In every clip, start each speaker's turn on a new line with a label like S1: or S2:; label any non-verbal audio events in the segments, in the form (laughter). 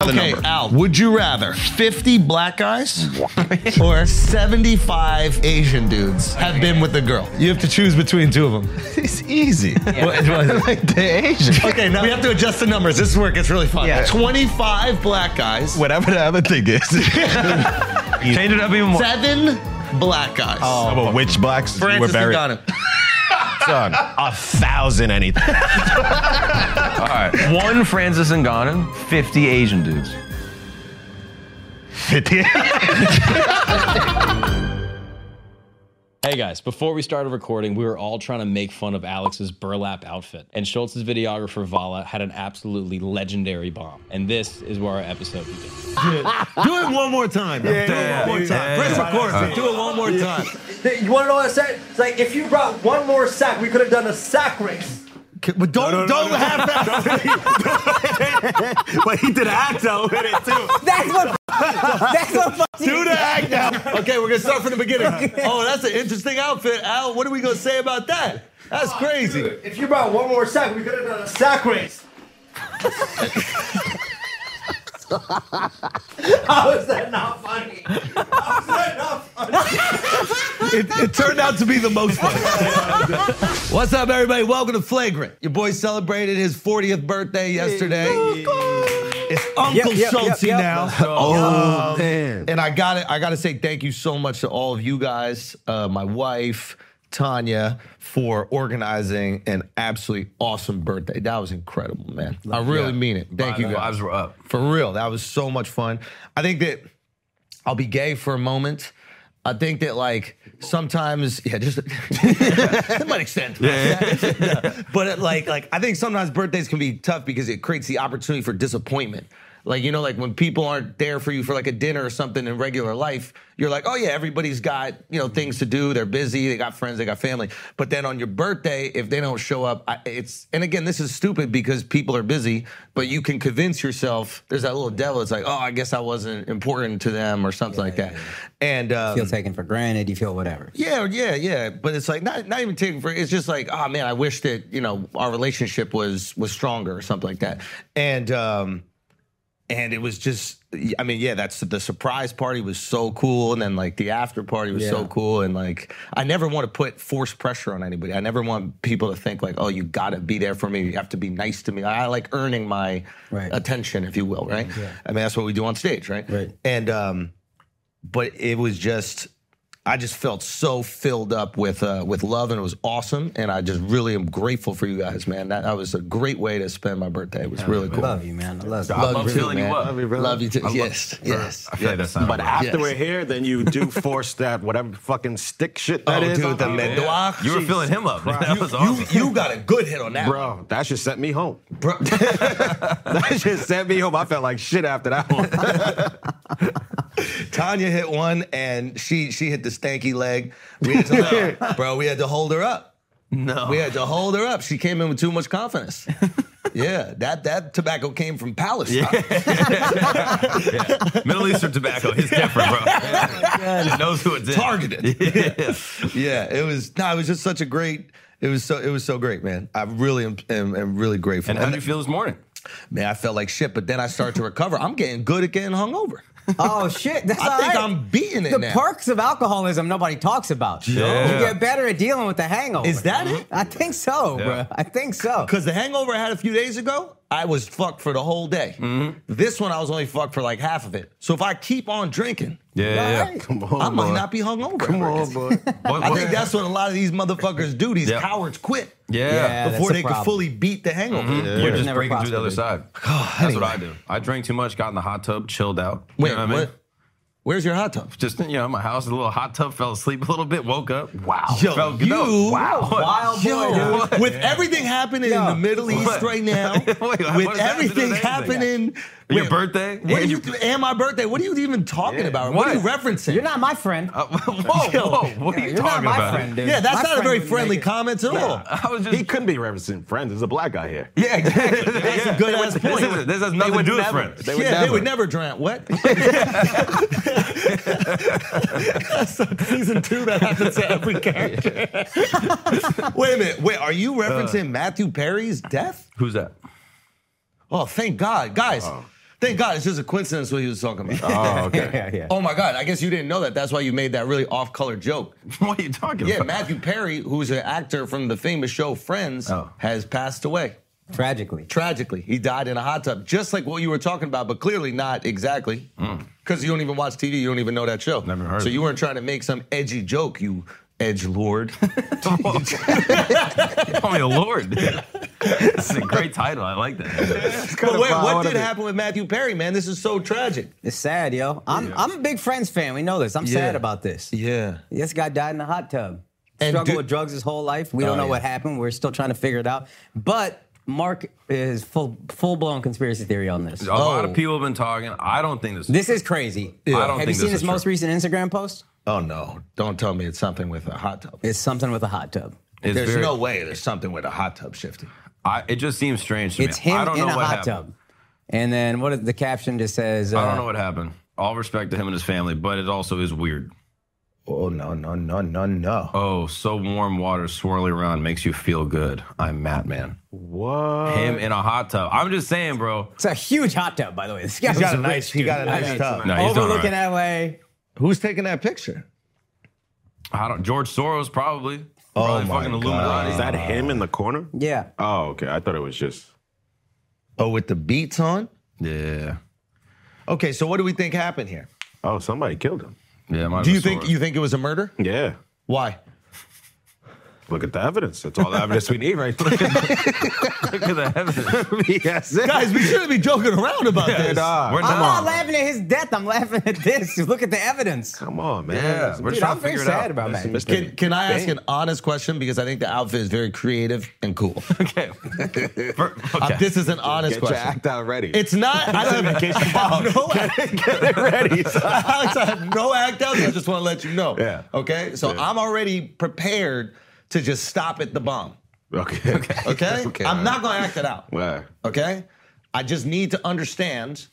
S1: the
S2: okay,
S1: number.
S2: Al, would you rather 50 black guys or 75 Asian dudes have been with a girl?
S1: (laughs)
S2: You have to choose between two of (laughs) them.
S3: It's easy.
S2: (laughs) like the Asian. Okay, now we have to adjust the numbers. This work is really fun.
S3: Yeah.
S2: 25 black guys,
S3: Whatever the other thing
S2: (laughs)
S3: is.
S1: Change it up even more.
S2: seven black guys.
S3: How about which blacks you were
S2: Francis
S3: very (laughs)
S2: Ngannou.
S3: Son, a thousand anything.
S1: All right. One Francis Ngannou, 50 Asian dudes.
S4: Hey guys, before we started recording, we were all trying to make fun of Alex's burlap outfit. And Schultz's videographer, Vala, had an absolutely legendary bomb. And this is where our episode begins.
S5: Do it one more time. do it one more time. Press record. Do it one more time.
S6: Hey, You want to know what I said? It's like if you brought one more sack, we could have done a sack race.
S5: But don't don't have that. (laughs) but he did act out with it too. (laughs)
S6: That's what. that's what.
S5: Do the
S6: (laughs)
S5: act out. Okay, we're gonna start from the beginning. Oh, that's an interesting outfit, Al. What are we gonna say about that? That's crazy.
S6: If you brought one more sack, we could have done a sack race. (laughs) How is that not funny? How is that not funny?
S5: It, it turned out to be the most fun. What's up, everybody? Welcome to Flagrant. Your boy celebrated his 40th birthday yesterday. It's Uncle
S6: Yep, yep,
S5: Schultzy
S6: yep, yep.
S5: now.
S3: oh, man.
S2: And I got it. I got to say thank you so much to all of you guys, uh, my wife Tanya, for organizing an absolutely awesome birthday. That was incredible, man. I really mean it. Thank you guys.
S1: Vibes were up.
S2: For real, that was so much fun. I think that I'll be gay for a moment. I think that like sometimes, yeah, just (laughs) to might extend. Yeah. But it, like, like I think sometimes birthdays can be tough because it creates the opportunity for disappointment. Like you know, like when people aren't there for you for like a dinner or something in regular life, you're like, oh yeah, everybody's got you know things to do. They're busy. They got friends. They got family. But then on your birthday, if they don't show up, I, it's and again, this is stupid because people are busy. But you can convince yourself there's that little devil. It's like, oh, I guess I wasn't important to them or something like that. And um,
S7: feel taken for granted. You feel whatever.
S2: yeah, yeah, yeah. But it's like not not even taking for it's just like, oh man, I wish that, you know, our relationship was was stronger or something like that. And um and it was just I mean, yeah, that's the surprise party was so cool and then like the after party was so
S7: Yeah.
S2: cool and like I never want to put forced pressure on anybody. I never want people to think like, "Oh, you got to be there for me. You have to be nice to me." I like earning my
S7: Right.
S2: attention, if you will, right? I mean, that's what we do on stage, right?
S7: Right.
S2: And um but it was just I just felt so filled up with uh, with love, and it was awesome. And I just really am grateful for you guys, man. That, that was a great way to spend my birthday. It was really cool.
S7: Love you, man. I love you.
S2: you too,
S1: filling you
S2: man.
S1: up.
S2: Love you, too. yes, yes.
S3: I feel like that's not
S5: But
S3: right.
S5: after
S2: Yes.
S5: we're here,
S3: then you do force that whatever fucking stick shit that
S2: oh,
S3: is on
S2: dude, the
S3: people.
S2: Mendoak.
S1: You were filling him up. That was awesome.
S2: You, you got a good hit on that, one.
S3: Bro, that shit sent me
S8: (laughs)
S3: home.
S2: bro. (laughs)
S3: That shit sent me home. I felt like shit after that
S2: (laughs)
S3: one.
S2: Tanya hit one, and she she hit the stanky leg. We had to, bro, we had to hold her up.
S1: no.
S2: We had to hold her up. She came in with too much confidence. Yeah, that that tobacco came from Palestine.
S1: Middle Eastern tobacco. It's different,
S2: (laughs)
S1: bro. It knows who it's in.
S2: Oh targeted. yeah, it was. No, it was just such a great. It was so. It was so great, man. I really am, am, am really grateful.
S1: And how do you feel this morning?
S2: man, I felt like shit, but then I started to recover. I'm getting good at getting
S1: (laughs)
S2: hungover.
S7: Oh shit, that's
S2: I think
S7: alright.
S2: I'm beating it
S7: The
S2: now.
S7: perks of alcoholism nobody talks about. You get better at dealing with the hangover.
S2: Is that it?
S7: I think so, bro. I think so.
S2: Because the hangover I had a few days ago, I was fucked for the whole day.
S1: Mm-hmm.
S2: This one, I was only fucked for like half of it. So if I keep on drinking,
S1: Yeah. yeah.
S3: Come on,
S2: I might
S3: boy.
S2: not
S8: (laughs)
S2: be hungover.
S3: Come on, boy.
S1: What-
S2: I
S1: what-
S2: think that's what a lot of these motherfuckers do. These
S1: Yeah.
S2: cowards quit
S1: yeah.
S7: Yeah. that's
S2: before
S7: a
S2: they can
S7: problem.
S2: fully beat the hangover. (sighs)
S1: You're just
S7: Never
S1: breaking through the other side. Mm-hmm. That's what I do. I drank too much, got in the hot tub, chilled out. You
S2: Wait,
S1: know what I mean?
S2: what? Where's your hot tub?
S1: Just you know, my house, a little hot tub, fell asleep a little bit, woke up. Wow.
S2: Yo,
S1: felt
S2: you-
S1: no.
S2: Wow.
S7: Wild boy,
S2: Oh, Yo,
S7: dude.
S2: with everything happening in
S7: Yeah.
S2: the Middle East
S1: What?
S2: right now,
S1: (laughs) Wait, what does that have
S2: with
S1: to do
S2: everything
S1: with anything?
S2: happening,
S1: Your
S2: Wait,
S7: (laughs)
S1: birthday?
S2: what are
S1: And
S2: you,
S1: your-
S2: and my birthday? What are you even talking
S1: Yeah.
S2: about? What?
S1: What?
S2: are you referencing?
S7: You're not my friend.
S1: Uh, (laughs) whoa, whoa, what are you
S7: You're not
S1: talking
S7: my
S1: about?
S7: friend, dude.
S2: yeah, that's
S7: My
S2: not a
S7: friend
S2: very
S7: wouldn't
S2: friendly
S7: make it.
S2: comment at all.
S1: (laughs) I was just
S3: He couldn't be referencing friends. There's a black guy
S2: (laughs)
S3: here.
S2: Yeah, exactly. That's a good ass
S1: This,
S2: point.
S1: is- this has nothing to do with friends.
S3: They would
S2: yeah, they
S3: never.
S2: would never drown.
S1: (laughs)
S2: What? (laughs) That's a season two that happens to
S1: (laughs)
S2: every character. (laughs) wait a minute. Wait, are you
S1: Uh.
S2: referencing Matthew Perry's death?
S1: Who's that?
S2: Oh, thank God, guys. Thank God, it's just a coincidence what he was talking about.
S9: Oh, okay.
S7: yeah, yeah.
S2: Oh my God, I guess you didn't know that. That's why you made that really off color joke.
S1: (laughs) What are you talking (laughs)
S2: Yeah,
S1: about?
S2: Matthew Perry, who's an actor from the famous show Friends,
S9: Oh.
S2: has passed away.
S7: Tragically.
S2: Tragically, he died in a hot tub, just like what you were talking about, but clearly not exactly. Because you don't even watch TV, you don't even know that show.
S1: Hmm. Never heard
S2: So
S1: of it.
S2: you weren't trying to make some edgy joke, you edge
S1: (laughs)
S2: lord.
S1: Call me a lord.
S7: (laughs)
S1: It's a great title. I like that.
S2: but wait,
S9: I
S2: what
S9: wanna
S2: did
S9: be-
S2: happen with Matthew Perry, man? This is so tragic.
S7: It's sad, yo. I'm I'm a big Friends fan. We know this. I'm sad about this.
S2: Yeah.
S7: This guy died in a hot tub.
S2: And
S7: Struggled
S2: do-
S7: with drugs his whole life. We don't
S2: Oh,
S7: know
S2: yeah.
S7: what happened. We're still trying to figure it out. But Mark is full full blown conspiracy theory on this.
S1: A
S2: Oh.
S1: lot of people have been talking. I don't think this.
S7: Oh. This is crazy.
S1: I don't
S7: Have you
S1: think
S7: seen
S1: this
S7: his
S1: is
S7: most
S1: true.
S7: recent Instagram post?
S2: Oh no, don't tell me it's something with a hot tub.
S7: It's something with a hot tub.
S1: It's
S2: There's
S1: very-
S2: no way there's something with a hot tub shifting.
S1: I, it just seems strange to
S7: It's
S1: me.
S7: him
S1: I don't
S7: in
S1: know
S7: a
S1: what
S7: hot
S1: happened.
S7: tub. And then what is, the caption just says? Uh,
S1: I don't know what happened. All respect to him and his family, but it also is weird.
S2: Oh no, no, no, no, no.
S1: Oh, so warm water swirling around makes you feel good. I'm Matt Man. What? Him in a hot tub. I'm just saying, bro.
S7: It's a huge hot tub, by the way. This guy
S2: He's
S7: was
S2: got a
S7: rich,
S2: nice- he
S7: dude.
S2: got a
S7: I
S2: nice
S7: mean,
S2: tub.
S1: No, he's doing all
S7: overlooking
S1: right.
S7: LA.
S2: Who's taking that picture?
S1: I don't, George Soros probably. Probably
S2: my
S1: fucking Illuminati.
S8: Is that him in the corner?
S7: Yeah.
S8: Oh, okay. I thought it was just.
S2: Oh, with the beats on?
S1: Yeah.
S2: Okay, so what do we think happened here?
S8: Oh, somebody killed him.
S1: Yeah. might
S2: Do
S1: have
S2: you
S1: been
S2: think
S1: Soros.
S2: you think it was a murder?
S8: Yeah.
S2: Why?
S8: Look at the evidence. That's all the evidence we need right
S1: (laughs)
S8: there. (laughs)
S1: Look at the heavens.
S8: yes. it.
S2: (laughs) Guys, we shouldn't be joking around about this.
S8: Nah.
S1: We're
S7: I'm
S1: not-
S7: not laughing at his death. I'm laughing at this. (laughs) Look at the evidence.
S8: Come on, man.
S1: Yeah, we're
S7: Dude,
S1: just trying
S7: I'm
S1: to
S7: very
S1: figure it
S7: sad
S1: out.
S7: about that.
S8: Mr.
S2: Can, can I ask an honest question? Because I think the outfit is very creative and (laughs) cool.
S1: Okay. For-
S2: Uh,
S1: okay.
S2: this is an honest
S9: Get your
S2: question.
S9: act out ready.
S2: It's not. I don't have, I have (laughs) no act.
S8: ready.
S2: Alex, I have no act out. I just want to let you know.
S8: Yeah.
S2: Okay. So
S8: Yeah.
S2: I'm already prepared to just stop at the bomb.
S8: okay. (laughs) Okay.
S2: Okay.
S8: Okay,
S2: I'm
S8: all
S2: not going to act it out.
S8: Well,
S2: Okay? I just need to understand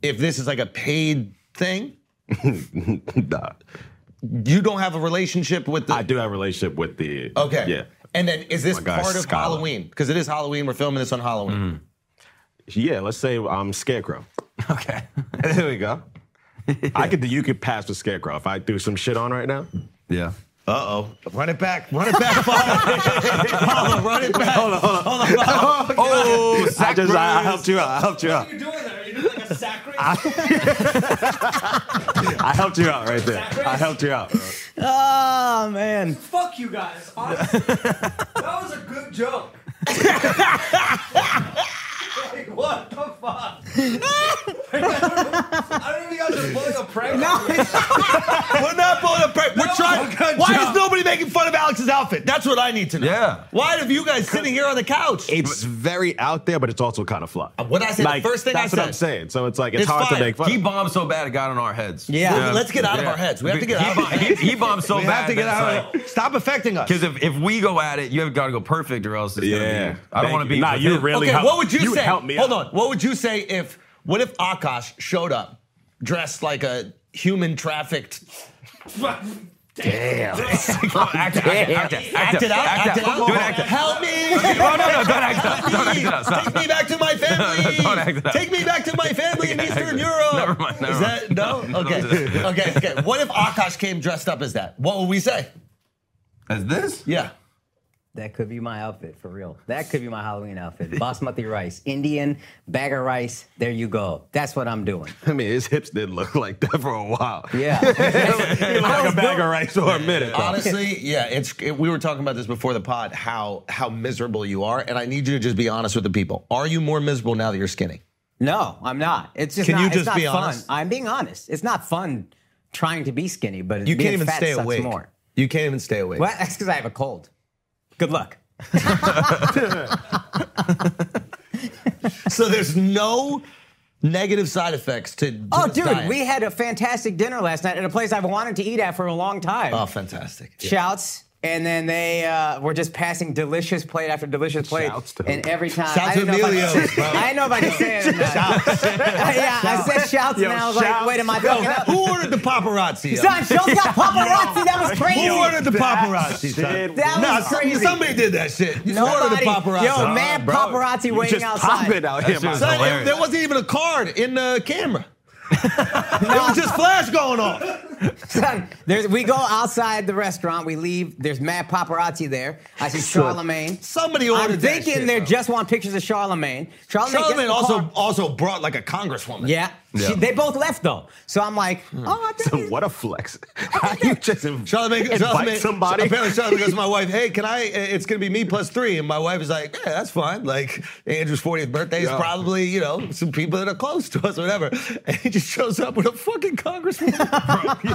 S2: if this is like a paid thing.
S8: (laughs) nah.
S2: You don't have a relationship with the
S8: I do have a relationship with the.
S2: Okay.
S8: Yeah.
S2: And then is this
S8: My guy,
S2: part of
S8: Scala.
S2: Halloween? Because it is Halloween. We're filming this on Halloween.
S8: Yeah. Let's say I'm Scarecrow.
S1: Okay.
S8: there we go. I could do. You could pass with Scarecrow if I threw some shit on right now.
S1: Yeah.
S2: Uh oh. Run it back. Run it back, Paula. Paula, run it back. Hold on, hold on.
S1: Oh,
S8: I just. I, I helped you out. I helped you out.
S6: You're doing that. Are you doing like a sack race?
S8: I helped you out right there. I helped you out. bro.
S7: Oh
S6: (laughs)
S7: man.
S6: Fuck you guys. Honestly, that was a good joke. like, what the fuck? (laughs) I don't even know if you guys are pulling a prank.
S7: No, it's
S2: (laughs) We're not pulling a prank. We're
S6: No,
S2: trying.
S6: good
S2: Why
S6: job.
S2: is nobody making fun of Alex's outfit? That's what I need to know.
S1: Yeah.
S2: Why have you guys sitting here on the couch?
S8: It's very out there, but it's also kind of fly.
S2: What I said, the first thing I
S8: that's
S2: said.
S8: what I'm saying. So it's like it's,
S2: It's
S8: hard
S2: fine.
S8: to make fun.
S1: He
S8: of.
S1: bombed so bad it got on our heads.
S7: Yeah.
S2: Well, let's get out of our heads. We have to get
S1: he
S2: out of our
S1: bombed-
S2: heads.
S1: He, he bombed so
S2: we
S1: bad.
S2: have to get
S1: that it's
S2: out.
S1: like-
S2: Of, stop affecting us.
S1: Because if, if we go at it, you have got to go perfect, or else it's
S8: Yeah.
S1: gonna be. I don't
S8: Thank
S1: want to be.
S8: you. Nah,
S1: with
S8: you
S1: him.
S8: really-
S2: Okay,
S8: help-
S2: what would you,
S8: you would
S2: say?
S8: help me
S2: Hold
S8: out.
S2: on. What would you say if what if Akash showed up dressed like a human trafficked?
S6: (laughs)
S1: Oh, (laughs) act, act, act, act,
S2: Act it out.
S1: act
S2: Act it out.
S1: Do an act.
S2: Help me.
S1: Oh no, no, don't act out. Don't act it out. Stop.
S2: Take me back to my family.
S1: (laughs) Don't act it out.
S2: Take me back to my family in
S1: (laughs) Yeah,
S2: Eastern
S1: exactly.
S2: Europe.
S1: Never mind, never
S2: Is that
S1: mind.
S2: no?
S1: No,
S2: Okay.
S1: (laughs) don't do that.
S2: okay. Okay. What if Akash came dressed up as that? What would we say?
S1: Is this?
S2: Yeah.
S7: That could be my outfit for real. That could be my Halloween outfit. Basmati rice, Indian bag of rice. There you go. That's what I'm doing.
S8: I mean, his hips did look like that for a while.
S7: Yeah.
S8: He looked like a bag of rice for a minute. though.
S2: Honestly, yeah, it's it, we were talking about this before the pod how how miserable you are and I need you to just be honest with the people. Are you more miserable now that you're skinny?
S7: (laughs) no, I'm not. It's just
S2: Can
S7: not,
S2: you
S7: it's
S2: just
S7: not
S2: be
S7: fun.
S2: honest?
S7: I'm being honest. It's not fun trying to be skinny, but
S2: You
S7: being
S2: can't even
S7: fat
S2: stay
S7: sucks
S2: awake.
S7: more.
S2: You can't even stay awake.
S7: Well, (laughs) that's because I have a cold.
S2: (laughs)
S7: Good luck.
S2: So there's no negative side effects to. to
S7: Oh,
S2: this
S7: dude,
S2: diet.
S7: we had a fantastic dinner last night at a place I've wanted to eat at for a long time.
S2: Oh, fantastic.
S7: Shouts And then they uh, were just passing delicious plate after delicious plate.
S8: Shouts to-
S7: and every time.
S2: Shout
S7: I
S2: to
S7: didn't know if I could-
S2: Emilio's, bro.
S7: I didn't know if I could say
S2: (laughs)
S7: it. or not. (laughs) yeah, I said shouts, and I was like,
S8: shouts.
S7: wait, am I
S2: Yo,
S7: fucking up?
S2: who ordered the paparazzi? yo?
S7: Son, Joe's got paparazzi. That was crazy.
S2: Who ordered the paparazzi? son?
S8: Shit.
S7: That
S2: Nah,
S7: was
S2: some-
S7: crazy.
S2: somebody did that shit. Who ordered the
S7: Nobody-
S2: paparazzi?
S7: Yo, mad paparazzi
S8: You
S7: waiting
S8: just
S7: outside.
S8: popping out here. my
S2: Son,
S8: son.
S2: there- there wasn't even a card in the
S7: (laughs)
S2: camera. there was just flash going off.
S7: Son, there's, we go outside the restaurant. We leave. There's mad paparazzi there. I see Charlemagne.
S2: Somebody ordered
S7: I'm
S2: that
S7: thinking
S2: shit,
S7: they
S2: bro.
S7: just want pictures of Charlemagne. Charlemagne, gets in
S2: Charlemagne
S7: the
S2: also
S7: car.
S2: also brought like a congresswoman.
S7: Yeah. She-
S1: Yeah.
S7: they both left though. So I'm like, oh, I think he's-
S8: Hmm.
S7: (laughs)
S8: What a flex. How you (laughs) just inv-
S2: Charlemagne,
S8: invite
S2: Charlemagne
S8: somebody?
S2: Apparently, Charlemagne goes to my wife, "Hey, can I? It's gonna be me plus three. And my wife is like, "Yeah, that's fine. Like Andrew's 40th birthday is
S8: Yeah.
S2: probably you know some people that are close to us, or whatever." And he just shows up with a fucking congresswoman.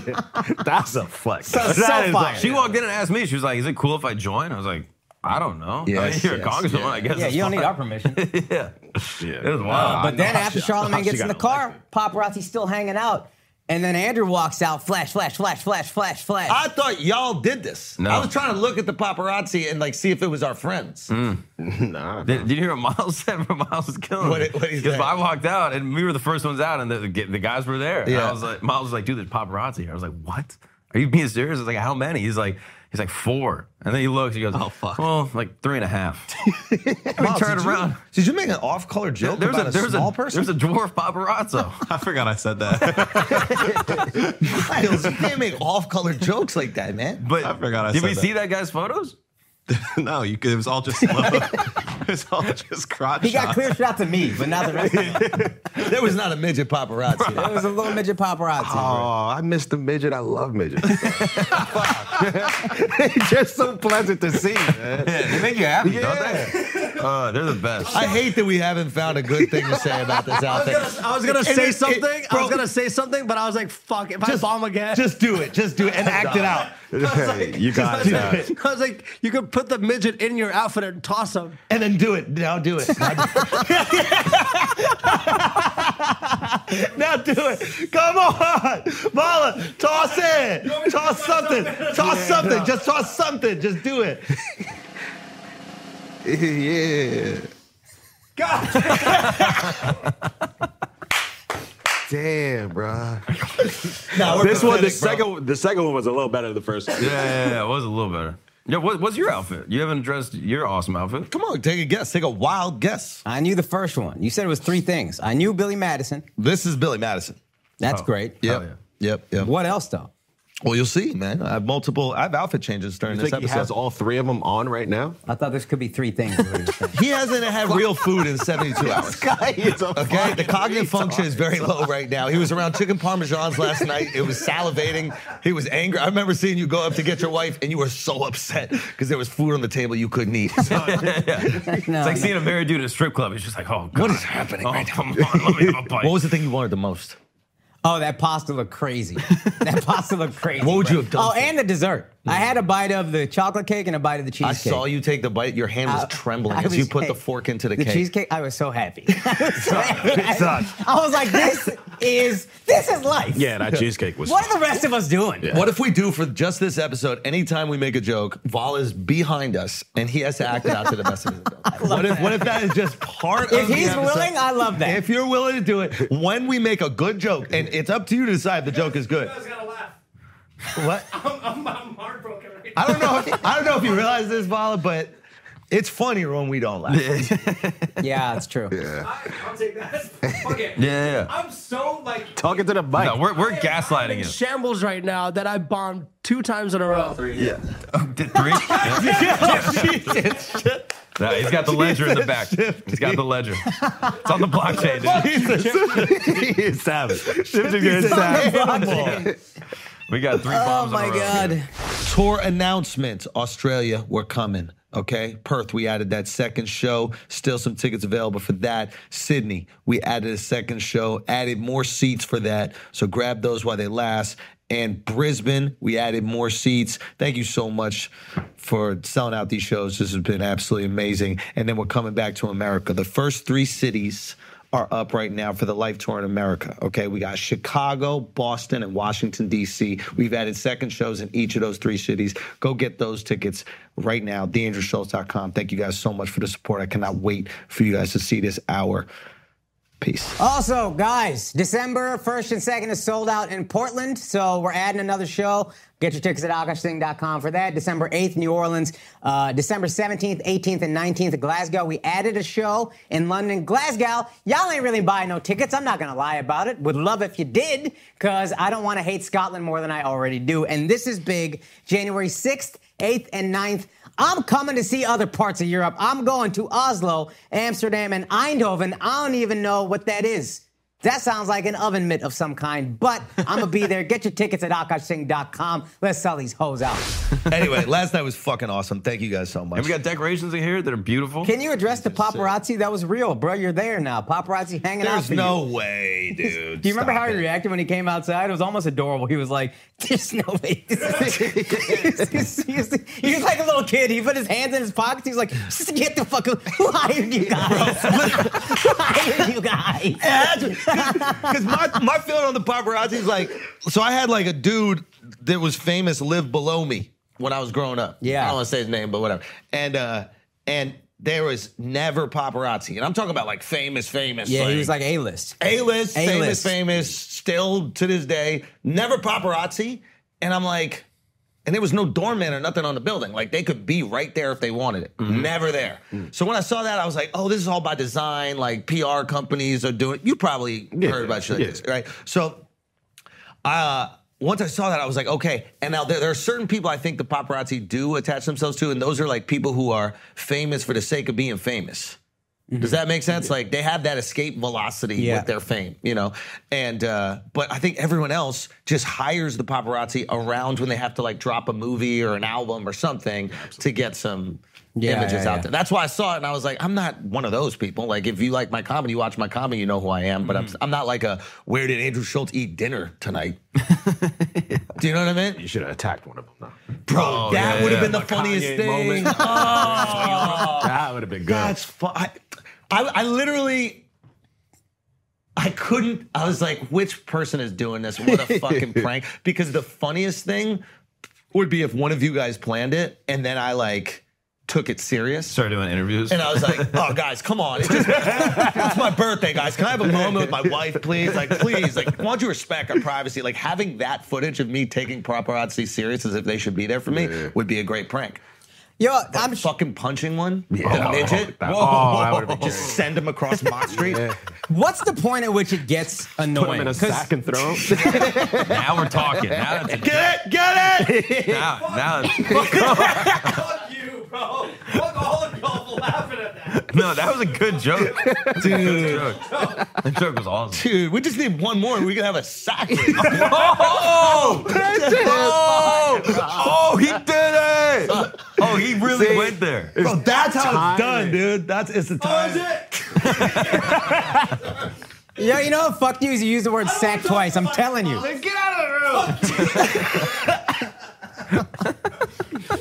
S8: (laughs) That's a flex.
S7: So- so
S8: That is
S7: fire.
S8: a-
S1: She walked in and asked me. She was like, "Is it cool if I join?" I was like, "I don't know. Yeah,
S2: Yes,
S1: you're
S2: yes,
S1: a congresswoman. I guess.
S7: yeah,
S1: it's
S7: you don't need our
S1: fine."
S8: (laughs)
S7: permission.
S1: yeah,
S8: Yeah.
S1: (laughs) it was wild.
S7: But then after Charlemagne
S8: she
S7: gets in the
S8: got
S7: car, paparazzi's still hanging out. And then Andrew walks out, flash, flash, flash, flash, flash, flash.
S8: Ah,
S2: I thought y'all did this.
S1: No.
S2: I was trying to look at the paparazzi and like see if it was our friends.
S1: Mm.
S8: Nah.
S1: Did, did you hear what Miles (laughs) said? What Miles was killing
S2: What- what he
S1: Because
S2: said?
S1: I walked out and we were the first ones out, and the, the, the guys were there. And
S2: Yeah.
S1: I was like, Miles was like, "Dude, there's paparazzi." here." I was like, "What? Are you being serious?" I was like, "How many?" He's like, "He's like four. And then he looks. He goes, "Oh fuck." Well, like three and
S2: (laughs)
S1: a half. we turned around.
S2: Did you make an off-color joke
S1: There's
S2: about
S1: a
S2: a,
S1: there's
S2: small
S1: (laughs) a
S2: person?
S1: there's a dwarf
S2: (laughs)
S1: paparazzo.
S10: I forgot I said that.
S2: Miles, you can't make off-color jokes like that, man.
S1: But
S10: I forgot I
S1: did
S10: said
S1: we
S10: that.
S1: see that guy's photos?
S10: no, you could, it was all just slow. it was all just crotch
S7: he got
S10: shots.
S7: clear shot to me, but not the
S8: (laughs)
S7: rest of them.
S2: There was not a midget paparazzi.
S7: It was a little midget paparazzi.
S8: Oh, I missed the midget. I love midgets. (laughs) It's just so pleasant to see, man.
S1: Yeah, they make you happy,
S8: Yeah.
S1: don't
S2: (laughs)
S1: they? Uh, they're the best.
S2: I hate that we haven't found a good thing to say about this outfit.
S6: (laughs) I was gonna, I was gonna
S2: And
S6: say
S2: it- it-
S6: something. I
S2: bro,
S6: was gonna say something, but I was like, "Fuck! If I bomb again, (laughs)
S2: Just do it. Just do it and act it out.
S8: Hey, you got
S6: I was
S8: that.
S6: like- I was like, you could put the midget in your outfit and toss him.
S2: And then do it. Now do it. Now do (laughs) Now do it. Come on. Mala, toss it. Toss something. Toss something. Just toss something. Just do it.
S8: yeah.
S6: God,
S8: Damn, bro.
S2: No, we're
S8: This one,
S2: pathetic, bro.
S8: the second, the second one was a little better than the first one.
S1: Yeah, yeah, yeah, it was a little better. Yeah, what, what's your outfit? You haven't addressed your awesome outfit.
S2: Come on, take a guess. Take a wild guess.
S7: I knew the first one. You said it was three things. I knew Billy Madison.
S2: This is Billy Madison.
S8: Oh.
S7: That's great.
S1: Hell
S2: Yep. Yep.
S7: What else though?
S2: Well, you'll see, man. I have multiple. I have outfit changes during
S8: You
S2: this
S8: think he
S2: episode.
S8: has all three of them on right now?
S7: I thought this could be three things. is what he
S8: (laughs)
S7: was saying.
S2: He hasn't had real food in 72 hours.
S8: guy is a
S2: (laughs)
S8: (laughs)
S2: Okay, the cognitive function is very low right now. He was around chicken parmesans last night. It was salivating. He was angry. I remember seeing you go up to get your wife, and you were so upset because there was food on the table you couldn't eat. (laughs)
S7: No,
S1: It's like
S7: no.
S1: seeing a married dude at a strip club. He's just like, oh, God.
S2: What is happening
S1: Oh,
S2: right now?
S1: come on, let me
S2: (laughs)
S1: have a bite.
S2: What was the thing you wanted the most?
S7: Oh, that pasta looked crazy.
S2: (laughs)
S7: that pasta looked crazy.
S2: What would
S7: bro.
S2: you have done
S7: Oh,
S2: for
S7: and the dessert. I had a bite of the chocolate cake and a bite of the
S2: I
S7: cheesecake.
S2: saw you take the bite. Your hand was trembling
S7: Uh, I
S2: as you
S7: was-
S2: put
S7: (laughs) hey,
S2: the fork into the,
S7: The
S2: cake.
S7: cheesecake, I was so
S2: (laughs)
S7: happy. (laughs) I was so happy. I, I was like, this is this is life.
S8: Yeah, that cheesecake was.
S7: What are the rest of us doing?
S2: What if we do for just this episode? Anytime we make a joke, Val is behind us, and he has to act it out to the best of his
S7: (laughs)
S2: ability. What if, what if that is just part
S7: If
S2: of the
S7: he's
S2: episode?
S7: willing, I love that.
S2: If you're willing to do it, when we make a good joke, and it's up to you to decide if the joke is good.
S6: gotta laugh.
S2: What?
S6: I'm, I'm, I'm heartbroken right
S2: I don't know. If, I don't know if you realize this, Vala, but it's funnier when we don't laugh.
S7: yeah, it's true.
S6: now. I'll take that. Fuck it.
S1: Yeah, yeah, yeah.
S6: I'm so like
S8: Talking to the mic.
S1: No, we're, we're
S6: I'm in
S1: gaslighting it.
S6: shambles right now that I bombed two times in a row.
S1: Did
S2: (laughs)
S1: three? Yeah. Nah, he's got the ledger
S2: (laughs)
S1: in the back. He's got the ledger. It's on the blockchain.
S2: (laughs)
S1: dude.
S8: he is savage.
S1: We got three
S7: Oh
S1: bombs. in a
S7: my
S1: row.
S7: god.
S2: Tour announcements. Australia, we're coming. Okay. Perth, we added that second show. Still some tickets available for that. Sydney, we added a second show, added more seats for that. So grab those while they last. And Brisbane, we added more seats. Thank you so much for selling out these shows. This has been absolutely amazing. And then we're coming back to America. The first three cities are up right now for the life tour in America. Okay, we got Chicago, Boston, and Washington D.C. We've added second shows in each of those three cities. Go get those tickets right now. DeAndrewSchultz.com. Thank you guys so much for the support. I cannot wait for you guys to see this hour. Peace.
S7: Also, guys, December 1st and 2nd is sold out in Portland, so we're adding another show. Get your tickets at akashthing.com for that. December 8th, New Orleans. Uh, December 17th, 18th, and 19th, at Glasgow. We added a show in London, Glasgow. Y'all ain't really buying no tickets. I'm not going to lie about it. Would love if you did, because I don't want to hate Scotland more than I already do. And this is big. January 6th, 8th, and 9th. I'm coming to see other parts of Europe. I'm going to Oslo, Amsterdam, and Eindhoven. I don't even know what that is. That sounds like an oven mitt of some kind, but I'm gonna be there. Get your tickets at akashsing.com. Let's sell these hoes out.
S2: anyway, last night was fucking awesome. Thank you guys so much.
S1: And we got decorations in here that are beautiful.
S7: Can you address the paparazzi? That was real, bro. You're there now. Paparazzi hanging out
S2: There's
S7: for
S2: no
S7: you.
S2: way, dude.
S7: Do (laughs) you remember
S2: Stop
S7: how he
S2: it.
S7: reacted when he came outside? It was almost adorable. He was like, (laughs) "There's no way."
S8: (laughs)
S7: (laughs) he was like a little kid. He put his hands in his pockets. He was like, "Just "Get the fuck up! Who hired you guys? (laughs) Who hired you guys?"
S2: (laughs) Because my, my feeling on the paparazzi is like, so I had like a dude that was famous live below me when I was growing up.
S7: Yeah.
S2: I don't want to say his name, but whatever. And uh, and there was never paparazzi, and I'm talking about like famous, famous.
S7: Yeah, he was like A-list.
S2: A-list, famous,
S7: A-list.
S2: famous, still to this day, never paparazzi. And I'm like, and there was no doorman or nothing on the building. Like they could be right there if they wanted it.
S8: Mm-hmm.
S2: Never there. So when I saw that, I was like, oh, this is all by design. Like PR companies are doing. You probably heard about shit like
S8: yeah.
S2: this, right? So uh, once I saw that, I was like, okay. And now there, there are certain people I think the paparazzi do attach themselves to, and those are like people who are famous for the sake of being famous. Does that make sense? Like they have that escape velocity
S7: Mm-hmm. Yeah.
S2: with their fame, you know. And uh, but I think everyone else just hires the paparazzi around when they have to like drop a movie or an album or something to get some
S7: Yeah,
S2: images
S7: yeah,
S2: out
S7: yeah.
S2: there. That's why I saw it and I was like, I'm not one of those people. Like if you like my comedy, you watch my comedy, you know who I am. But I'm I'm not like a where did Andrew Schultz eat dinner tonight? Do you know what I mean?
S8: You should have attacked one of them. No.
S2: Bro, that
S1: yeah,
S2: would have
S1: yeah.
S2: been the funniest
S8: Kanye
S2: thing.
S8: (laughs) moment. that would have been good.
S2: That's fu- I, I, I literally, I couldn't. I was like, which person is doing this? What a fucking prank! Because the funniest thing would be if one of you guys planned it, and then I like took it serious.
S1: Started doing interviews.
S2: And I was like, oh, guys, come on. It's, just- it's my birthday, guys. Can I have a moment with my wife, please? Like, please, like, why don't you respect our privacy? Like, having that footage of me taking paparazzi serious as if they should be there for me would be a great prank.
S7: Yo, I'm sh-
S2: fucking punching one, the
S8: Yeah.
S2: midget.
S8: Oh, that- oh, that would've been
S2: just send him across Mott Street.
S7: what's the point at which it gets
S8: Put him
S7: annoying?
S8: in a
S7: 'Cause
S8: sack and throw. him.
S1: now we're talking. Now that's a,
S2: Get it, get it.
S1: now, now that's-
S6: Fuck you, bro. Fuck all of y'all for laughing at
S1: (laughs)
S6: that.
S1: no, that was a good
S2: (laughs)
S1: joke. That's a good joke. That joke was awesome.
S2: Dude, we just need one more. and We can have a sack.
S1: Oh! Oh! Oh, he did it! (laughs) Oh, he really went there.
S2: Bro, that's how it's done, dude. That's it's the
S6: Oh,
S2: time.
S6: is it?
S7: yo, you know, what? fuck you. is You use the word sack twice. I'm telling you.
S8: (laughs)
S6: Then get out of the room.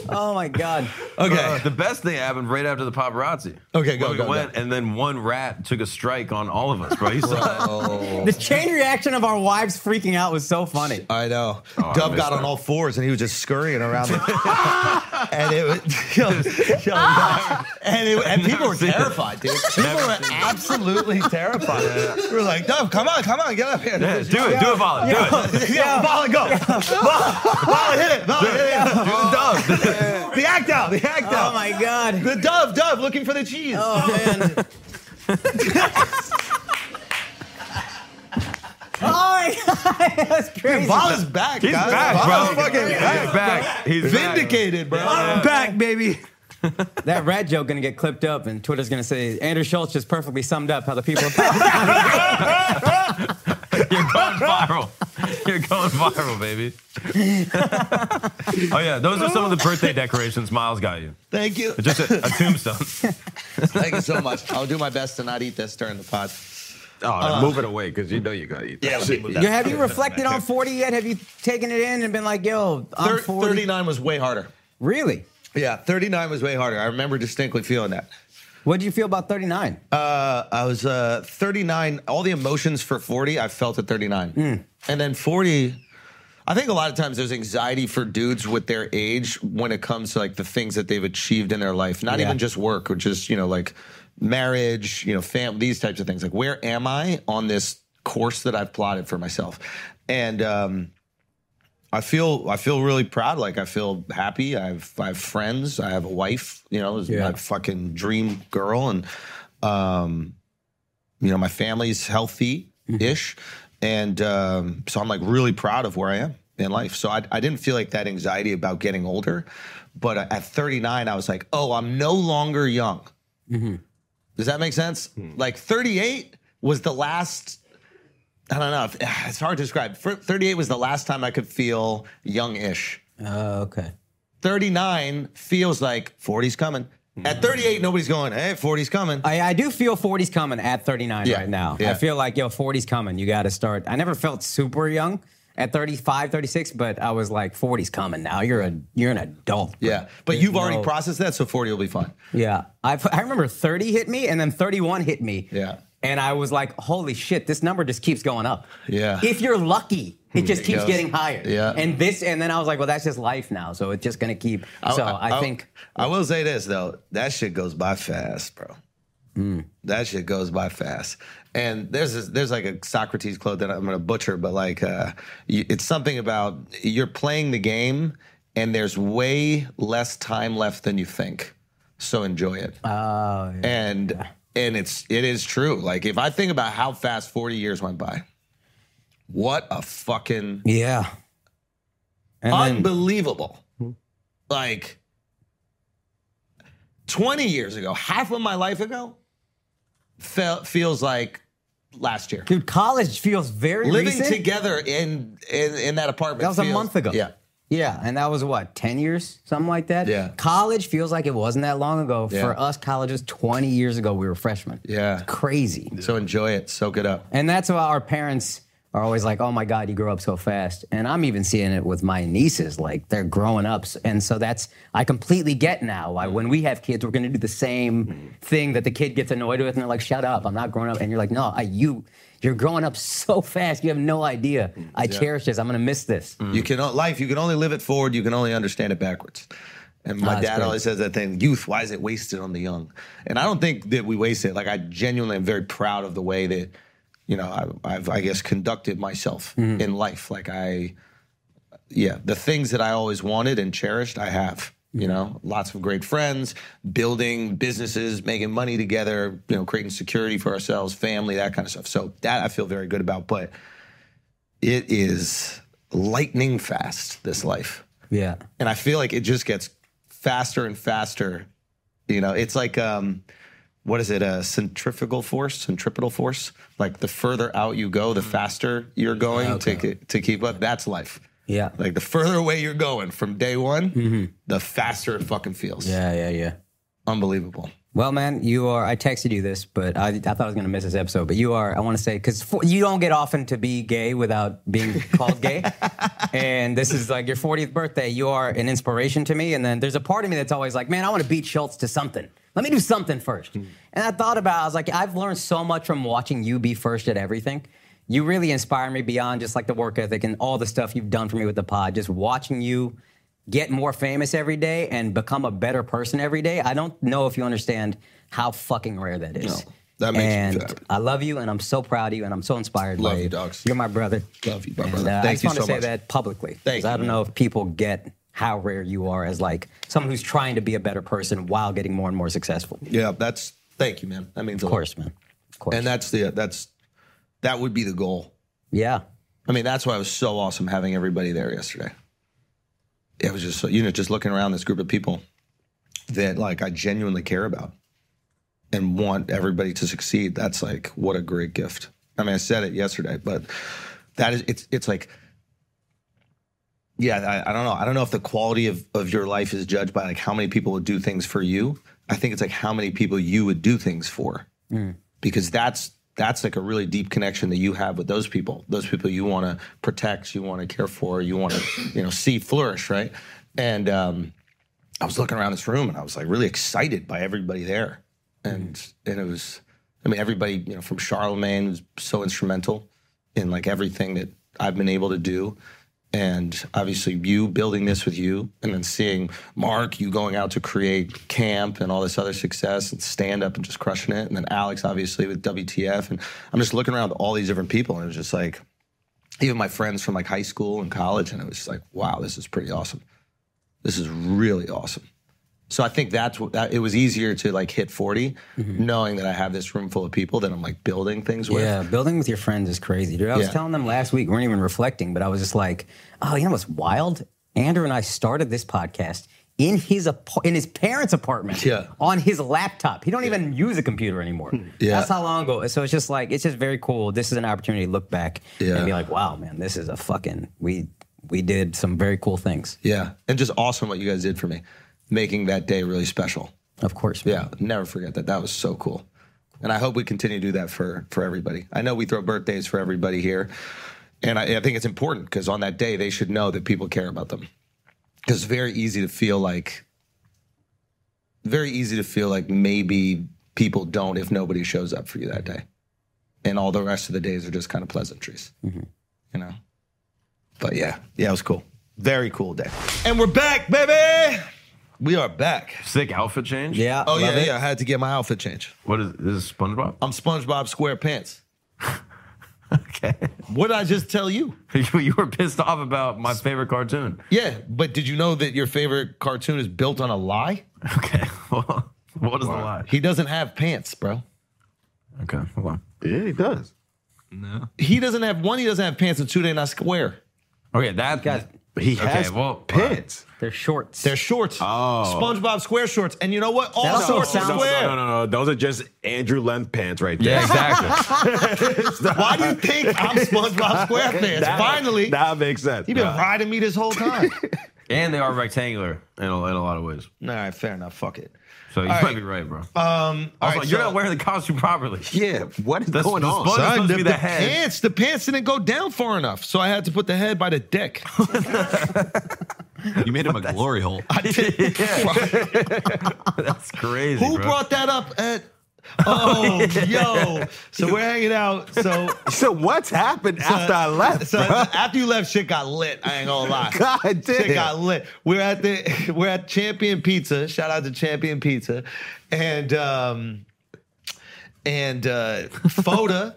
S7: Oh my god.
S1: Uh,
S2: Okay. (laughs)
S1: the best thing happened right after the paparazzi.
S2: Okay, go,
S1: Where we
S2: go, go.
S1: went, and then one rat took a strike on all of us, bro. You saw that?
S7: The chain reaction of our wives freaking out was so funny.
S2: I know.
S1: Oh, I
S2: Dub
S1: missed
S2: got on
S1: that.
S2: all fours and he was just scurrying around.
S1: (laughs)
S2: the- and it was, yo, yo, and, it, and people were
S1: seen that.
S2: terrified, dude. People were absolutely terrified. We were like, Dub, come on, come on, get up here.
S1: (laughs) Yeah, do it, do it, Volley, do it.
S2: (laughs) Yeah, ball and go. Ball, ball and hit it. Ball and hit it.
S1: Do the dub.
S2: (laughs) The act out, the act
S7: Oh
S2: out.
S7: my god.
S2: The dove, dove, looking for the cheese.
S7: Oh man.
S2: (laughs)
S7: oh my god.
S2: Oh,
S7: That's crazy.
S2: Val is back,
S1: He's
S2: guys.
S1: back,
S2: Val is
S1: bro.
S2: fucking
S1: He's
S2: back.
S1: back. He's back.
S2: Vindicated, bro.
S1: Yeah.
S2: back, baby.
S7: That rat joke gonna get clipped up and Twitter's gonna say Andrew Schultz just perfectly summed up how
S2: (laughs)
S7: the people (laughs)
S1: You're going viral. You're going viral, baby. (laughs) oh yeah, those are some of the birthday decorations Miles got you.
S2: Thank
S1: (laughs)
S2: you.
S1: Just a, a tombstone.
S2: Thank you so much. I'll do my best to not eat this during the pod.
S8: (laughs) Oh, move it away because you know you gotta eat that
S2: Uh, Yeah, let me
S8: shit.
S2: move
S7: Yo, have you reflected on 40 yet? Have you taken it in and been like, yo, I'm
S2: Thir-
S7: 40?
S2: 39 was way harder.
S7: Really?
S2: Yeah, 39 was way harder. I remember distinctly feeling that.
S7: What did you feel about 39?
S2: Uh, I was uh, 39. All the emotions for 40, I felt at 39. And then 40, I think a lot of times there's anxiety for dudes with their age when it comes to like the things that they've achieved in their life, not
S7: Yeah.
S2: even just work, or just, you know, like marriage, you know, fam, these types of things. Like, where am I on this course that I've plotted for myself? And, um, I feel I feel really proud. Like I feel happy. I've I have friends. I have a wife. You know, is my fucking dream girl, and um, you know, my family's healthy ish. And um, so I'm like really proud of where I am in life. So I, I didn't feel like that anxiety about getting older. But at 39, I was like, oh, I'm no longer young. Does that make sense? Like 38 was the last. I don't know. (sighs) if- It's hard to describe. Fir- 38 was the last time I could feel young-ish.
S7: Oh, okay.
S2: 39 feels like 40's coming. At 38, nobody's going, hey, 40's coming.
S7: I, I do feel 40's coming at 39
S2: Yeah,
S7: right now. I
S2: yeah.
S7: feel like, yo, 40's coming. You got to start. I never felt super young at 35, 36, but I was like, 40's coming now. You're a you're an adult. bro.
S2: Yeah, but you've already
S7: No.
S2: processed that, so 40 will be fine.
S7: Yeah. I I remember 30 hit me and then 31 hit me.
S2: Yeah.
S7: And I was like, holy shit, this number just keeps going up.
S2: Yeah. Hmm,
S7: If you're lucky, it just keeps
S2: goes.
S7: getting higher.
S2: Yeah.
S7: And this and then I was like, well, that's just life now. So it's just going to keep. so I, think
S2: I will say this though, that shit goes by fast, bro.
S7: Hmm.
S2: That shit goes by fast. And there's this, there's like a Socrates quote that I'm gonna butcher, but like uh, you, it's something about you're playing the game, and there's way less time left than you think. So enjoy it.
S7: Oh,
S2: and and it's it is true. Like if I think about how fast 40 years went by, what a fucking
S7: yeah. And then- Hmm.
S2: unbelievable. Like 20 years ago, half of my life ago, fe- feels like last year.
S7: dude, college feels very
S2: Living
S7: recent.
S2: together in, in in that apartment.
S7: That was a
S2: feels-
S7: month ago.
S2: Yeah.
S7: Yeah, and that was what, 10 years? Something like that?
S2: Yeah.
S7: College feels like it wasn't that long ago.
S2: Yeah.
S7: For us, college was 20 years ago. We were freshmen.
S2: Yeah.
S7: It's crazy.
S2: So enjoy it. Soak it up.
S7: And that's why our parents are always like, oh my God, you grow up so fast. And I'm even seeing it with my nieces. Like they're growing up. And so that's, I completely get now why when we have kids, we're going to do the same thing that the kid gets annoyed with. And they're like, shut up, I'm not growing up. And you're like, no, I, you, you're growing up so fast. You have no idea. I cherish this. I'm going to miss this.
S2: You can o- life. You can only live it forward. You can only understand it backwards. And my
S7: Ah, that's
S2: dad
S7: great.
S2: always says that thing: youth. Why is it wasted on the young? And I don't think that we waste it. Like I genuinely am very proud of the way that you know I, I've I guess conducted myself
S7: Mm-hmm.
S2: in life. Like I, yeah, the things that I always wanted and cherished, I have.
S7: Mm-hmm.
S2: You know, lots of great friends, building businesses, making money together, you know, creating security for ourselves, family, that kind of stuff. So that I feel very good about. But it is lightning fast this life
S7: Yeah.
S2: and i feel like it just gets faster and faster you know it's like um what is it a centrifugal force centripetal force like the further out you go the
S7: Mm.
S2: faster you're going to, to keep up that's life
S7: Yeah. Mm-hmm.
S2: like the further away you're going from day one the faster it fucking feels
S7: Yeah, yeah, yeah.
S2: unbelievable
S7: Well, man, you are. I texted you this, but I, I thought I was going to miss this episode. But you are. I want to say because you don't get often to be gay without being called gay, and this is like your 40th birthday. You are an inspiration to me. And then there's a part of me that's always like, man, I want to beat Schultz to something. Let me do something first. And I thought about. it. I was like, I've learned so much from watching you be first at everything. You really inspire me beyond just like the work ethic and all the stuff you've done for me with the pod. Just watching you get more famous every day and become a better person every day. I don't know if you understand how fucking rare that is.
S2: that makes me
S7: and
S2: happy.
S7: I love you, and I'm so proud of you, and I'm so inspired
S2: Love
S7: by
S2: you,
S7: you.
S2: dogs.
S7: You're my brother.
S2: Love you, my
S7: And,
S2: brother.
S7: uh, I
S2: Thank
S7: just
S2: you
S7: want to
S2: so
S7: say
S2: much.
S7: that publicly. 'cause
S2: Thank
S7: I
S2: you,
S7: don't know if people get how rare you are as like someone who's trying to be a better person while getting more and more successful. Of
S2: yeah that's thank you man that means a lot
S7: course, man. Of course.
S2: and that's the that's that would be the goal
S7: yeah.
S2: I mean, that's why it was so awesome having everybody there yesterday. It was just, so- you know, just looking around this group of people that like I genuinely care about and want everybody to succeed. That's like what a great gift. I mean, I said it yesterday, but that is it's it's like yeah, I, I don't know. I don't know if the quality of, of your life is judged by like how many people would do things for you. I think it's like how many people you would do things for because that's that's like a really deep connection that you have with those people those people you want to protect you want to care for you want to you know see flourish right and um, i was looking around this room and i was like really excited by everybody there and and it was. I mean, everybody you know from Charlemagne was so instrumental in like everything that I've been able to do. And obviously, you building this with you, and then seeing Mark, you going out to create camp and all this other success and stand up and just crushing it. And then Alex, obviously, with WTF. And I'm just looking around at all these different people, and it was just like, even my friends from like high school and college, and it was just like, wow, this is pretty awesome. This is really awesome. So I think that's what that, it was easier to like hit 40, knowing that I have this room full of people that I'm like building things with.
S7: Yeah, building with your friends is crazy, dude. I was
S2: Yeah.
S7: telling them last week, we weren't even reflecting, but I was just like, oh, you know what's wild? Andrew and I started this podcast in his ap- in his parents' apartment
S2: Yeah. Hmm.
S7: on his laptop. He don't even use a computer anymore.
S2: Yeah.
S7: That's how long ago. So it's just like it's just very cool. This is an opportunity to look back
S2: Yeah.
S7: and be like, wow, man, this is a fucking we we did some very cool things.
S2: Yeah. And just awesome what you guys did for me, making that day really special.
S7: Of course.
S2: Yeah. Never forget that. That was so cool. And I hope we continue to do that for, for everybody. I know we throw birthdays for everybody here. And I, I think it's important because on that day, they should know that people care about them. Because it's very easy to feel like, very easy to feel like maybe people don't if nobody shows up for you that day. And all the rest of the days are just kind of pleasantries, you know? But yeah, Mm-hmm. yeah, it was cool. Very cool day. And we're back, baby. We are back.
S1: Sick outfit change.
S7: Yeah.
S2: Oh
S7: love
S2: yeah,
S7: it.
S2: yeah. I had to get my outfit changed.
S1: What is this? Is SpongeBob? (laughs)
S2: I'm SpongeBob SquarePants.
S1: Okay. (laughs)
S2: What did I just tell you?
S1: you, you were pissed off about my favorite cartoon. (laughs)
S2: Yeah, but did you know that your favorite cartoon is built on a lie?
S1: Okay. Well, what is the lie?
S2: He doesn't have pants, bro.
S1: Okay. Hold on.
S8: Yeah, he does.
S2: He doesn't have one. He doesn't have pants, and two, they're not square.
S1: Okay. That.
S7: Guys,
S8: He
S1: Okay,
S8: has
S1: well, uh,
S8: pants.
S7: They're shorts.
S2: They're shorts.
S8: Oh.
S2: SpongeBob Square shorts. And you know what? All
S7: That also
S2: shorts
S7: sounds-
S2: are
S8: No,
S2: square.
S8: no, no, no, no. Those are just Andrew Length pants right there.
S1: yeah.
S2: (laughs)
S1: Exactly.
S2: Why do you think I'm SpongeBob SquarePants?
S8: (laughs) That-
S2: Finally,
S8: that makes sense.
S2: you've been
S8: Nah.
S2: riding me this whole time.
S1: and they are rectangular in a, in a lot of ways.
S2: All right, fair enough. Fuck it.
S1: So you
S2: All
S1: might
S2: right.
S1: be right, bro.
S2: Um, all
S1: also,
S2: right,
S1: you're
S2: so-
S1: not wearing the costume properly. (laughs)
S8: Yeah, what is
S1: That's-
S8: going
S1: the
S8: on?
S1: sponge- It's
S8: son?
S2: Son,
S1: supposed
S2: the,
S1: to be
S2: the
S1: the head.
S2: pants, the pants didn't go down far enough, so I had to put the head by the dick.
S10: You made him a glory hole.
S2: I did-
S1: That's crazy.
S2: Who
S1: bro.
S2: brought that up at? Oh, yo! So we're hanging out. So,
S8: So what's happened after I left?
S2: so
S8: bro?
S2: after you left, shit got lit. I ain't gonna lie.
S8: (laughs) God
S2: Shit got
S8: damn.
S2: lit. We're at the (laughs) we're at Champion Pizza. Shout out to Champion Pizza, and um, and uh, Foda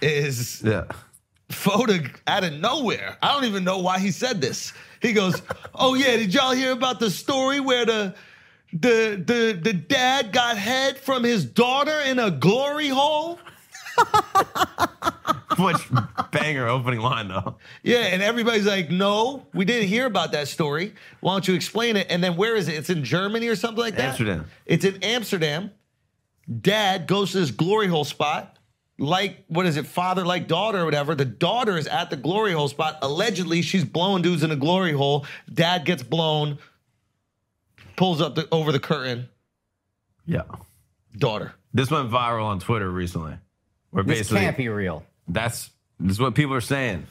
S2: is
S1: Yeah. (laughs)
S2: Foda out of nowhere. I don't even know why he said this. He goes, "Oh yeah, did y'all hear about the story where the the the the dad got head from his daughter in a glory hole?"
S1: Which banger opening line though?
S2: Yeah, and everybody's like, "No, we didn't hear about that story. Why don't you explain it?" And then where is it? It's in Germany or something like that.
S1: Amsterdam.
S2: It's in Amsterdam. Dad goes to this glory hole spot. Like, what is it? Father, like daughter, or whatever. The daughter is at the glory hole spot. Allegedly, she's blowing dudes in the glory hole. Dad gets blown, pulls up the, over the curtain.
S1: Yeah.
S2: Daughter.
S1: This went viral on Twitter recently. Where
S7: this
S1: basically
S7: can't be real.
S1: That's this is what people are saying.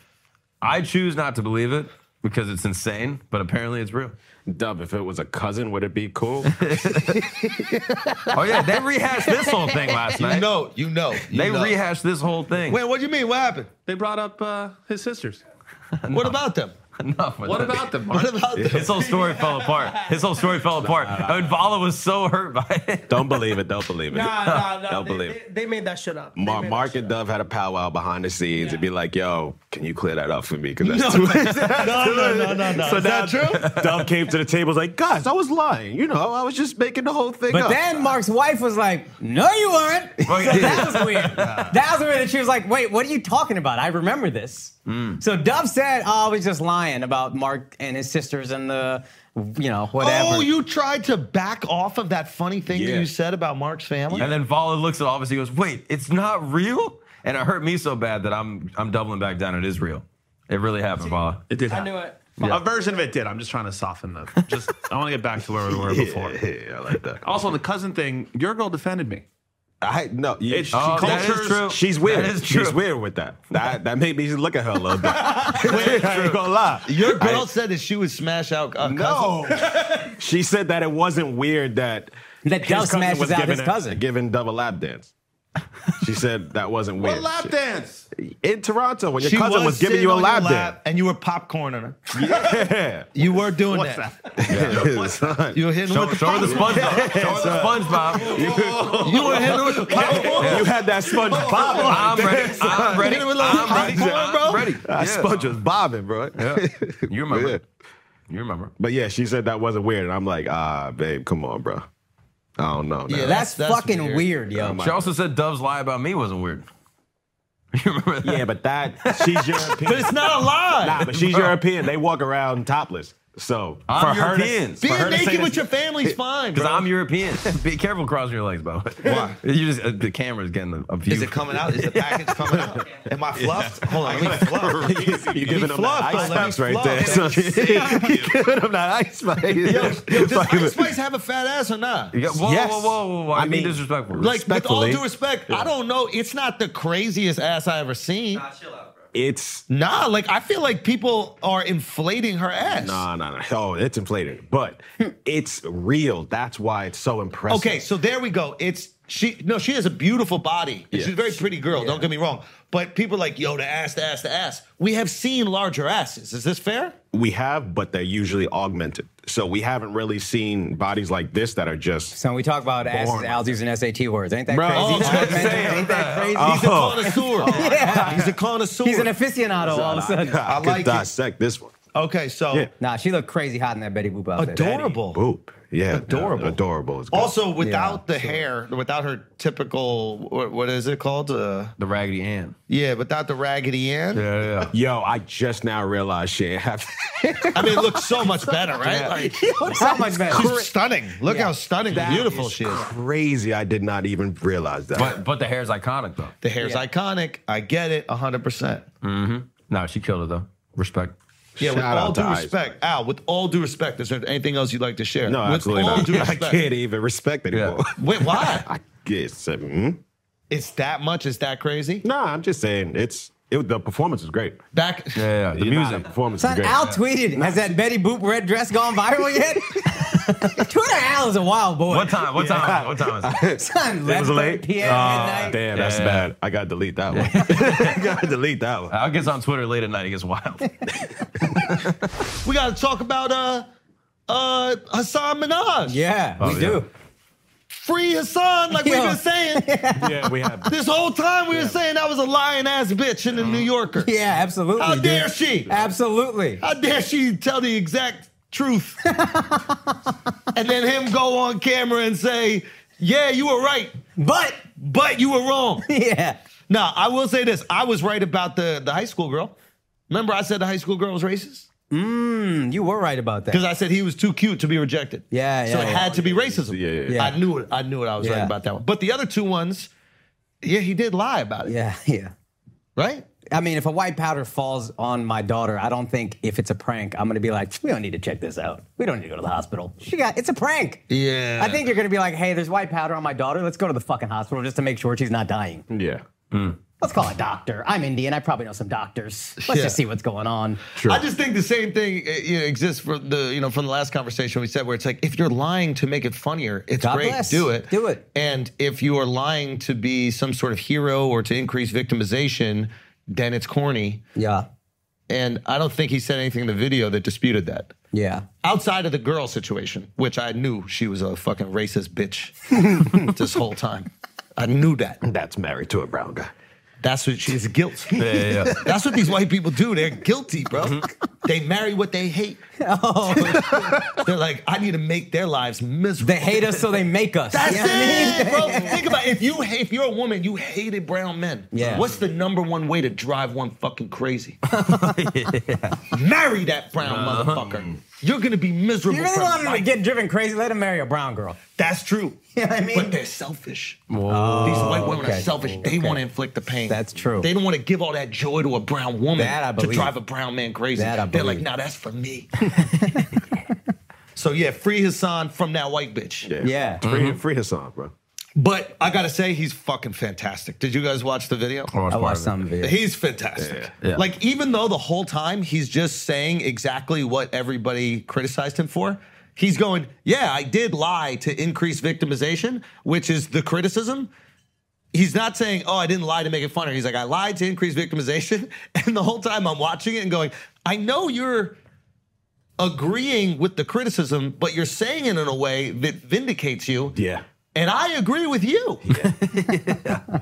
S1: I choose not to believe it because it's insane, but apparently it's real.
S8: Dub, if it was a cousin, would it be (laughs) cool?
S1: Oh yeah, they rehashed this
S2: (laughs)
S1: whole thing last
S2: You
S1: night.
S2: know, you know. You
S1: they
S2: know.
S1: rehashed this
S2: (laughs)
S1: whole thing.
S2: Wait, what do you mean? What happened?
S10: They brought up uh,
S8: (laughs)
S10: his sisters.
S2: What about them?
S1: Enough with
S10: What
S1: that.
S2: (laughs)
S10: about them?
S2: What about
S8: (laughs)
S2: them?
S1: His
S2: (laughs)
S1: whole story fell apart. His whole story fell apart. And Vala was so hurt by it.
S8: don't believe it. Don't believe it.
S11: Nah, nah, nah.
S8: Don't
S11: they,
S8: believe
S11: they,
S8: it.
S11: they made that shit up. They
S8: Mar-
S11: made that
S8: Mark
S11: shit
S8: and Dove had a powwow behind the scenes and be like, "Yo, can you clear that up for me?" Because that's
S2: No,
S8: too
S2: no, no, no, no, no.
S8: So
S2: is that
S8: now-
S2: true?
S8: Dove came to the table, was like, "Guys, I was lying. You know, I was just making the whole thing
S12: But
S8: up."
S12: then Mark's wife was like, "No, you weren't."
S7: (laughs)
S12: that was weird. That was weird. And she was like, "Wait, what are you talking about? I remember this." So Dove said, "Oh, I was just lying about Mark and his sisters and the, you know, whatever."
S2: Oh, you tried to back off of that funny thing that
S8: Yeah.
S2: you said about Mark's family?
S1: And then Vala looks at all of us. He goes, "Wait, it's not real." And it hurt me so bad that I'm I'm doubling back down. It is real. It really happened, Vala.
S10: It did.
S11: up. I
S10: happen.
S11: knew it.
S10: A version of it did. I'm just trying to soften the. Just I want to get back to where we
S1: (laughs)
S10: were before.
S8: yeah, I like that.
S10: Also, on the cousin thing, your girl defended me.
S8: I no, you,
S10: It's-
S8: she-
S1: Oh, that
S10: cultures-
S1: is true.
S8: she's weird.
S1: That is true.
S8: she's weird with that. That that made me look at her a little bit. (laughs) I ain't gonna lie.
S2: Your girl
S8: I-
S2: said that she would smash out. Uh,
S8: No. she said that it wasn't weird that
S7: That dove
S8: cousin
S7: smashes
S8: was
S7: out
S8: giving
S7: his
S8: a-
S7: cousin.
S8: Giving dove a lap dance. She said that wasn't weird.
S10: What lap
S8: She-
S10: dance?
S8: In Toronto, when your cousin was, giving you a lap,
S2: and you were popcorning her.
S8: dance. (laughs) Yeah.
S2: You were doing
S8: What's
S2: that.
S8: Son.
S2: You were hitting her
S1: Show,
S2: with the
S1: show
S2: (laughs)
S1: her the
S2: popcorn.
S1: SpongeBob. Show her the
S2: uh,
S1: SpongeBob.
S2: You were hitting her with the popcorn.
S8: You had that sponge bobbing.
S1: I'm ready. I'm ready.
S2: Hit her with a little
S1: I'm ready.
S2: popcorn, bro.
S1: I'm
S8: (laughs)
S1: ready.
S8: That sponge was bobbing, bro.
S1: You remember?
S8: Yeah.
S1: You remember?
S8: (laughs) But yeah, she said that wasn't weird, and I'm like, ah, babe, come on, bro. I don't know.
S2: Yeah,
S8: man.
S2: That's-
S7: That's,
S2: that's
S7: fucking weird,
S2: weird.
S7: yo.
S1: She also said Dove's lie about me wasn't weird. (laughs) You remember that?
S8: (laughs) yeah, but that
S2: (laughs)
S8: she's European.
S2: But it's not a lie.
S8: nah, but she's European. They walk around topless. So
S1: I'm
S8: for her to-
S1: European.
S8: for her
S2: Being
S8: to say
S2: naked
S8: that-
S2: with
S8: (laughs)
S2: your family's fine, (laughs)
S1: Because
S2: bro.
S1: I'm European. (laughs) Be careful crossing your legs, bro. Why? (laughs) You just uh, the camera's getting a, a view.
S5: Is it coming out? Is the package coming
S8: (laughs)
S5: out? Am I fluffed? Hold on, let me fluff.
S8: you giving them
S2: fluff,
S8: that
S2: though.
S8: ice
S2: Let me
S8: spice right
S2: fluff.
S8: there. So, (laughs) you giving them that ice spice. (laughs)
S2: Yo, does Ice Spice have a fat ass or not?
S1: You got- whoa,
S8: Yes.
S1: whoa, whoa, whoa, whoa! I,
S8: I
S1: mean,
S8: mean,
S1: disrespectful.
S2: Like, with all
S8: Respectfully.
S2: due respect, I don't know. It's not the craziest ass I ever seen.
S8: it's
S2: Nah, like I feel like people are inflating her ass.
S8: no, no, no. Oh, it's inflated, but it's real. That's why it's so impressive.
S2: Hmm. Okay, so there we go. It's she. No, she has a beautiful body.
S8: Yeah.
S2: She's a very pretty girl. Don't get me wrong. But people are like, yo, the ass, the ass, the ass. We have seen larger asses. Is this fair?
S8: we have, but they're usually augmented. So we haven't really seen bodies like this that are just. (laughs)
S7: So when we talk about asses, Al's using SAT words. Ain't that
S8: Bro,
S7: crazy?
S8: I was gonna
S2: say,
S7: Ain't that crazy?
S2: He's a connoisseur.
S7: Yeah.
S2: He's a connoisseur.
S7: He's an aficionado all of a sudden.
S8: I
S2: like it.
S8: could dissect this one.
S2: okay, so
S8: Yeah.
S7: Nah, she looked crazy hot in that Betty Boop outfit.
S2: adorable.
S8: Boop. Yeah.
S2: Adorable.
S8: adorable. Is good.
S2: Also, without the hair, without her typical, what, what is it called? Uh,
S1: the Raggedy Ann.
S2: yeah, without the raggedy end.
S1: Yeah, yeah.
S8: yo, I just now realized she ain't have.
S2: I mean, it looks so much better, right? Like, she's
S7: So much better.
S2: stunning. Look how stunning, and beautiful she is.
S8: (laughs) Crazy. I did not even realize that.
S1: But but the hair's iconic though.
S2: The hair's iconic. I get it, hundred percent.
S1: No, she killed it though. Respect.
S2: Yeah, with
S8: Shout
S2: all
S8: out
S2: due
S8: to Ice.
S2: respect, Al. With all due respect, is there anything else you'd like to share?
S8: no,
S2: with
S8: absolutely
S2: all
S8: not.
S2: Due
S8: (laughs) I
S2: respect.
S8: can't even respect anymore. (laughs)
S2: Wait, why?
S8: I guess. uh, mm?
S2: it's that much. It's that crazy.
S8: Nah, I'm just saying it's. It, the performance was great.
S2: Back.
S1: Yeah, yeah. The
S8: Nah,
S1: music.
S8: performance was
S7: Son,
S8: great.
S7: Al tweeted, has that Betty Boop red dress gone viral yet? (laughs) Twitter Al is a wild boy.
S1: What time? What time? What time is it?
S7: Son,
S8: It was
S7: 11:30 (laughs)
S8: late.
S7: PM,
S8: Ah,
S7: midnight.
S8: damn, that's
S1: Yeah.
S8: bad. I gotta delete that one. (laughs) I gotta delete that one.
S1: Al gets on Twitter late at night. He gets wild.
S2: We got to talk about uh, uh, Hassan Minaj.
S7: Yeah,
S8: Oh,
S7: we
S1: yeah.
S7: do.
S2: Free Hassan, like we've
S7: Yeah.
S2: been saying
S8: (laughs) Yeah, we have. Uh-huh.
S2: this whole time. We were saying that was a lying ass bitch in the New Yorker.
S7: Yeah, absolutely.
S2: How
S7: dude.
S2: dare she?
S7: Absolutely. (laughs)
S2: How dare she tell the exact truth? and then him go on camera and say, Yeah, you were right,
S7: But,
S2: but you were
S7: (laughs)
S2: wrong.
S7: yeah.
S2: now, I will say this I was right about the, the high school girl. Remember, I said the high school girl was racist?
S7: You were right about that.
S2: Because I said he was too cute to be rejected.
S7: Yeah,
S2: So
S7: yeah,
S2: it
S7: yeah.
S2: had to be racism.
S8: Yeah, yeah, yeah.
S7: Yeah.
S2: I knew it. I knew it. I was right
S7: Yeah.
S2: about that one. But the other two ones, yeah, he did lie about it.
S7: Yeah, yeah.
S2: Right?
S7: I mean, if a white powder falls on my daughter, I don't think if it's a prank, I'm gonna be like, we don't need to check this out. We don't need to go to the hospital. She got it's a prank.
S2: Yeah.
S7: I think you're gonna be like, hey, there's white powder on my daughter. Let's go to the fucking hospital just to make sure she's not dying.
S8: Yeah.
S7: Let's call a doctor. I'm Indian. I probably know some doctors. Let's
S2: Yeah.
S7: just see what's going on.
S2: I just think the same thing uh, you know, exists for the you know from the last conversation we said where it's like if you're lying to make it funnier, it's
S7: God
S2: great,
S7: bless.
S2: do it,
S7: Do it.
S2: And if you are lying to be some sort of hero or to increase victimization, then it's corny.
S7: Yeah.
S2: And I don't think he said anything in the video that disputed that.
S7: Yeah.
S2: Outside of the girl situation, which I knew she was a fucking racist bitch
S7: (laughs)
S2: this whole time. I knew that.
S8: That's married to a brown guy.
S2: That's what she's guilt.
S1: Yeah, yeah, Mm-hmm. yeah.
S2: (laughs) That's what these white people do. They're guilty, bro. they marry what they hate.
S7: Oh.
S2: (laughs) They're like, I need to make their lives miserable.
S7: They hate us, so they make us.
S2: That's
S7: You know what I mean?
S2: it,
S7: (laughs)
S2: bro. Think about it. if you hate, if you're a woman, you hated brown men.
S7: Yeah.
S2: What's the number one way to drive one fucking
S7: (laughs)
S2: crazy? Marry that brown
S1: Uh-huh.
S2: motherfucker. You're gonna be miserable.
S7: You really
S2: for
S7: want them to
S2: life.
S7: get driven crazy? Let them marry a brown girl.
S2: That's true.
S7: (laughs) You know what I mean?
S2: But they're selfish. These white women
S7: okay.
S2: are selfish. They
S7: Okay.
S2: want to inflict the pain.
S7: That's true.
S2: They don't want to give all that joy to a brown woman
S7: That I
S2: to
S7: believe.
S2: drive a brown man crazy.
S7: That I
S2: They're like,
S7: believe.
S2: nah, that's for
S7: (laughs)
S2: me. so yeah, free Hassan from that white bitch.
S7: Yeah.
S8: Free, free Hassan, bro. (laughs)
S2: But I gotta say, he's fucking fantastic. Did you guys watch the video?
S7: I watched some Oh, of it.
S2: He's fantastic.
S1: Yeah.
S2: Like, even though the whole time he's just saying exactly what everybody criticized him for, he's going, yeah, I did lie to increase victimization, which is the criticism. He's not saying, oh, I didn't lie to make it funner. He's like, I lied to increase victimization. (laughs) And the whole time I'm watching it and going, I know you're agreeing with the criticism, but you're saying it in a way that vindicates you.
S8: Yeah.
S2: And I agree with you. (laughs)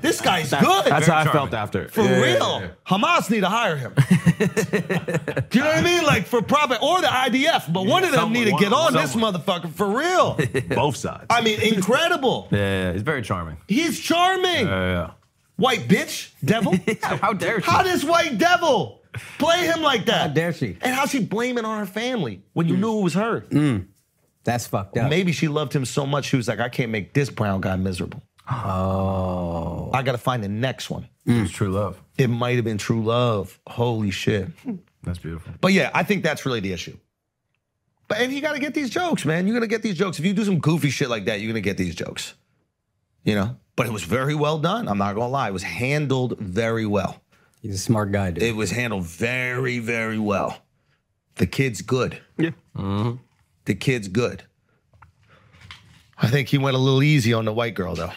S2: this guy's good.
S8: That's how I felt after.
S2: For real, Hamas need to hire
S1: (laughs)
S2: him. Do you know what I mean? Like for profit or the IDF, but one of them need to
S1: someone-
S2: get
S1: one
S2: on
S1: of them,
S2: this motherfucker for real.
S1: (laughs)
S8: Both sides.
S2: I mean, incredible.
S1: Yeah, yeah, yeah. he's very charming.
S2: He's charming.
S1: Yeah,
S2: white bitch, devil.
S1: (laughs) yeah. How dare she?
S2: How this white devil play him like that?
S7: How dare she?
S2: And how she blaming on her family when
S1: Mm.
S2: you knew it was her?
S7: That's fucked up.
S2: Maybe she loved him so much she was like, I can't make this brown guy miserable. Oh. I got to find the next one.
S1: It's true love.
S2: It might have been true love. Holy shit.
S1: That's beautiful.
S2: But yeah, I think that's really the issue. But and you got to get these jokes, man. You're gonna get these jokes. If you do some goofy shit like that, you're gonna get these jokes. You know. But it was very well done. I'm not gonna lie. It was handled very well.
S7: He's a smart
S2: (laughs)
S7: guy, dude.
S2: It was handled very, very well. The kid's good.
S8: Yeah.
S2: The kid's good. I think he went a little easy on the white girl though.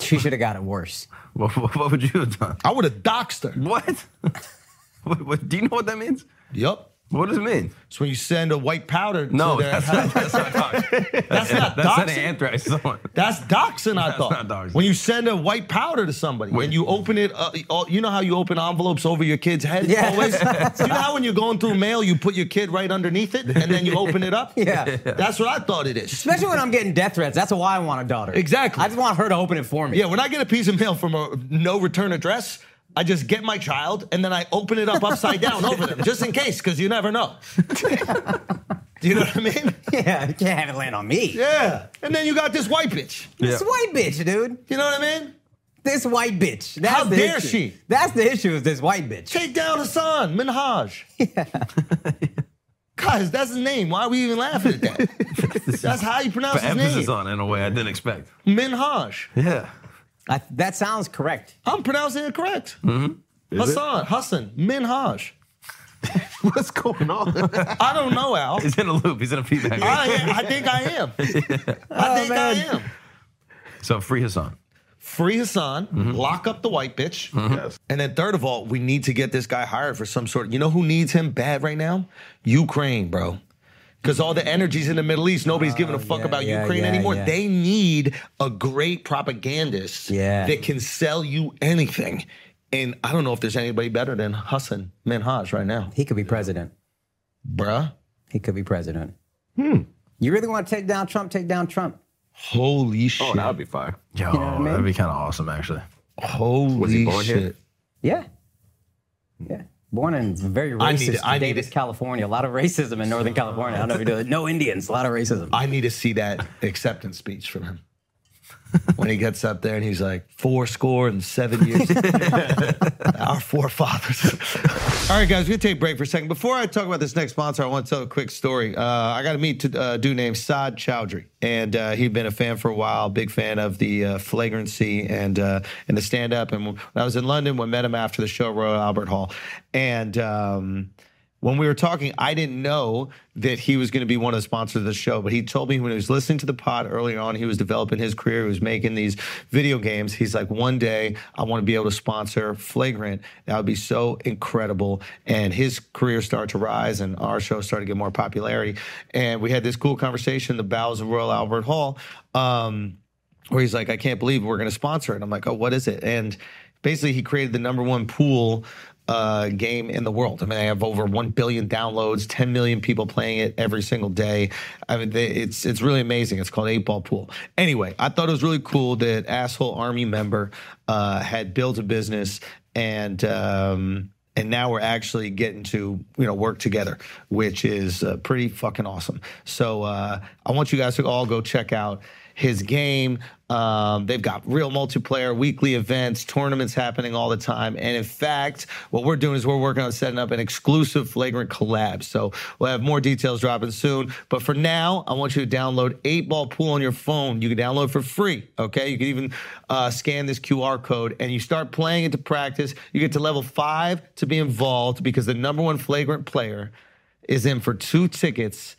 S7: She should have got it worse.
S1: (laughs) What, what, what would you have done?
S2: I would have doxed her.
S1: What? (laughs) what, what? Do you know what that means?
S2: Yep.
S1: What does it mean?
S2: It's when you send a white powder.
S1: No,
S2: to their
S1: that's
S2: house.
S1: That's not dogs.
S2: that's not
S1: That's not
S2: doxing.
S1: an anthrax. Someone.
S2: That's doxing, I thought.
S1: not doxing.
S2: When you send a white powder to somebody and you open it, uh, uh, you know how you open envelopes over your kid's head
S7: Yeah. (laughs)
S2: always? you know how when you're going through mail, you put your kid right underneath it and then you open it up?
S7: (laughs) Yeah.
S2: (laughs) That's what I thought it is.
S7: Especially when I'm getting death threats. That's why I want a daughter.
S2: Exactly.
S7: I just want her to open it for me.
S2: Yeah, when I get a piece of mail from a no return address, I just get my child and then I open it up upside down over them just in case, because you never know. (laughs) Do you know what I mean?
S7: (laughs) (laughs) Yeah, you can't have it land on me.
S2: Yeah. And then you got this white bitch.
S7: This white bitch, dude.
S2: You know what I mean?
S7: This white bitch. That's
S2: How
S7: the
S2: dare
S7: issue.
S2: she?
S7: That's the issue is this white bitch.
S2: Take down Hassan Minhaj. Guys, that's his name. Why are we even laughing at that? that's how you pronounce
S1: Put
S2: his
S1: (laughs) emphasis
S2: name.
S1: on it in a way I didn't expect.
S2: Minhaj.
S1: Yeah.
S7: I, that sounds correct.
S2: I'm pronouncing it correct. Hassan, Hassan, Minhaj.
S8: What's going on?
S2: I don't know, Al.
S1: He's in a loop. He's in a feedback loop.
S2: I, am- I think I am. I think I am.
S1: So free Hassan.
S2: Free Hassan, lock up the white bitch.
S8: yes.
S2: And then, third of all, we need to get this guy hired for some sort. You know who needs him bad right now? Ukraine, bro. Because all the energy's in the Middle East. Nobody's giving a fuck
S7: Oh, yeah,
S2: about
S7: yeah,
S2: Ukraine
S7: yeah,
S2: anymore.
S7: yeah.
S2: They need a great propagandist
S7: Yeah.
S2: that can sell you anything. And I don't know if there's anybody better than Hassan Minhaj right now,
S7: He could be president.
S2: bruh.
S7: He could be president. Hmm. You really want to take down Trump? Take down Trump.
S2: Holy shit.
S8: Oh, that would be fire.
S1: Yo,
S7: what I
S1: that'd
S7: mean?
S1: be kind of awesome, actually.
S2: Holy
S8: born here?
S2: shit.
S7: Yeah. Yeah. Born in very racist
S2: I need it, I need
S7: Davis,
S2: it.
S7: California. A lot of racism in Northern California. I don't know if you do it. No Indians. A lot of racism.
S2: I need to see that acceptance speech from him. when he gets up there and he's like, four score and seven (laughs) years. Our forefathers. All right, guys, we're going to take a break for a second. Before I talk about this next sponsor, I want to tell a quick story. Uh, I got to meet a uh, dude named Saad Chowdhury, and uh, he'd been a fan for a while, big fan of the uh, flagrancy and uh, and the stand up. And when I was in London, we met him after the show, Royal Albert Hall. And, um, when we were talking, I didn't know that he was going to be one of the sponsors of the show, but he told me when he was listening to the pod earlier on, he was developing his career, he was making these video games. He's like, one day I want to be able to sponsor Flagrant. That would be so incredible. And his career started to rise, and our show started to get more popularity. And we had this cool conversation in the bowels of Royal Albert Hall. Um, where he's like, I can't believe we're going to sponsor it. I'm like, oh, what is it? And basically, he created the number one pool uh, game in the world. I mean, they have over 1 billion downloads, 10 million people playing it every single day. I mean, they, it's it's really amazing. It's called 8 Ball Pool. Anyway, I thought it was really cool that Asshole Army member uh, had built a business and. Um, and now we're actually getting to you know work together, which is uh, pretty fucking awesome. So uh, I want you guys to all go check out his game. Um, they've got real multiplayer, weekly events, tournaments happening all the time. And in fact, what we're doing is we're working on setting up an exclusive flagrant collab. So we'll have more details dropping soon. But for now, I want you to download 8 Ball Pool on your phone. You can download for free, okay? You can even uh, scan this QR code and you start playing it to practice. You get to level five to be involved because the number one flagrant player is in for two tickets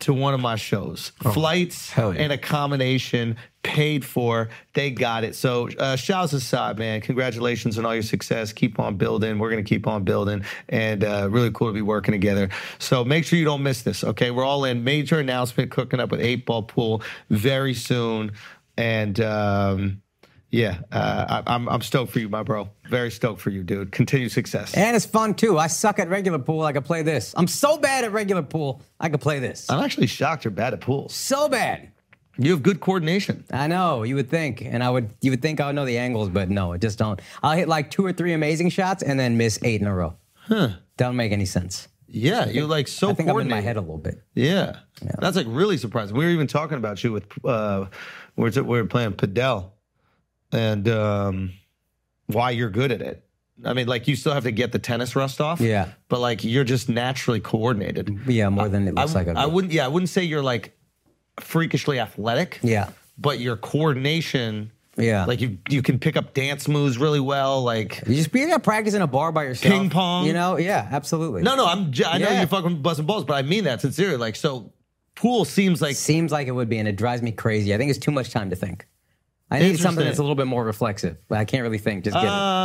S2: to one of my shows.
S7: Oh,
S2: Flights
S1: hell yeah.
S2: and accommodation paid for. They got it. So uh, shouts aside, man. Congratulations on all your success. Keep on building. We're going to keep on building. And uh, really cool to be working together. So make sure you don't miss this, okay? We're all in. Major announcement cooking up with 8 Ball Pool very soon. And um, yeah, uh, I, I'm, I'm stoked for you, my bro. Very stoked for you, dude. Continued success.
S7: And it's fun too. I suck at regular pool. I could play this. I'm so bad at regular pool. I could play this.
S2: I'm actually shocked you're bad at pools.
S7: So bad.
S2: You have good coordination.
S7: I know you would think, and I would. You would think I would know the angles, but no, I just don't. I'll hit like two or three amazing shots and then miss eight in a row. Huh? Don't make any sense.
S2: Yeah, you're like so
S7: I think I'm in
S2: coordinated.
S7: my head a little bit.
S2: Yeah. That's like really surprising. We were even talking about you with uh we were, we were playing Padel and um why you're good at it. I mean, like you still have to get the tennis rust off.
S7: Yeah.
S2: But like you're just naturally coordinated.
S7: Yeah, more than it
S2: I,
S7: looks like.
S2: I wouldn't yeah, I wouldn't say you're like freakishly athletic.
S7: Yeah.
S2: But your coordination
S7: Yeah.
S2: Like you you can pick up dance moves really well. Like
S7: You just being at practice in a bar by yourself.
S2: Ping pong.
S7: You know? Yeah, absolutely.
S2: No, no, I'm. j- I know
S7: Yeah.
S2: you're fucking busting balls, but I mean that sincerely. Like, so pool seems like
S7: Seems like it would be, and it drives me crazy. I think it's too much time to think. I need something
S2: Interesting.
S7: that's a little bit more reflexive. But I can't really think. Just get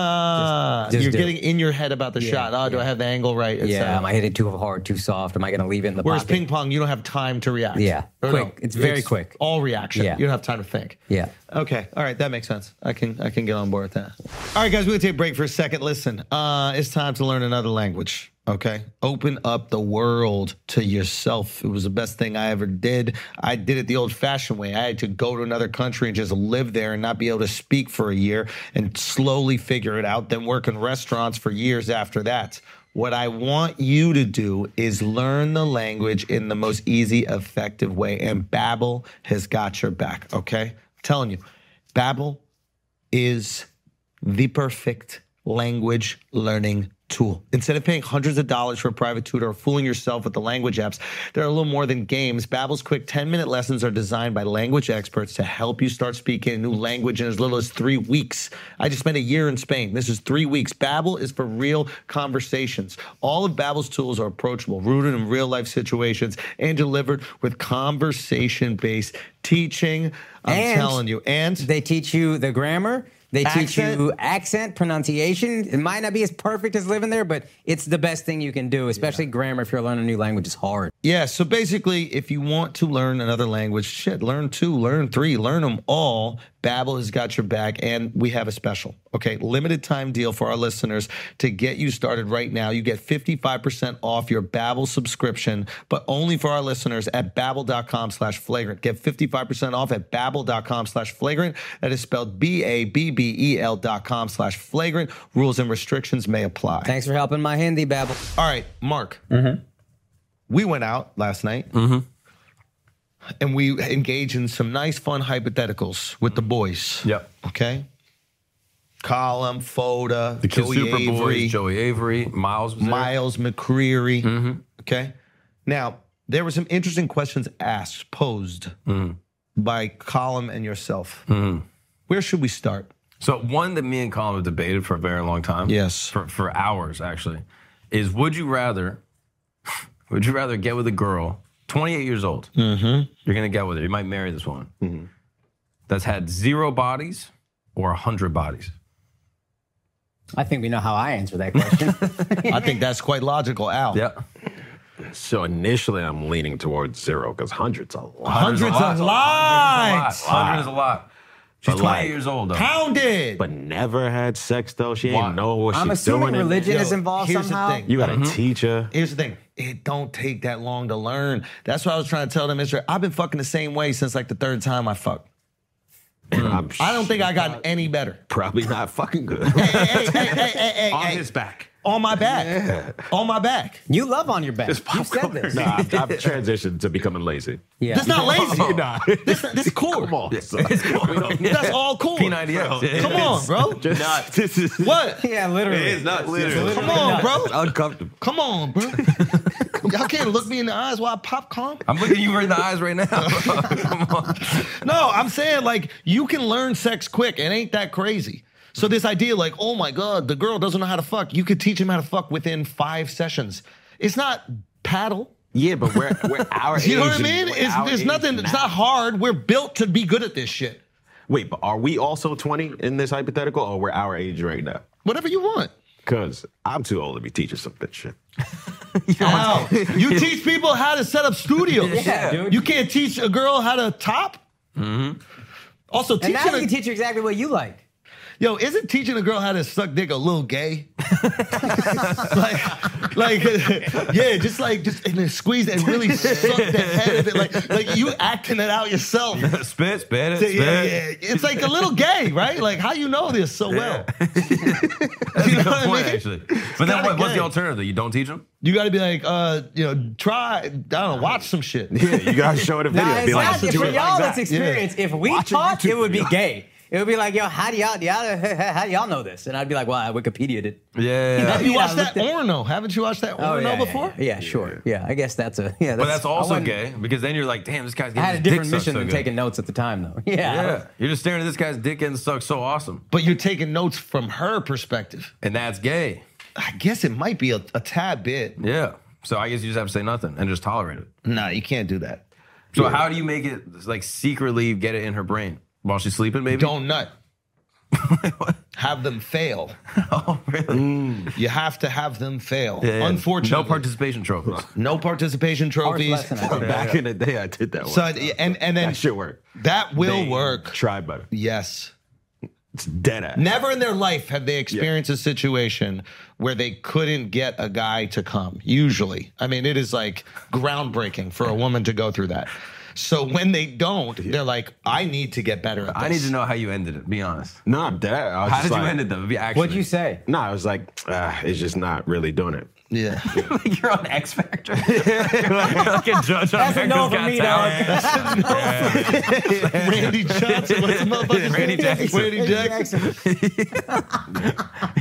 S2: ah,
S7: just
S2: you're
S7: do
S2: getting in your head about the shot. Oh, do I have the angle right?
S7: it.
S2: It's,
S7: Yeah.
S2: uh,
S7: Am I hitting too hard, too soft? Am I going to leave it in the
S2: Whereas
S7: pocket?
S2: ping pong, you don't have time to react. Oh,
S7: Yeah. Quick. It's very quick.
S2: All reaction.
S7: Yeah.
S2: You don't have time to think.
S7: Yeah.
S2: Okay. All right. That makes sense. I can I can get on board with that. All right, guys. We're gonna take a break for a second. Listen, uh, it's time to learn another language. Okay. Open up the world to yourself. It was the best thing I ever did. I did it the old fashioned way. I had to go to another country and just live there and not be able to speak for a year and slowly figure it out, then work in restaurants for years after that. What I want you to do is learn the language in the most easy, effective way. And Babbel has got your back, okay? I'm telling you, Babbel is the perfect language learning tool. Instead of paying hundreds of dollars for a private tutor or fooling yourself with the language apps, they're a little more than games. Babbel's quick 10-minute lessons are designed by language experts to help you start speaking a new language in as little as 3 weeks. I just spent a year in Spain. This is 3 weeks. Babbel is for real conversations. All of Babbel's tools are approachable, rooted in real-life situations and delivered with conversation-based teaching. I'm
S7: And-
S2: telling you. And
S7: They teach you the grammar. They teach
S2: Accent.
S7: you accent, pronunciation. It might not be as perfect as living there, but it's the best thing you can do, especially grammar if you're learning a new language. It's hard.
S2: Yeah, so basically, if you want to learn another language, shit, learn two, learn three, learn them all. Babbel has got your back, and we have a special, okay, limited time deal for our listeners to get you started right now. You get 55% off your Babbel subscription, but only for our listeners at babbel.com slash flagrant. Get 55% off at babbel.com slash flagrant. That is spelled B-A-B-B-E-L E dot com slash flagrant. Rules and restrictions may apply.
S7: Thanks for helping my Hindi babble.
S2: All right, Mark. We went out last night. And we engaged in some nice, fun hypotheticals with the boys.
S1: Yep.
S2: Okay. Column, Foda,
S1: The Kid
S2: Joey
S1: Super
S2: Avery,
S1: Boys, Joey Avery, Miles was there.
S2: Miles McCreary. Okay. Now, there were some interesting questions asked, posed by Column and yourself. Where should we start?
S1: So one that me and Colin have debated for a very long time.
S2: Yes.
S1: For for hours actually, is would you rather (laughs) would you rather get with a girl 28 years old? Mm-hmm. You're gonna get with her. You might marry this woman
S2: Mm-hmm.
S1: that's had zero bodies or hundred bodies.
S7: I think we know how I answer
S2: (laughs)
S7: that question.
S2: I think that's quite logical, Al.
S1: Yeah.
S8: So initially, I'm leaning towards zero because hundreds a lot.
S2: Hundreds of lives.
S1: Hundred is a lot. She's 28
S8: like-
S1: years old though.
S2: Pounded.
S8: But never had sex though. She
S1: Why?
S8: ain't know what
S7: I'm
S8: she's
S7: assuming
S8: doing. in-
S7: religion
S2: Yo,
S7: is involved
S2: here's the
S7: somehow.
S2: thing.
S8: You got a teacher.
S2: Here's the thing. It don't take that long to learn. That's what I was trying to tell them. Mister. I've been fucking the same way since like the third time I fucked.
S8: I'm
S2: Mm-hmm. I don't think I got any better.
S8: (laughs) probably not fucking good.
S2: (laughs) Hey, hey, hey, hey, hey, hey,
S8: (laughs) On
S2: hey.
S8: his back.
S2: On my back. On my back.
S7: You love on your back. You said (laughs) this.
S8: Nah, I've, (laughs) I've transitioned to becoming lazy.
S7: Yeah.
S2: That's not (laughs) lazy.
S8: Nah.
S2: This, this (laughs) is cool.
S8: Come on. son.
S2: That's all cool.
S1: P90X. Yeah.
S2: Come on, bro.
S8: (laughs) Just- (laughs) this is
S2: What?
S7: (laughs) Yeah, literally.
S10: It's not literally.
S2: (laughs) Come on, bro.
S10: uncomfortable.
S2: Come on, (laughs) bro. Y'all can't look me in the eyes while I pop conk.
S1: I'm looking you right in the
S2: (laughs)
S1: eyes right now. Come on.
S2: No, I'm saying like you can learn sex quick. It ain't that crazy. So this idea, like, oh my god, the girl doesn't know how to fuck. You could teach him how to fuck within five sessions. It's not paddle.
S8: Yeah, but we're we're our
S2: You know what I
S8: age
S2: mean?
S8: and we're
S2: It's,
S8: our
S2: it's
S8: age
S2: nothing.
S8: now.
S2: It's not hard. We're built to be good at this shit.
S8: Wait, but are we also 20 in this hypothetical, or we're our age right now?
S2: Whatever you want.
S8: Because I'm too old to be teaching some bitch shit.
S2: How? you
S7: (laughs)
S2: teach people how to set up studios.
S7: Yeah, dude.
S2: You can't teach a girl how to top. Also,
S7: And
S2: teaching
S7: now you
S2: a,
S7: can teach her exactly what you like.
S2: yo, isn't teaching a girl how to suck dick a little gay? (laughs) like, like, yeah, just like just and then squeeze and really suck the head of it. Like, like you acting it out yourself.
S1: spit, spit, it,
S2: Yeah,
S1: spit.
S2: yeah, yeah. It's like a little gay, right? Like how you know this so well.
S1: That's
S2: You know
S1: a good
S2: what I
S1: point,
S2: mean?
S1: actually. But then
S2: kinda
S1: what, what's
S2: gay.
S1: the alternative? though? You don't teach them?
S2: You got to be like, uh, you know, try. I don't know, watch some shit.
S8: Yeah, you gotta show it
S7: (laughs)
S8: a video.
S7: Nah,
S8: and
S7: it's
S8: be like,
S7: not
S8: "Do
S7: for
S8: it like
S7: y'all.
S8: that."
S7: That's experience. If we
S8: Watch a
S7: taught,
S8: YouTube
S7: it would be
S8: video.
S7: gay. It would be like, yo, how do y'all, y'all (laughs) how do y'all know this? And I'd be like, well, I Wikipedia did.
S1: Yeah.
S2: Have you
S7: Yeah,
S2: watched
S7: I
S2: that
S7: looked at-
S2: porno? Haven't you watched that porno
S7: yeah, yeah,
S2: before?
S7: Yeah, yeah, sure. Yeah, I guess that's a yeah. That's,
S1: But that's
S7: I
S1: also
S7: wasn't-
S1: gay because then you're like, damn, this guy's
S7: I
S1: getting
S7: had a
S1: his
S7: different
S1: dick sucked
S7: mission
S1: so
S7: than
S1: good.
S7: taking notes at the time, though. (laughs) Yeah.
S1: Yeah. You're just staring at this guy's dick getting sucked so awesome.
S2: But you're taking notes from her perspective.
S1: And that's gay.
S2: I guess it might be a, a tad bit.
S1: Yeah. So I guess you just have to say nothing and just tolerate it.
S2: Nah, you can't do that.
S1: So how do you make it like secretly get it in her brain while she's sleeping? Maybe
S2: Don't
S1: (laughs)
S2: nut. have them fail. Mm.
S1: Oh, really?
S2: You have to have them fail.
S1: Yeah, yeah.
S2: Unfortunately,
S1: no participation trophies.
S2: no participation trophies.
S7: lesson, I think.
S8: Back in the day, I did that
S2: (laughs)
S8: one.
S2: So, and and then
S8: that shit work.
S2: that will work.
S8: Try better.
S2: Yes.
S8: It's dead ass.
S2: Never in their life have they experienced a situation where they couldn't get a guy to come, usually. I mean, it is like groundbreaking for a woman to go through that. So when they don't, they're like, I need to get better at this.
S1: I need to know how you ended it. Be honest.
S8: No, I'm dead. I was
S1: How
S8: just
S1: did you
S8: like-
S1: end it though? Be actually.
S7: What'd you say?
S8: No, I was like, ah, it's just not really doing it.
S2: Yeah.
S1: like (laughs) you're on X Factor. like a judge on
S7: That's a no for me, dog.
S2: (laughs) Randy Johnson. What's the motherfucker's
S1: Randy
S2: name?
S1: Jackson.
S2: Randy Jackson.
S7: Excellent.
S2: And,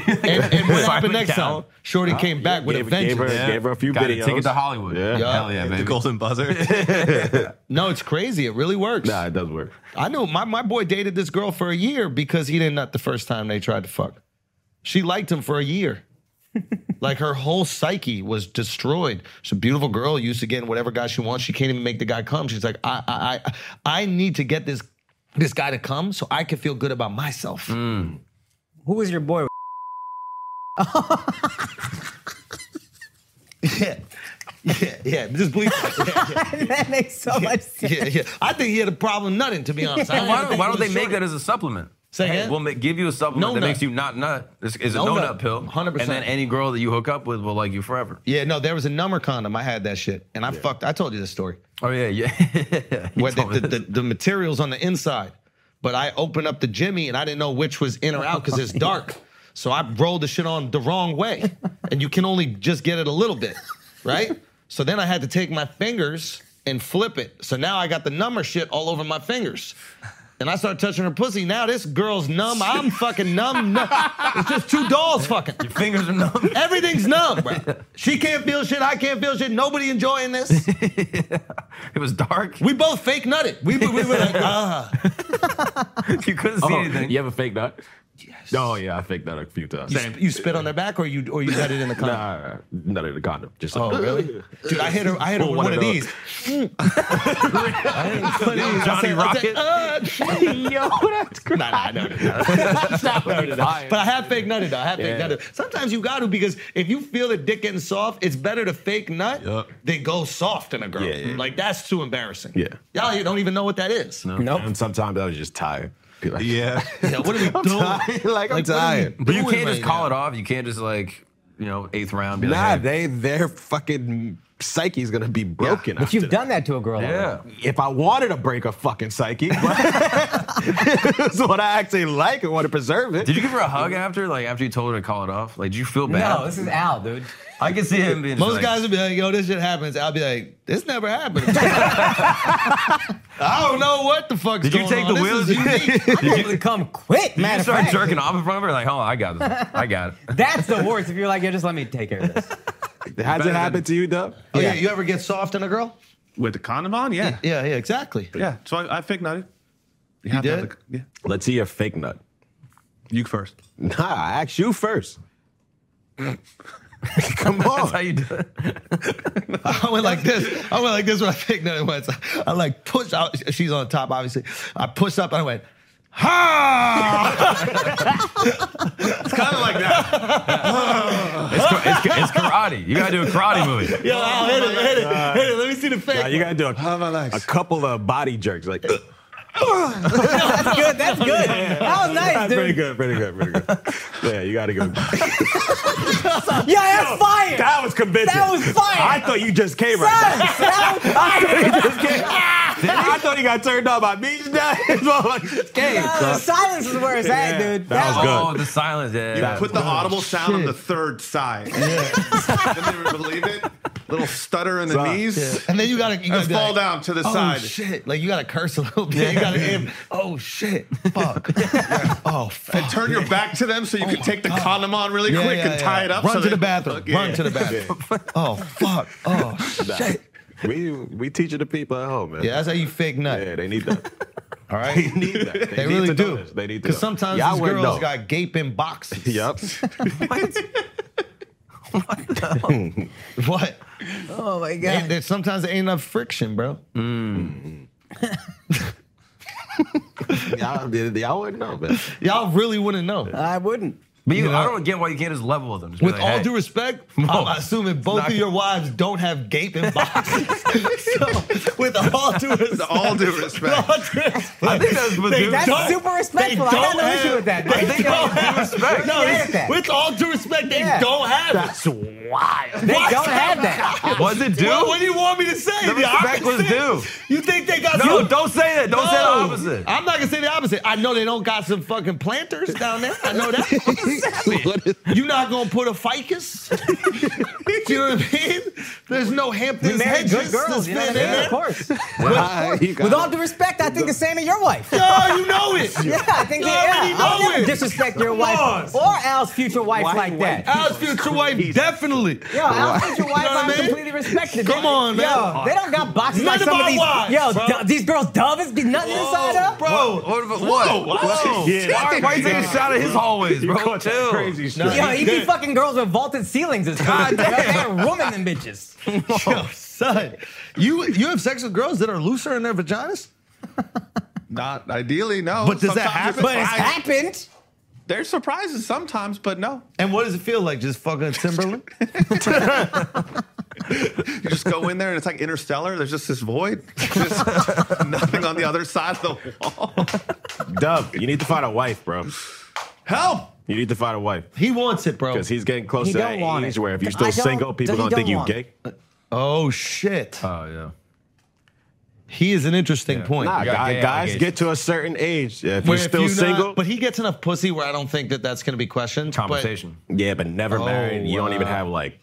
S2: and what happened
S1: Simon
S2: next
S1: Cowell.
S2: time? Shorty came back with a
S8: gave, gave, her,
S2: vengeance.
S8: gave her a few
S1: Got a
S8: videos.
S1: ticket to Hollywood.
S8: Yeah.
S1: Hell yeah,
S10: The
S1: baby.
S10: golden buzzer.
S2: No, it's crazy. It really works.
S8: Nah, it does work.
S2: I knew my, my boy dated this girl for a year because he didn't nut the first time they tried to fuck. She liked him for a year. like her whole psyche was destroyed. She's a beautiful girl, used to getting whatever guy she wants. She can't even make the guy come. She's like, I I I, I need to get this this guy to come so I can feel good about myself.
S7: Who was your boy? (laughs)
S2: Yeah. Yeah, (laughs) yeah. Just believe yeah,
S7: that makes so much
S2: yeah,
S7: sense.
S2: yeah, yeah. I think he had a problem nutting, to be honest. I
S1: Why
S2: don't
S1: don't, why don't
S2: think
S1: they
S2: he was
S1: make
S2: short.
S1: that as a supplement?
S2: Say
S1: hey,
S2: again?
S1: we'll make, give you a supplement
S2: No
S1: that
S2: nut.
S1: makes you not nut. This is a
S2: No
S1: no,
S2: nut.
S1: nut, pill.
S2: 100%.
S1: And then any girl that you hook up with will like you forever.
S2: Yeah, no, there was a number condom. I had that shit. And I fucked I told you this story.
S1: Oh yeah, (laughs) yeah. You
S2: where the, (laughs)
S1: told me
S2: the, the,
S1: this.
S2: the material's on the inside. But I opened up the Jimmy and I didn't know which was in or out because
S1: (laughs)
S2: it's dark. So I rolled the shit on the wrong way. And you can only just get it a little bit, right? So then I had to take my fingers and flip it. So now I got the number shit all over my fingers. And I start touching her pussy. Now this girl's numb. I'm fucking numb. numb. It's just two dolls fucking.
S1: fingers are numb.
S2: Everything's numb, bro. She can't feel shit. I can't feel shit. Nobody enjoying this.
S1: It was dark. (laughs)
S2: We both fake nutted. We, we were like, ah.
S1: You couldn't see
S10: Oh,
S1: anything.
S8: you have a fake nut? Yes. Oh yeah, I faked that a few times.
S2: You, sp- you spit on their back, or you or you got it in the condom.
S8: Nah, nut in the condom. Just like,
S2: Oh
S8: (laughs)
S2: really? Dude, I hit her. I hit her
S8: Well,
S2: with one
S8: one of
S2: of
S8: those.
S2: these. (laughs) I hit her with one of these. I
S1: Johnny
S2: said- I said,
S1: Rocket?
S2: "Uh,
S8: (laughs) Yo, that's crazy.
S2: Nah, nah,
S8: (laughs)
S2: no, no, (laughs) no. But I have fake nutted though. I have fake
S8: Yeah.
S2: nutted. Sometimes you got to because if you feel the dick getting soft, it's better to fake nut
S10: Yup.
S2: than go soft in a girl.
S8: Yeah, yeah.
S2: Like that's too embarrassing.
S8: Yeah.
S2: Y'all you don't even know what that is.
S7: Nope.
S8: And sometimes I was just tired. Be like,
S10: yeah.
S2: Yeah, what are (laughs) we
S8: I'm
S2: doing?
S8: tired.
S2: what
S8: Like, I'm
S2: are we
S8: tired.
S1: But you
S2: doing
S1: can't just
S2: right
S1: call
S2: now?
S1: it off. You can't just like, you know, eighth round. Be like,
S8: Nah,
S1: hey.
S8: they their fucking psyche is gonna be broken.
S7: But you've
S8: after
S7: done that to a girl. already.
S1: Yeah.
S8: If I wanted to break a fucking psyche, (laughs) that's what I actually like and want to preserve it.
S1: Did you give her a hug after? Like after you told her to call it off? Like did you feel bad?
S7: No, this is Al, dude.
S1: I can see him being.
S2: Most
S1: like,
S2: guys would be like, yo, this shit happens. I'll be like, this never (laughs) happened. I don't know what the fuck's
S1: Did you
S2: going
S1: take the
S2: on.
S1: wheel?
S2: This is
S1: (laughs)
S2: unique.
S7: I think it would come quick,
S1: Did
S7: man.
S1: you start jerking off in front of her? Like, hold on, I got this. I got
S7: (laughs)
S1: it.
S7: That's the worst. If you're like, yo, just let me take care
S2: (laughs)
S7: of this.
S8: Has it happened to you, Dub?
S2: Oh, yeah. You ever get soft in a girl?
S10: With the condom on? Yeah.
S2: Yeah, yeah, exactly.
S10: Yeah. So I, I fake nutted.
S2: You
S10: You, have to have
S2: did?
S10: the- yeah.
S8: Let's see your fake nut.
S10: You first.
S8: (laughs) Nah, I asked you first. Come on.
S1: That's how you do it.
S2: (laughs) I went like this. I went like this when I picked it once. I like pushed out. She's on top, obviously. I pushed up and I went, (laughs) ha!
S8: it's kind of like that.
S1: It's, ca- it's, ca- it's karate. You gotta do a karate move.
S2: Yo, I'll hit it, hit it, hit it. Let me see the fake.
S8: Nah, you gotta do a, a couple of body jerks. Like, that's (laughs)
S7: That's good. That's good. That was nice,
S8: pretty
S7: dude.
S8: good, pretty good, pretty good. yeah, you gotta (laughs) go.
S7: Yeah, that's fire.
S8: That was convincing.
S7: That was fire.
S8: I thought you just came right
S7: Son, that was
S2: (laughs)
S7: fire.
S8: there. I thought he got turned on by me. (laughs)
S7: Uh, silence is where it's at, dude.
S8: that was good.
S1: Oh, the silence. Yeah.
S10: You
S1: yeah.
S10: put the audible sound on the third side. (laughs) Didn't even believe it. Little stutter in the
S8: Son.
S10: knees.
S2: And then you gotta, you
S10: And
S2: gotta be
S10: fall
S2: like,
S10: down to the
S2: oh,
S10: side.
S2: shit. Like, you gotta curse a little bit. You
S1: (laughs)
S2: gotta aim. Oh, shit. Fuck. Oh, fuck.
S10: And turn your back to them so
S1: Oh
S10: you can
S2: my
S10: take the
S2: God.
S10: condom on really
S2: Yeah,
S10: quick
S2: yeah,
S10: and
S2: yeah.
S10: tie it up.
S2: Run
S10: so
S2: to
S10: they-
S2: the bathroom.
S10: Fuck, yeah.
S2: Run to the bathroom. Oh, fuck. Oh, shit.
S8: We we teach it to people at home, man.
S2: Yeah, that's how you fake nut.
S8: Yeah, they need that.
S2: All right.
S8: They need that. They,
S2: They
S8: need
S2: really
S8: to know
S2: do.
S8: this. They need to.
S2: Because
S8: know.
S2: sometimes
S8: Y'all
S2: these
S8: wouldn't
S2: girls
S8: know.
S2: got gaping boxes.
S8: Yep.
S2: (laughs) What?
S7: Oh my
S2: Yeah.
S7: god.
S2: sometimes there ain't enough friction, bro.
S8: y'all, y'all wouldn't know, man.
S2: Y'all really wouldn't know.
S7: I wouldn't.
S1: But you,
S2: You know-
S1: I don't get why you can't just level with them. Just be
S2: With
S1: like,
S2: all
S1: hey.
S2: due respect,
S1: No.
S2: I'm assuming both
S1: not-
S2: of your wives don't have gaping boxes. (laughs) so, with all due respect,
S10: (laughs) All due respect.
S2: (laughs)
S1: I think that's what
S2: They
S1: due respect.
S7: That's
S2: don't-
S7: super respectful. I got
S2: don't
S7: no
S2: have-
S7: issue with that.
S2: they
S7: man.
S2: don't have (laughs)
S1: respect.
S2: No,
S7: Yeah.
S2: it's- with all due respect, they
S7: Yeah.
S2: don't have it.
S8: That's wild.
S7: They don't have that.
S1: Was it due?
S2: Well, what do you want me to say?
S1: the respect was
S2: opposite?
S1: due.
S2: You think they got
S1: No,
S2: some-
S1: don't say that. Don't say the opposite.
S2: I'm not gonna say the opposite. I know they don't got some fucking planters down there. I know that. What does that mean? you not gonna put a ficus? you know what I mean? There's no
S7: We
S2: Hamptons
S7: married
S2: hedges.
S7: good girls.
S2: that's
S7: You know
S2: been
S7: what I
S2: in
S7: mean? Of
S2: there.
S7: course.
S8: You got
S7: With all
S8: it.
S7: due respect, I think the same of your wife.
S2: Oh, you know it.
S7: (laughs) Yeah, I think
S2: You
S7: yeah.
S2: already
S7: I'll
S2: know
S7: never
S2: it.
S7: disrespect your
S2: Come
S7: wife
S2: on.
S7: or Al's future wife
S8: Why-
S7: like
S8: why-
S7: that.
S2: Al's future wife, definitely.
S7: Yo, Al's future wife,
S2: know what
S7: I'm
S2: I mean? (laughs)
S7: completely respected.
S2: Come
S7: They-
S2: on, man.
S7: Yo, they don't got boxes
S2: None
S7: like
S2: of
S7: some of
S2: my
S7: these.
S2: wives,
S7: yo,
S2: bro.
S7: du- these girls dove is nothing inside up.
S2: Bro,
S1: What? what? Why, why you taking a shot at his hallways,
S8: You
S1: bro?
S8: caught that
S1: Chill.
S8: crazy shit.
S7: Yo, he be fucking girls with vaulted ceilings. Is God damn. They're rooming them
S2: (laughs)
S7: bitches.
S2: yo, son, you you have sex with girls that are looser in their vaginas?
S10: Not ideally, no.
S2: But does that
S10: Sometimes
S2: happen?
S10: it's
S7: But it's
S10: fine.
S7: happened.
S10: There's surprises sometimes, but no.
S2: And what does it feel like? Just fucking Timberland?
S10: You just go in there and it's like interstellar. There's just this void. (laughs) Just nothing on the other side of the wall.
S8: Dub, you need to find a wife, bro.
S10: Help!
S8: You need to find a wife
S2: he wants it, bro.
S8: because he's getting close
S7: He
S8: to
S7: don't
S8: that
S7: want
S8: age
S7: it.
S8: where if you're
S7: I
S8: still
S7: don't-
S8: single, people
S7: he
S8: gonna think
S7: don't
S8: you
S7: want
S8: gay.
S2: Oh shit.
S1: Oh yeah.
S2: He is an interesting point.
S8: Nah,
S1: got
S8: guy-
S1: gay
S8: guys
S1: allegations.
S8: get to a certain age. If
S2: Where
S8: you're
S2: if
S8: still
S2: you not-
S8: single,
S2: but he gets enough pussy where I don't think that that's going to be questioned. but-
S1: Conversation.
S8: yeah, but never married. You don't even
S2: wow.
S8: have like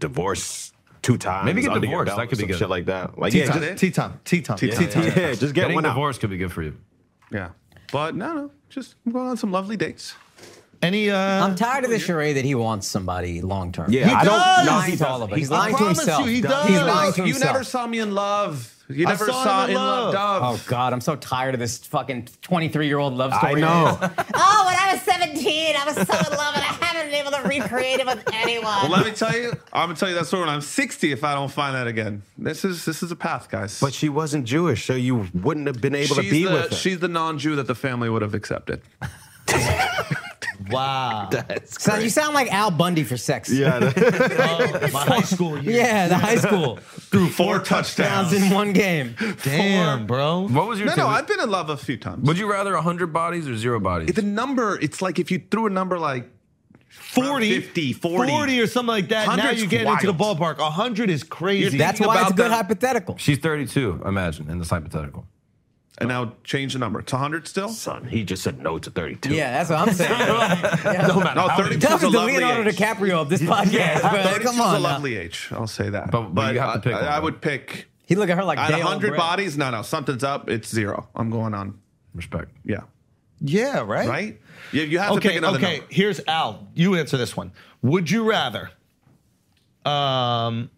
S8: divorce two times.
S1: Maybe get
S8: under your
S1: divorced.
S8: belt
S1: That could
S8: or
S1: be
S8: some
S1: good.
S8: Shit like that. Like
S2: Tea
S8: yeah,
S2: time,
S8: just,
S2: tea time, tea time,
S10: Tea
S2: tea
S10: time.
S2: time.
S8: yeah, (laughs) just get
S1: Getting
S8: one out.
S1: divorced could be good for you.
S10: Yeah. But no, no. Just going on some lovely dates.
S2: Any? Uh,
S7: I'm tired of the charade that he wants somebody long term.
S8: Yeah, I
S2: does.
S8: don't.
S7: He's
S8: No,
S7: lying
S8: he
S7: to all of
S8: doesn't.
S7: us. He's
S2: I
S7: lying to
S2: promise
S7: himself.
S2: you, he does.
S7: He's lying to
S10: you
S7: himself.
S10: never saw me in love. You
S2: I
S10: never
S2: saw him
S10: saw,
S2: in
S10: in, love.
S2: Love.
S7: Oh God, I'm so tired of this fucking 23 year old love story.
S8: I know.
S11: Oh, when I was 17, I was so in love, and I haven't been able to recreate it with anyone.
S10: Well, let me tell you, I'm gonna tell you that story when I'm 60 if I don't find that again. This is this is a path, guys.
S8: But she wasn't Jewish, so you wouldn't have been able
S10: she's
S8: to be
S10: the,
S8: with her.
S10: she's the non-Jew that the family would have accepted.
S2: wow.
S7: Son, you sound like Al Bundy for sex.
S8: yeah,
S7: (laughs)
S8: that-
S2: Oh, my high school years.
S7: Yeah, the high school.
S10: Through four, touchdowns.
S7: Sounds in one game.
S2: Damn, bro.
S1: What was your?
S10: No, no,
S1: typi-
S10: I've been in love a few times.
S1: Would you rather hundred bodies or zero bodies?
S10: the number, it's like if you threw a number like
S2: 40,
S10: 50, 40.
S2: 40 or something like that. Now
S10: 100's
S2: you get into the ballpark. 100 is crazy.
S7: That's why it's a
S10: about
S7: good
S10: that.
S7: hypothetical.
S1: She's 32. Imagine in this hypothetical.
S10: and now change the number. It's 100 still?
S8: son, he just said no to 32.
S7: Yeah, that's what I'm saying. yeah.
S10: No, 32
S7: That
S10: is a
S7: was the
S10: lovely
S7: Leonardo
S10: age.
S7: DiCaprio of this podcast. bro.
S10: 32
S7: Come
S10: is
S7: on,
S10: a
S7: now.
S10: lovely age. I'll say that.
S1: But- but you have to pick
S10: I,
S1: one,
S10: I
S1: though.
S10: would pick
S7: He look at her like
S10: out of
S7: Dale
S10: 100
S7: Brett.
S10: bodies. No, no, something's up. It's zero. I'm going on.
S1: Respect.
S10: Yeah.
S2: yeah, right?
S10: Right? You, you have to
S2: Okay,
S10: pick another
S2: okay.
S10: number.
S2: Here's Al. You answer this one. Would you rather um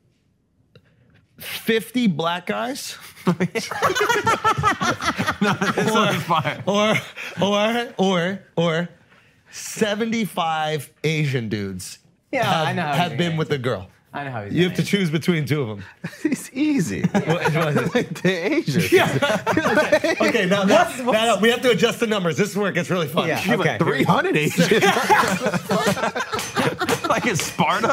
S2: 50 black guys
S1: This will be fire.
S2: or or or or 75 Asian dudes
S12: Yeah,
S2: have,
S12: I know how he's
S2: have
S12: gonna
S2: been with a girl?
S12: I know how he's
S2: You have to
S12: gonna
S2: choose between two
S12: (laughs)
S2: of them.
S3: It's easy.
S2: What- what is it?
S3: the Asian.
S2: okay, now, now, now- now we have to adjust the numbers. This is where it gets really fun.
S12: Yeah, You have a okay.
S3: 300 Asian.
S1: (laughs) like it's Sparta.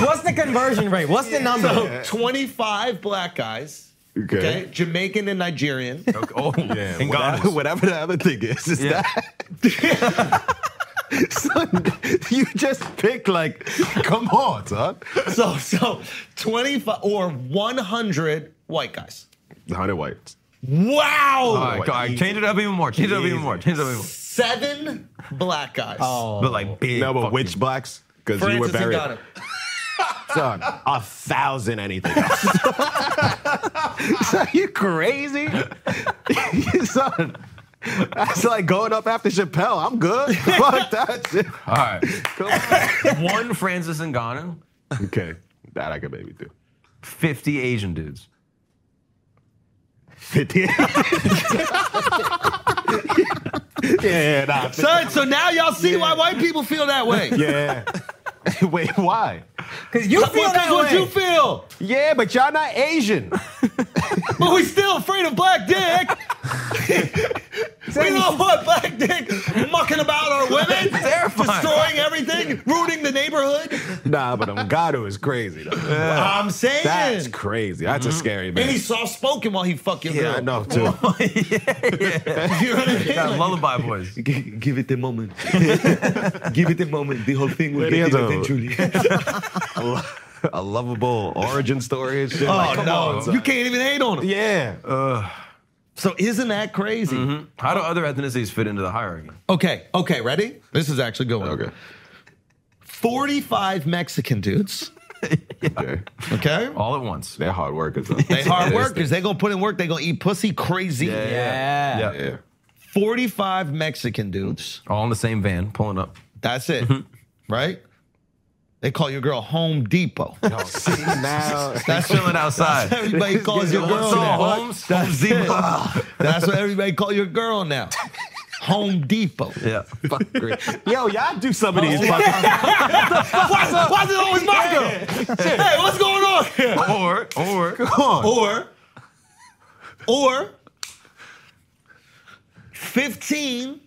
S12: What's the conversion rate? What's the number?
S2: So 25 black guys,
S8: Okay.
S2: okay, Jamaican and Nigerian. (laughs)
S8: (laughs)
S1: Oh, yeah.
S8: And whatever, whatever the other thing is, is
S1: Yeah.
S8: that. son, (laughs) you just pick like, (laughs) come on, son.
S2: So, so 25 or 100 white guys.
S8: The hundred whites.
S1: All
S2: Wow!
S1: right, go- all right, change it up even more. Change it up even more. Change it up even more.
S2: Seven black guys. Oh,
S1: But like big.
S8: No, but
S1: fucking-
S8: which blacks? Because you were
S2: Francis
S8: very
S2: Ngannou.
S8: (laughs) son, a thousand anything. (laughs) Son, you crazy, (laughs) son? That's like going up after Chappelle. I'm good. (laughs) Fuck that shit.
S1: All right. (laughs) One Francis Ngannou,
S8: (laughs) Okay, that I could maybe do.
S1: 50 Asian dudes.
S8: (laughs) yeah, nah.
S2: Son, so now y'all see why white people feel that way.
S8: Yeah. (laughs) Wait, why?
S12: Because you feel
S2: What,
S12: that
S2: what
S12: way.
S2: you feel?
S8: Yeah, but y'all not Asian.
S2: But we still afraid of black
S8: (laughs)
S2: dick. we don't want black dick mucking about our
S8: (laughs)
S2: women, destroying everything, ruining the neighborhood.
S8: nah, but Ungado is crazy. Though.
S2: I'm saying.
S8: That's crazy. That's a scary
S2: and
S8: man.
S2: he's soft spoken while he fuck your
S8: Yeah, I
S2: girl.
S8: (laughs) know too.
S2: You know what I mean?
S1: Got lullaby boys.
S5: Give it a
S2: (laughs)
S5: moment. (laughs) Give it a moment. The whole thing will
S8: Lady
S5: get
S8: has
S5: it
S8: a-
S5: eventually.
S8: a, lo- a lovable origin story and shit.
S2: Oh, no.
S8: son.
S2: you can't even hate on him.
S8: Yeah.
S2: So isn't that crazy?
S1: How do other ethnicities fit into the hierarchy?
S2: Okay, okay, ready? This is actually going.
S8: okay.
S2: 45 Mexican dudes,
S8: Okay.
S2: okay?
S12: Oh,
S1: All at once.
S8: They're hard workers.
S2: They hard workers. They gonna put in work. They gonna eat pussy crazy.
S12: Yeah.
S1: Yeah.
S8: Yeah.
S2: 45 Mexican dudes.
S1: All in the same van, pulling up.
S2: That's it.
S12: Mm-hmm.
S2: Right? They call your girl Home
S12: (laughs)
S2: Depot.
S12: Oh.
S8: See, now,
S2: That's
S1: Chilling
S12: (laughs)
S1: outside.
S2: everybody calls your girl
S1: What's up,
S2: now.
S1: Holmes? Home Depot.
S2: That's what everybody call your girl now. Home Depot.
S1: (laughs) Yeah.
S8: fuck great. Yo, y'all do some of these. fucking-
S2: Why, why is it always my girl? Hey, what's going on here?
S1: Or, or,
S2: Or, or 15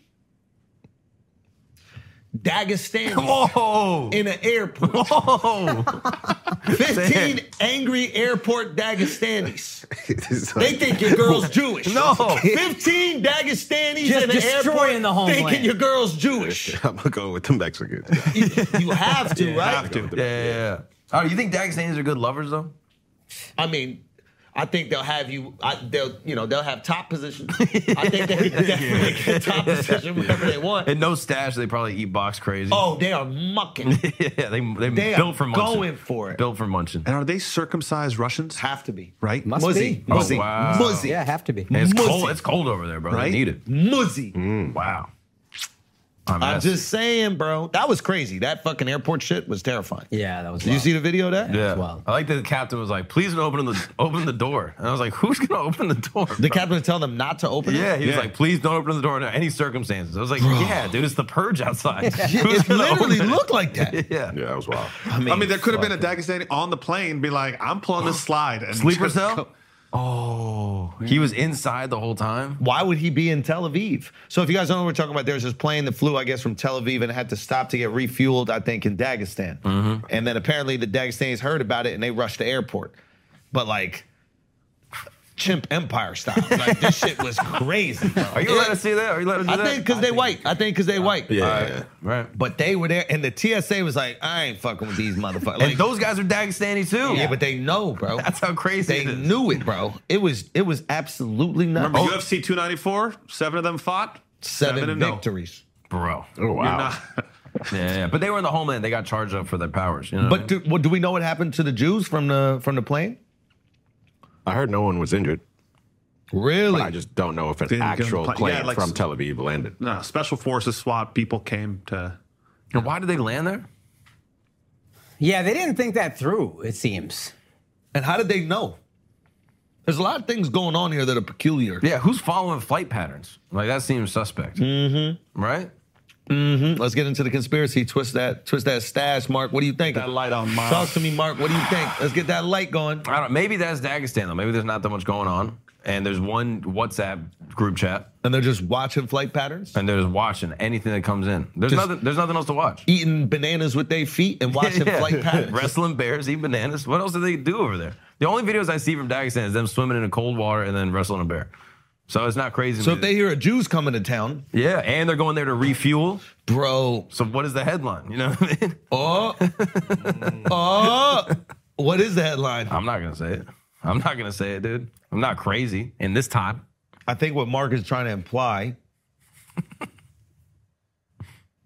S2: Dagestanis
S1: whoa.
S2: in an airport. (laughs) 15 angry airport (laughs) Dagestanis. They think your girl's Jewish.
S1: No.
S2: 15 Dagestanis
S12: Just
S2: in an
S12: destroying
S2: airport
S12: the homeland.
S2: thinking your girl's Jewish.
S8: (laughs) I'm gonna go with the Mexicans.
S2: You, you have
S12: (laughs)
S2: to, right?
S1: Yeah, yeah, yeah. Oh, you think Dagestanians are good lovers though?
S2: I mean, I think they'll have you. I, they'll, you know, they'll have top
S1: (laughs)
S2: position. I think they can definitely get top position whenever they want.
S1: And no stash, they probably eat box crazy.
S2: Oh, they are mucking.
S1: (laughs) yeah, they they,
S2: They are
S1: built for munching.
S2: going for it.
S1: Built for munching.
S10: And are they circumcised Russians?
S2: Have to be
S10: Right?
S12: Must
S2: muzzy,
S12: be.
S1: Oh,
S2: muzzy,
S1: wow.
S2: muzzy,
S12: Yeah, have to be.
S1: And it's
S2: Muzzy.
S1: cold. It's cold over there, bro. They
S10: Right?
S1: need it.
S2: muzzy.
S1: Wow. I'm,
S2: Mm. I'm just saying, bro. That was crazy. That fucking airport shit was terrifying.
S12: Yeah, that was.
S2: Did you
S12: wild.
S2: see the video of that?
S1: Yeah.
S12: wild.
S1: I like that the captain was like, "Please don't open the open the door." And I was like, "Who's gonna open the door?"
S2: The
S1: bro?"
S2: captain would tell them not to open
S1: Yeah,
S2: it.
S1: he was like, "Please don't open the door under any circumstances." I was (sighs) like, "Yeah, dude, it's the
S2: (laughs)
S1: purge outside." Who's
S2: It
S1: gonna (laughs)
S2: literally
S1: open it?
S2: looked like that.
S1: Yeah.
S8: Yeah, that was wild.
S10: I mean, there could have been a Dagestani on the plane, be like, I'm pulling this slide. And
S1: Sleeper
S10: just
S1: cell.
S10: go-
S1: Oh, he was inside the whole time.
S2: Why would he be in Tel Aviv? So if you guys don't know what we're talking about, there's this plane that flew, I guess, from Tel Aviv and had to stop to get refueled, I think, in Dagestan. And then apparently the Dagestanis heard about it and they rushed the airport. But like chimp empire style. Like this shit was crazy. bro.
S1: Are you allowed to see that? Are you allowed to do
S2: I
S1: that?
S2: think because they white. I think because they white.
S8: Yeah.
S1: Right.
S2: But they were there, and the TSA was like, "I ain't fucking with these motherfuckers." Like,
S1: and those guys are Dagestani too.
S2: yeah, but they know, bro.
S1: that's how crazy
S2: they
S1: it is.
S2: knew it, bro. It was it was absolutely nuts. Oh,
S10: Remember UFC 294? Seven of them fought.
S2: Seven,
S10: and no.
S2: victories.
S1: bro.
S8: Oh, wow.
S1: (laughs) Yeah, yeah, but they were in the homeland. They got charged up for their powers. You know what I
S2: But do, well, do we know what happened to the Jews from the from the plane?
S8: I heard no one was injured.
S2: Really?
S8: But I just don't know if an
S10: Didn't get on the
S8: actual
S10: plane.
S8: plane
S10: Yeah, like-
S8: from Tel Aviv landed.
S10: No, special forces SWAT people came to.
S1: mean? and why did they land there?
S12: Yeah, they didn't think that through. It seems.
S2: and how did they know? There's a lot of things going on here that are peculiar.
S1: Yeah, who's following flight patterns? Like that seems suspect. Mm-hmm. Right?
S2: Mm-hmm. Let's get into the conspiracy. Twist that, twist that stash, Mark. What do you think?
S3: That light on, Mark.
S2: Talk to me, Mark. What do you think? Let's get that light going.
S1: I don't. Maybe that's Dagestan though. Maybe there's not that much going on, and there's one WhatsApp group chat,
S2: and they're just watching flight patterns,
S1: and they're just watching anything that comes in. There's
S2: Just-
S1: nothing. There's nothing else to watch.
S2: eating bananas with their feet
S3: (laughs)
S2: and (laughs) watching
S1: Yeah.
S2: flight patterns.
S1: Wrestling bears, eat bananas. What else do they do over there? The only videos I see from Dagestan is them swimming in a cold water and then wrestling a bear. So it's not crazy. to
S2: So
S1: me
S2: if they hear a Jew's coming to town,
S1: that- yeah, and they're going there to refuel.
S2: bro.
S1: So what is the headline? You know what I mean? (laughs)
S2: Oh, oh,
S3: (laughs)
S2: what is the headline?
S1: I'm not gonna say it. I'm not gonna say it, dude. I'm not crazy in this time.
S2: I think what Mark is trying to imply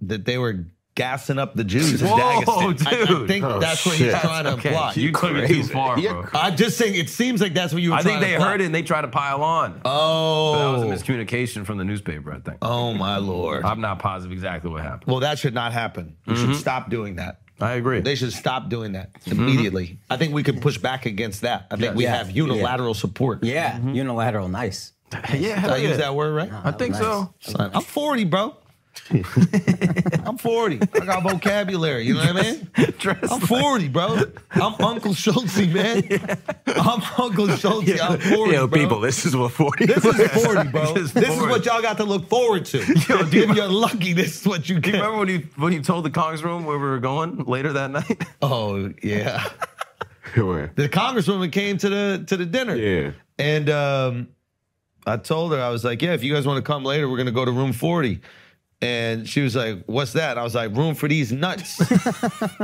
S2: that they were gassing up the Jews in
S1: Whoa,
S2: Dagestan. I- I,
S1: dude.
S2: think
S1: Oh,
S2: that's what he's
S1: shit.
S2: trying to
S1: Okay,
S2: imply.
S1: You took it
S2: (laughs)
S1: too far, bro.
S2: I'm just saying. It seems like that's what you were.
S1: I think
S2: trying to
S1: they
S2: imply.
S1: heard it and they tried to pile on. But that
S2: Oh,
S1: was a miscommunication from the newspaper, I think.
S2: oh my lord.
S1: I'm not positive exactly what happened.
S2: Well, that should not happen. We
S1: Mm-hmm.
S2: should stop doing that.
S1: I agree.
S2: They should stop doing that
S1: Mm-hmm.
S2: immediately. I think we could push back against that. I think we
S7: Yeah.
S2: have unilateral support.
S7: Yeah, unilateral, nice.
S1: (laughs) yeah,
S2: Did I
S1: hell yeah.
S2: use that word right?
S1: I think so.
S2: Son, I'm 40, bro. I'm 40. I got vocabulary. You know what I mean? I'm
S1: (laughs)
S2: 40, bro. I'm Uncle Schultzy, man. I'm Uncle Schultzy. I'm 40.
S3: Yo,
S2: bro.
S3: people, this is what 40
S2: This is 40, bro.
S1: This is
S2: This is
S1: 40.
S2: what y'all got to look forward to. if you're lucky, this is what you
S1: Do
S2: get.
S1: you remember when you when you told the Kongs room where we were going later that night? (laughs)
S2: Oh, yeah.
S3: (laughs) Where?
S2: The congresswoman came to the to the dinner.
S3: Yeah.
S2: And um, I told her, I was like, yeah, if you guys want to come later, we're going to go to room 40. And she was like, what's that? I was like, room for
S3: (laughs)
S2: these nuts.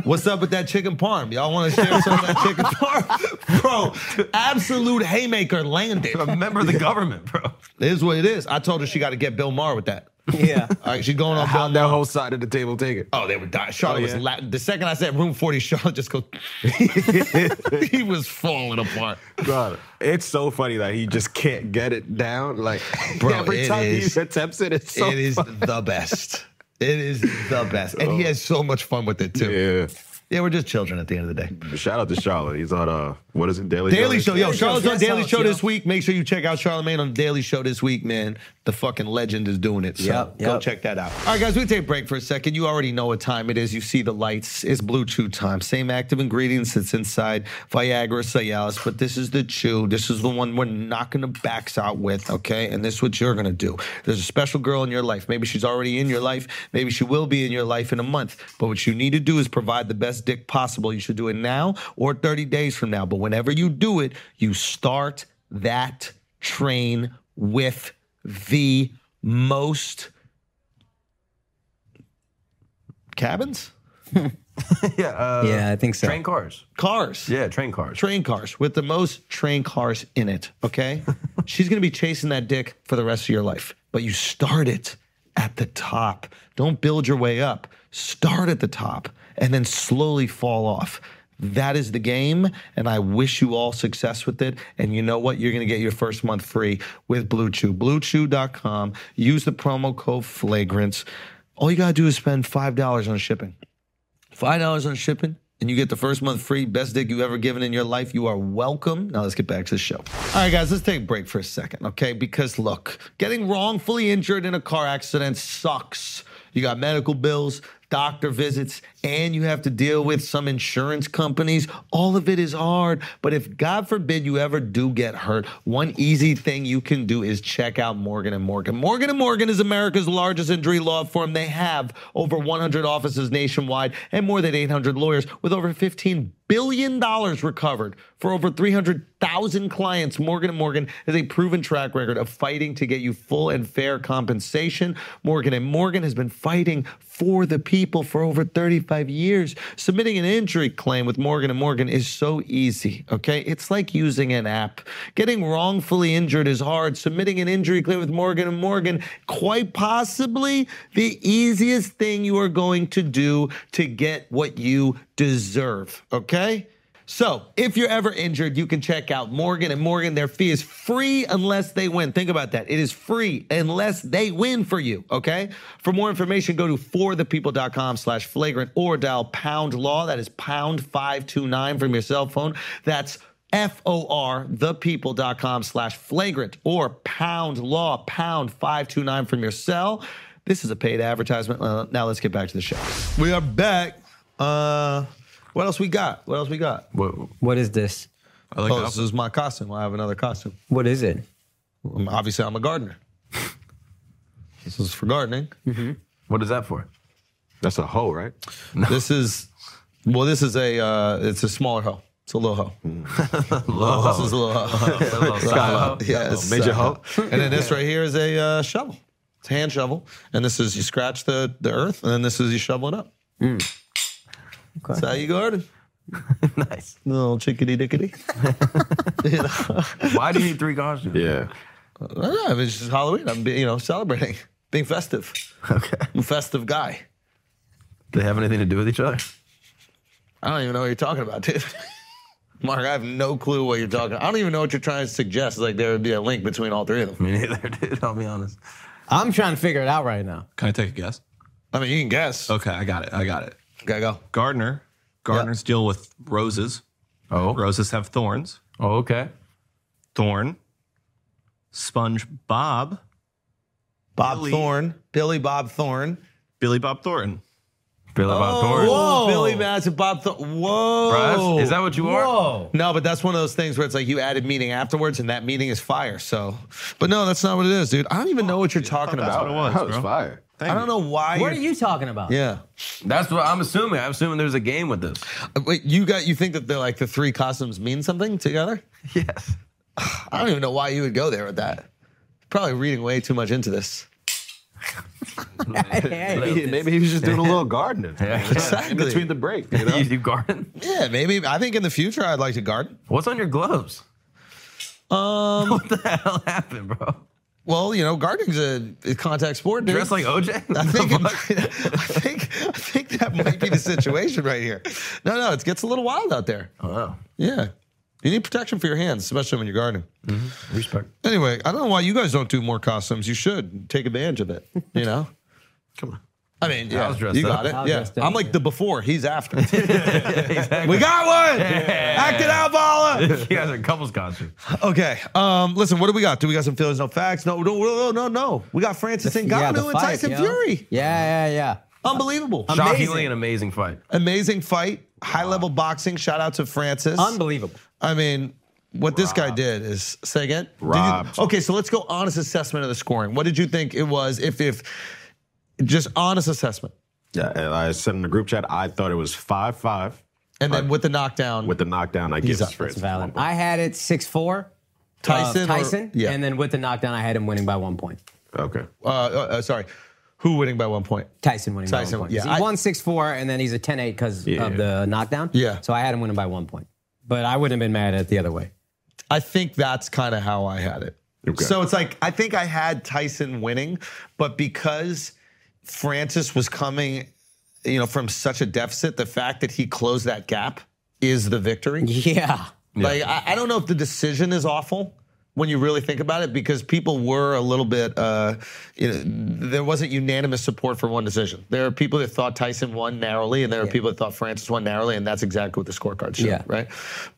S2: what's up with that chicken parm? Y'all want to share some of that
S3: (laughs)
S2: chicken parm? Bro, absolute haymaker landed.
S1: A member of the government, bro.
S2: It is what it is. I told her she got to get Bill Maher with that.
S12: (laughs)
S7: Yeah.
S2: All right, she's going
S3: (laughs)
S2: on Bill
S3: How'd that whole side of the table take it?
S2: Oh, they were dying. Charlotte
S3: yeah.
S2: was la- the second I said room 40, Charlotte
S3: (laughs)
S2: just goes, (laughs) he was falling apart.
S3: Bro, it's so funny that he just can't get it down. Like
S2: (laughs)
S3: (laughs)
S2: Bro,
S3: every
S2: it
S3: time
S2: is-
S3: he attempts it, it's so
S2: it is the best. It is the best. And he has so much fun with it too. Yeah.
S3: Yeah.
S2: we're just children at the end of the day.
S3: Shout out to Charlotte. He's on uh what is it, Daily
S2: Daily Show. Yo,
S7: Daily
S2: Charlotte's
S7: Show's
S2: on
S7: got
S2: Daily
S7: sauce,
S2: Show
S7: yo.
S2: this week. Make sure you check out Charlemagne on the Daily Show this week, man. The fucking legend is doing it. So
S7: Yep,
S2: go
S7: yep.
S2: check that out. All right, guys, we take a break for a second. You already know what time it is. You see the lights. It's Blue Chew time. Same active ingredients that's inside Viagra, Cialis, but this is the chew. This is the one we're knocking the backs out with, okay? And this is what you're gonna do. There's a special girl in your life. Maybe she's already in your life. Maybe she will be in your life in a month. But what you need to do is provide the best dick possible. You should do it now or 30 days from now. But whenever you do it, you start that train with the most cabins,
S1: (laughs) yeah, uh,
S7: yeah, I think so.
S1: Train cars.
S2: cars,
S1: Yeah, train cars.
S2: train cars with the most train cars in it. Okay, she's gonna be chasing that dick for the rest of your life, but you start it at the top. Don't build your way up. Start at the top and then slowly fall off. That is the game, and I wish you all success with it. And you know what? You're going to get your first month free with Blue Chew. BlueChew.com. Use the promo code Flagrants. All you got to do is spend $5 on shipping. Five dollars on shipping, and you get the first month free. Best dick you ever given in your life. You are welcome. Now let's get back to the show. All right, guys, let's take a break for a second, okay? Because look, getting wrongfully injured in a car accident sucks. You got medical bills, doctor visits, and you have to deal with some insurance companies. All of it is hard. But if God forbid you ever do get hurt, one easy thing you can do is check out Morgan and Morgan. Morgan and Morgan is America's largest injury law firm. They have over 100 offices nationwide and more than 800 lawyers with over 15 billion dollars recovered for over 300,000 clients. Morgan & Morgan has a proven track record of fighting to get you full and fair compensation. Morgan & Morgan has been fighting for the people for over 35 years. Submitting an injury claim with Morgan & Morgan is so easy, okay? It's like using an app. Getting wrongfully injured is hard. Submitting an injury claim with Morgan & Morgan quite possibly the easiest thing you are going to do to get what you deserve. Okay? So, if you're ever injured, you can check out Morgan and Morgan. Their fee is free unless they win. Think about that. It is free unless they win for you. Okay. For more information, go to forthepeople.com slash flagrant or dial pound law. That is pound 529 from your cell phone. That's F-O-R, thepeople.com slash flagrant or pound law, pound 529 from your cell. This is a paid advertisement. Uh, now let's get back to the show. We are back. Uh, what else we got? What else we got?
S7: What is this?
S2: I like oh, this is my costume. I have another costume.
S7: What is it?
S2: Um, obviously, I'm a gardener. this is for gardening.
S1: What is that (laughs) for?
S3: That's a hoe, right?
S2: This is well. This is a uh, it's a smaller hoe. It's a little hoe.
S1: Low
S2: This is a (laughs) little hoe.
S1: Silo.
S2: yeah, it's
S3: Major
S2: a
S3: hoe.
S2: And then this right here is a uh, shovel. It's a hand shovel. And this is you scratch the the earth, and then this is you shovel it up. That's how you garden.
S1: nice.
S2: Little chickadee dickadee.
S1: Why do you need three costumes?
S3: Yeah.
S2: I don't know, I mean, it's just Halloween. I'm be- you know celebrating, (laughs) being festive.
S1: Okay.
S2: I'm a festive guy.
S1: Do (laughs) they have anything to do with each other?
S2: I don't even know what you're talking about, dude. (laughs) Mark, I have no clue what you're talking. I don't even know what you're trying to suggest. Like there would be a link between all three of them.
S1: (laughs) Me neither, dude. I'll be honest.
S12: I'm trying to figure it out right now.
S10: Can I take a guess?
S2: I mean, you can guess.
S10: Okay, I got it. I got it.
S2: Okay, go.
S10: Gardener. Gardeners deal with roses.
S1: Oh.
S10: Roses have thorns.
S1: Oh, okay.
S10: Thorn. SpongeBob.
S2: Bob
S10: Billy.
S2: Thorne, Billy Bob Thorne.
S10: Billy Bob Thornton.
S1: Bill about Thornton.
S2: Whoa. Billy Madison, Bob Thorne. Whoa.
S1: Bro, that's- is that what you are?
S12: Whoa.
S2: No, but that's one of those things where it's like you added meaning afterwards, and that meaning is fire. So, but no, that's not what it is, dude. I don't even know what you're talking
S10: Oh, That's what it
S2: about.
S10: was,
S3: That was
S10: bro.
S3: fire.
S2: I don't know why.
S12: What are
S2: you're-
S12: you talking about?
S2: Yeah.
S1: That's what I'm assuming. I'm assuming there's a game with this.
S2: Uh, Wait, you got you think that they're like the three costumes mean something together?
S1: (laughs) Yes.
S2: (sighs) I don't even know why you would go there with that. Probably reading way too much into this.
S3: Maybe, maybe he was just doing a little
S2: (laughs)
S3: gardening.
S2: Exactly.
S3: In between the break,
S2: (laughs)
S3: you know?
S1: (laughs) You do garden?
S2: Yeah, maybe. I think in the future I'd like to garden.
S1: What's on your gloves?
S2: Um,
S1: (laughs) What the hell happened, bro?
S2: well, you know, gardening's a, a contact sport, dude.
S1: Dressed like
S2: (laughs)
S1: OJ?
S2: I
S1: The (laughs)
S2: think, it (laughs)
S1: fuck?
S2: might- I think I think that might be the situation right here. No, no, it gets a little wild out there.
S1: Oh, Wow.
S2: Yeah. You need protection for your hands, especially when you're gardening.
S1: Respect.
S2: Anyway, I don't know why you guys don't do more costumes. You should take advantage of it, you know?
S3: (laughs) Come on.
S2: I mean, yeah,
S1: I was dressed
S2: you
S1: up.
S2: got it.
S12: I was
S2: Yeah,
S12: dressed up,
S2: I'm like
S12: yeah.
S2: the before, he's after. We got one. Act it out, Bala.
S1: You guys are couples costume.
S2: Okay. Um, listen, what do we got? Do we got some feelings, no facts? No, no, no, no, no. We got Francis Ngannou
S7: Yeah, the
S2: and
S7: fight,
S2: Tyson
S7: yo.
S2: Fury.
S7: Yeah, yeah, yeah.
S2: Unbelievable.
S1: Shockingly, an amazing fight.
S2: Amazing fight. High level boxing. Shout out to Francis.
S7: Unbelievable.
S2: I mean, what this guy did is say again. Did you-
S3: Robbed.
S2: okay, so let's go honest assessment of the scoring. What did you think it was? If if just honest assessment,
S3: Yeah, and I said in the group chat, I thought it was 5 5
S2: and then
S3: Right.
S2: with the knockdown
S3: with the uh, knockdown. I give
S2: up.
S3: this Fritz.
S7: Valid. I had it 6 4.
S2: Tyson, or-
S7: Tyson.
S2: yeah,
S7: And then with the knockdown, I had him winning by one point.
S3: Okay.
S2: uh, uh, sorry, who winning by one point?
S7: Tyson winning
S2: Tyson,
S7: by one point.
S2: yeah,
S7: He
S2: I-
S7: won 6 4, and then he's a 10 8 because
S3: Yeah.
S7: of the knockdown.
S2: Yeah.
S7: So I had him winning by one point. But I wouldn't have been mad at it the other way. (laughs)
S2: I think that's kind of how I had it.
S3: Okay.
S2: So it's like I think I had Tyson winning, but because Francis was coming, you know, from such a deficit, the fact that he closed that gap is the victory.
S7: Yeah.
S2: Like I, I don't know if the decision is awful when you really think about it, because people were a little bit, uh, you know, there wasn't unanimous support for one decision. There are people that thought Tyson won narrowly, and there are people that thought Francis won narrowly, and that's exactly what the scorecard showed,
S7: Yeah.
S2: right?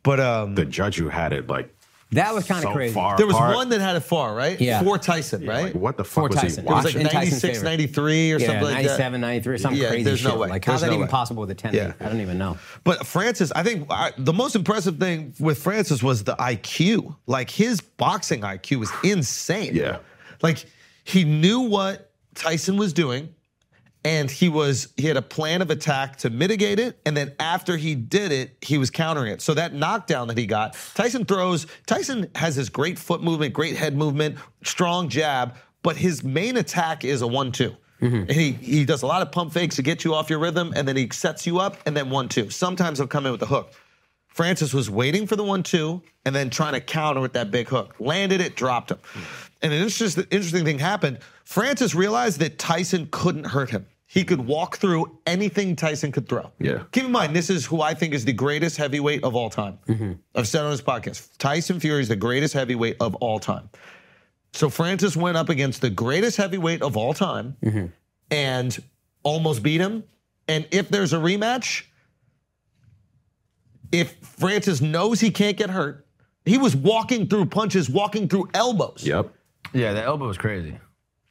S2: But um,
S3: The judge who had it like
S7: That was kind of
S3: so
S7: crazy.
S3: far.
S2: there was
S3: apart.
S2: one that had it far, right?
S7: Yeah.
S2: For Tyson, right?
S3: Like, what the
S7: For
S3: fuck was
S7: Tyson.
S3: he
S7: It was
S2: It
S3: watching?
S2: was like
S7: In Tyson's
S2: 96,
S7: favor.
S2: 93 or
S7: yeah,
S2: something like that.
S7: 97, 93, some
S2: Yeah,
S7: crazy
S2: there's no
S7: shit.
S2: way.
S7: Like,
S2: There's
S7: how's that
S2: no
S7: even
S2: way.
S7: possible with a 10
S2: Yeah.
S7: I don't even know.
S2: But Francis, I think I, the most impressive thing with Francis was the IQ. Like his boxing IQ was insane.
S3: Yeah.
S2: Like he knew what Tyson was doing and he was he had a plan of attack to mitigate it and then after he did it he was countering it so that knockdown that he got tyson throws tyson has this great foot movement great head movement strong jab but his main attack is a one-two and he, he does a lot of pump fakes to get you off your rhythm and then he sets you up and then one-two sometimes he'll come in with a hook Francis was waiting for the one two and then trying to counter with that big hook. Landed it, dropped him. And an interesting, interesting thing happened. Francis realized that Tyson couldn't hurt him. He could walk through anything Tyson could throw.
S3: Yeah.
S2: Keep in mind, this is who I think is the greatest heavyweight of all time. I've said on this podcast Tyson Fury is the greatest heavyweight of all time. So Francis went up against the greatest heavyweight of all time and almost beat him. And if there's a rematch, if Francis knows he can't get hurt, he was walking through punches, walking through elbows.
S3: Yep.
S1: Yeah, the elbow was crazy.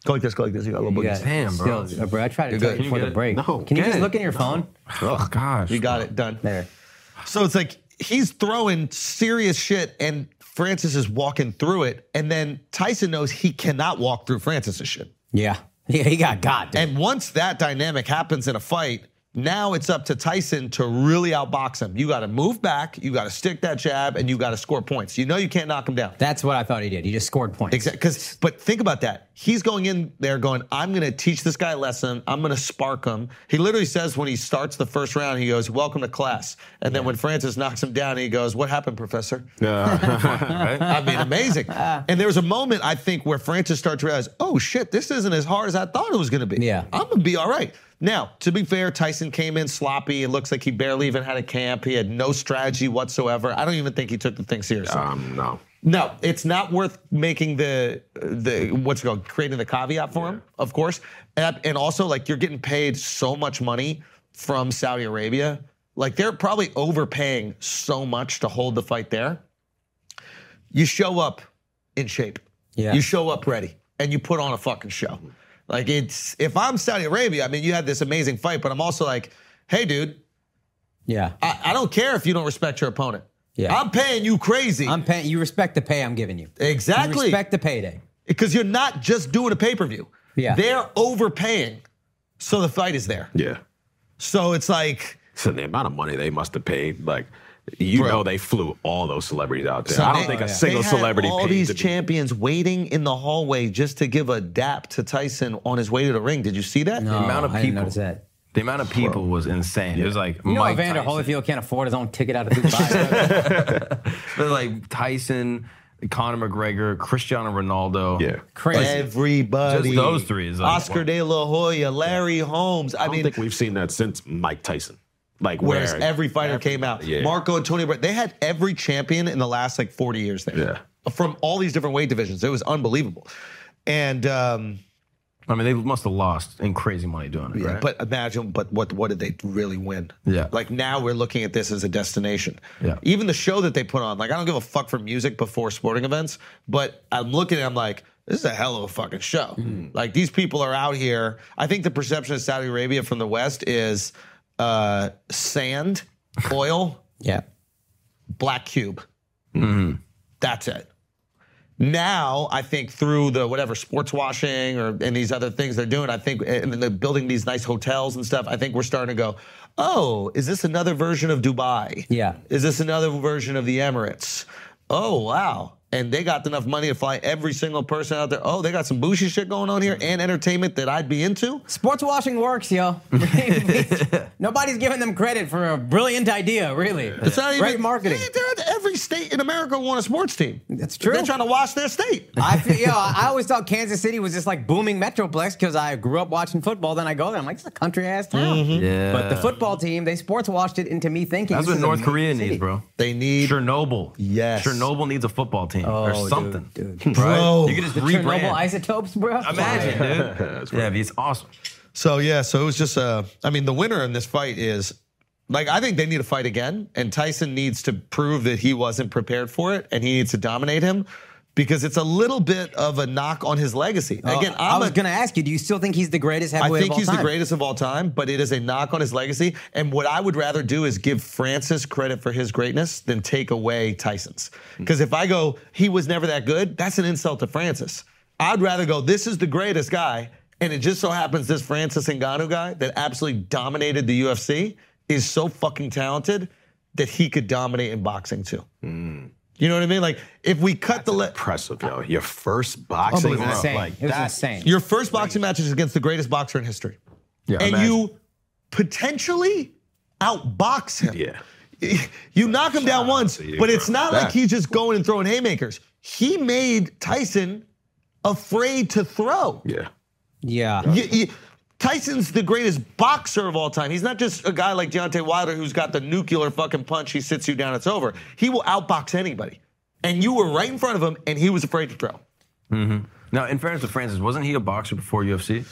S2: Go like this. Go like this. You got a little
S7: You
S2: boogies.
S7: got- Damn, bro. still- uh, bro, I tried to tell you before the break.
S2: No,
S7: Can you just look in your phone?
S2: Oh
S1: gosh,
S2: you got it done.
S7: There.
S2: So it's like he's throwing serious shit, and Francis is walking through it, and then Tyson knows he cannot walk through Francis's shit.
S7: Yeah. Yeah, he got got. dude.
S2: And once that dynamic happens in a fight, now it's up to Tyson to really outbox him. You got to move back, you got to stick that jab, and you got to score points. You know you can't knock him down.
S7: That's what I thought he did. He just scored points.
S2: Exactly. Because, but think about that. He's going in there, going, "I'm going to teach this guy a lesson. I'm going to spark him." He literally says when he starts the first round, he goes, "Welcome to class." And then when Francis knocks him down, he goes, "What happened,
S7: (laughs)
S2: Professor?" I mean, amazing. and there was a moment I think where Francis started to realize, "Oh shit, this isn't as hard as I thought it was going to be.
S7: Yeah.
S2: I'm going to be all right." Now, to be fair, Tyson came in sloppy. It looks like he barely even had a camp. He had no strategy whatsoever. I don't even think he took the thing seriously.
S3: Um, no.
S2: No, it's not worth making the the what's it called creating the caveat for him, of course, and, and also like you're getting paid so much money from Saudi Arabia, like they're probably overpaying so much to hold the fight there. You show up in shape,
S7: Yeah. Mm-hmm.
S2: You show up ready, and you put on a fucking show. Like it's if I'm Saudi Arabia, I mean, you had this amazing fight, but I'm also like, hey, dude,
S7: yeah.
S2: I, I don't care if you don't respect your opponent.
S7: Yeah.
S2: I'm paying you crazy.
S7: I'm paying. You respect the pay I'm giving you. You
S2: exactly.
S7: respect the payday.
S2: because you're not just doing a pay per view.
S7: Yeah.
S2: They're overpaying, so the fight is there.
S3: Yeah.
S2: So it's like,
S3: So the amount of money they must have paid, like, you
S2: Bro.
S3: know, they flew all those celebrities out there.
S2: so
S3: I don't
S2: they-
S3: think a
S2: they
S3: single
S2: had
S3: celebrity
S2: All
S3: paid
S2: these
S3: to be-
S2: champions waiting in the hallway just to give a dap to Tyson on his way to the ring. Did you see that?
S7: No,
S1: amount of
S7: Oh, I didn't
S1: people-
S7: notice that.
S1: The amount of people was insane. It was like
S7: You know,
S1: Mike
S7: Evander
S1: Tyson.
S7: Holyfield can't afford his own ticket out of
S2: (laughs)
S7: Dubai.
S1: They're like Tyson, Conor McGregor, Cristiano Ronaldo.
S3: Yeah.
S7: Crazy.
S2: Everybody.
S1: Just those three is like-
S2: Oscar De La Hoya, Larry Holmes. I,
S3: I don't
S2: mean,
S3: think we've seen that since Mike Tyson. Like, where (laughs)
S2: whereas every fighter came out.
S3: yeah.
S2: Marco Antonio, Brown- they had every champion in the last like 40 years there.
S3: Yeah.
S2: From all these different weight divisions. It was unbelievable. And um,
S1: I mean, they must have lost in crazy money doing it,
S2: yeah,
S1: right?
S2: but imagine, but what what did they really win?
S1: Yeah.
S2: Like now we're looking at this as a destination.
S1: Yeah.
S2: Even the show that they put on, like I don't give a fuck for music before sporting events, but I'm looking at it, I'm like, this is a hell of a fucking show.
S1: Hmm.
S2: Like these people are out here. I think the perception of Saudi Arabia from the West is uh, sand, oil,
S7: yeah.
S2: black cube.
S7: Mm-hmm.
S2: That's it. Now, I think through the whatever sports washing or and these other things they're doing, I think and they're building these nice hotels and stuff. I think we're starting to go, oh, is this another version of Dubai?
S7: Yeah.
S2: Is this another version of the Emirates? Oh wow. And they got enough money to fly every single person out there. Oh, they got some bushy shit going on here and entertainment that I'd be into.
S7: Sports washing works,
S2: (laughs)
S7: yo. (laughs) Nobody's giving them credit for a brilliant idea, really.
S2: It's not even
S7: Great marketing.
S2: Hey, they're- Every state in America want a sports team.
S7: That's true.
S2: They're trying to wash their state.
S7: I feel, yo, I I always thought Kansas City was just like booming metroplex because I grew up watching football. Then I go there, I'm like, it's a country ass town.
S2: Mm-hmm.
S1: Yeah.
S7: But the football team, they sports washed it into me thinking
S1: That's
S7: this
S1: what
S7: is a
S1: North
S7: major
S1: Korea
S7: city.
S1: needs, bro.
S2: They need
S1: Chernobyl.
S2: Yes.
S1: Chernobyl needs a football team or
S7: Oh, dude,
S1: something.
S7: dude.
S1: Right?
S2: Bro.
S1: You can just
S7: The
S1: rebrand.
S7: Chernobyl isotopes, bro.
S1: Imagine, dude. yeah, it's awesome.
S2: So yeah, so it was just uh, I mean, the winner in this fight is like I think they need to fight again, and Tyson needs to prove that he wasn't prepared for it, and he needs to dominate him because it's a little bit of a knock on his legacy. Again,
S7: Oh, i
S2: I'm
S7: was
S2: a-
S7: gonna ask you, do you still think he's the greatest
S2: I
S7: heavyweight
S2: think
S7: of all
S2: he's the
S7: time?
S2: greatest of all time, but it is a knock on his legacy. And what I would rather do is give Francis credit for his greatness than take away Tyson's.
S7: Hmm.
S2: Because if I go, he was never that good, that's an insult to Francis. I'd rather go, this is the greatest guy, and it just so happens this Francis Ngannou guy that absolutely dominated the UFC is so fucking talented that he could dominate in boxing too.
S7: Hmm.
S2: You know what I mean? Like if we cut the le-
S3: impressive, yo. Your first boxing
S7: It was
S3: round,
S7: insane.
S3: like
S7: it was
S3: that.
S7: insane.
S2: your first boxing match is against the greatest boxer in history.
S1: Yeah,
S2: and
S1: imagine.
S2: you potentially outbox him.
S3: Yeah.
S2: (laughs) You knock him down
S3: out
S2: once,
S3: to you,
S2: but it's
S3: bro.
S2: not
S3: That-
S2: like he's just going and throwing haymakers. He made Tyson afraid to throw.
S3: Yeah.
S7: yeah.
S2: You- you- Tyson's the greatest boxer of all time. He's not just a guy like Deontay Wilder who's got the nuclear fucking punch. He sits you down, it's over. He will outbox anybody. And you were right in front of him, and he was afraid to throw.
S1: Now, in fairness to Francis, wasn't he a boxer before UFC?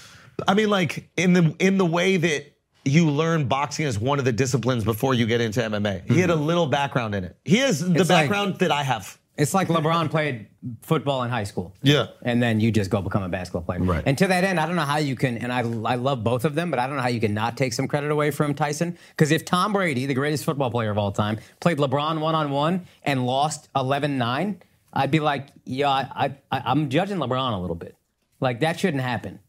S2: I mean, like in the in the way that you learn boxing as one of
S1: Mm-hmm.
S2: the disciplines before you get into MMA. He had a little background in it. He has the
S7: It's like-
S2: background that I have.
S7: It's like LeBron played football in high school.
S2: Yeah.
S7: And then you just go become a basketball player.
S2: Right.
S7: And to that end, I don't know how you can, and I, I love both of them, but I don't know how you can not take some credit away from Tyson. Because if Tom Brady, the greatest football player of all time, played LeBron one on one and lost 11 9, I'd be like, yeah, I, I, I'm judging LeBron a little bit. Like, that shouldn't happen.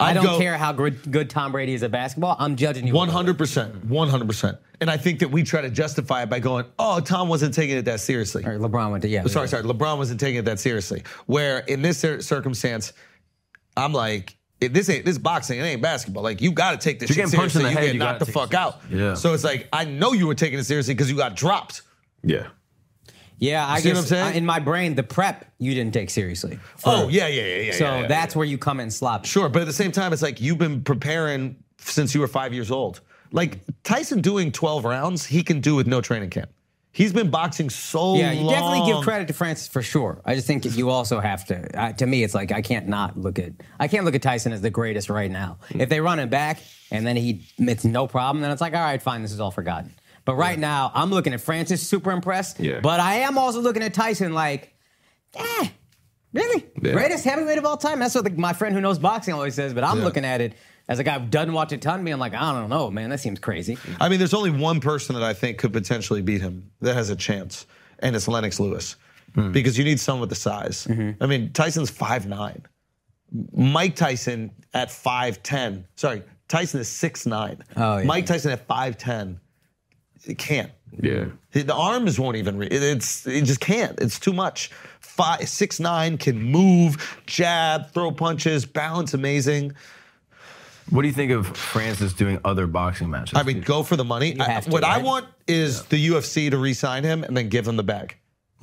S7: I
S2: I'd
S7: don't
S2: go-
S7: care how good, good Tom Brady is at basketball. I'm judging you. a
S2: One
S7: little
S2: hundred percent, one hundred percent. And I think that we try to justify it by going, "Oh, Tom wasn't taking it that seriously."
S7: bit. LeBron went to, yeah.
S2: sorry, sorry, LeBron wasn't taking it that seriously. Where in this cir- circumstance, I'm like, if this ain't this is boxing, it ain't basketball. Like you got to take this
S1: You're
S2: shit
S1: getting punched in
S2: seriously.
S1: the
S2: you
S1: head,
S2: get
S1: you
S2: knocked the
S1: gotta take
S2: fuck out.
S1: Yeah.
S2: So it's like I know you were taking it seriously because you got dropped.
S8: Yeah.
S7: Yeah, I
S2: see
S7: guess
S2: what I'm saying?
S7: I- in my brain, the prep you didn't take seriously.
S2: Oh yeah, yeah, yeah, yeah.
S7: so
S2: yeah, yeah,
S7: that's where you come in sloppy.
S2: Sure, but at the same time, it's like you've been preparing since you were five years old. Like Tyson doing 12 rounds, he can do with no training camp. He's been boxing so
S7: Yeah, you definitely give
S2: long.
S7: credit to Francis for sure. I just think that you also have to. I, to me, it's like I can't not look at. I can't look at Tyson as the greatest right now. If they run him back and then he it's no problem, then it's like all right, fine, this is all forgotten. But right now, I'm looking at Francis, super impressed.
S8: Yeah.
S7: But I am also looking at Tyson, like, eh, really
S8: Yeah.
S7: greatest heavyweight of all time. That's what the, my friend who knows boxing always says. But I'm looking at it as a guy who doesn't watch a ton. Me, I'm like, I don't know, man, that seems crazy.
S2: I mean, there's only one person that I think could potentially beat him that has a chance, and it's Lennox Lewis. Because you need someone with the size. I mean, Tyson's 5'9. Mike Tyson at 5'10. Sorry, Tyson is 6'9.
S7: Oh, yeah.
S2: Mike Tyson at 5'10 it can't.
S8: Yeah.
S2: The arms won't even. Re- it- it's it just can't. It's too much. Five six nine can move, jab, throw punches, balance amazing.
S1: What do you think of Francis doing other boxing matches?
S2: I mean, go for the money. I-
S7: have to,
S2: what I
S7: right?
S2: want is the UFC to re-sign him and then give him the bag.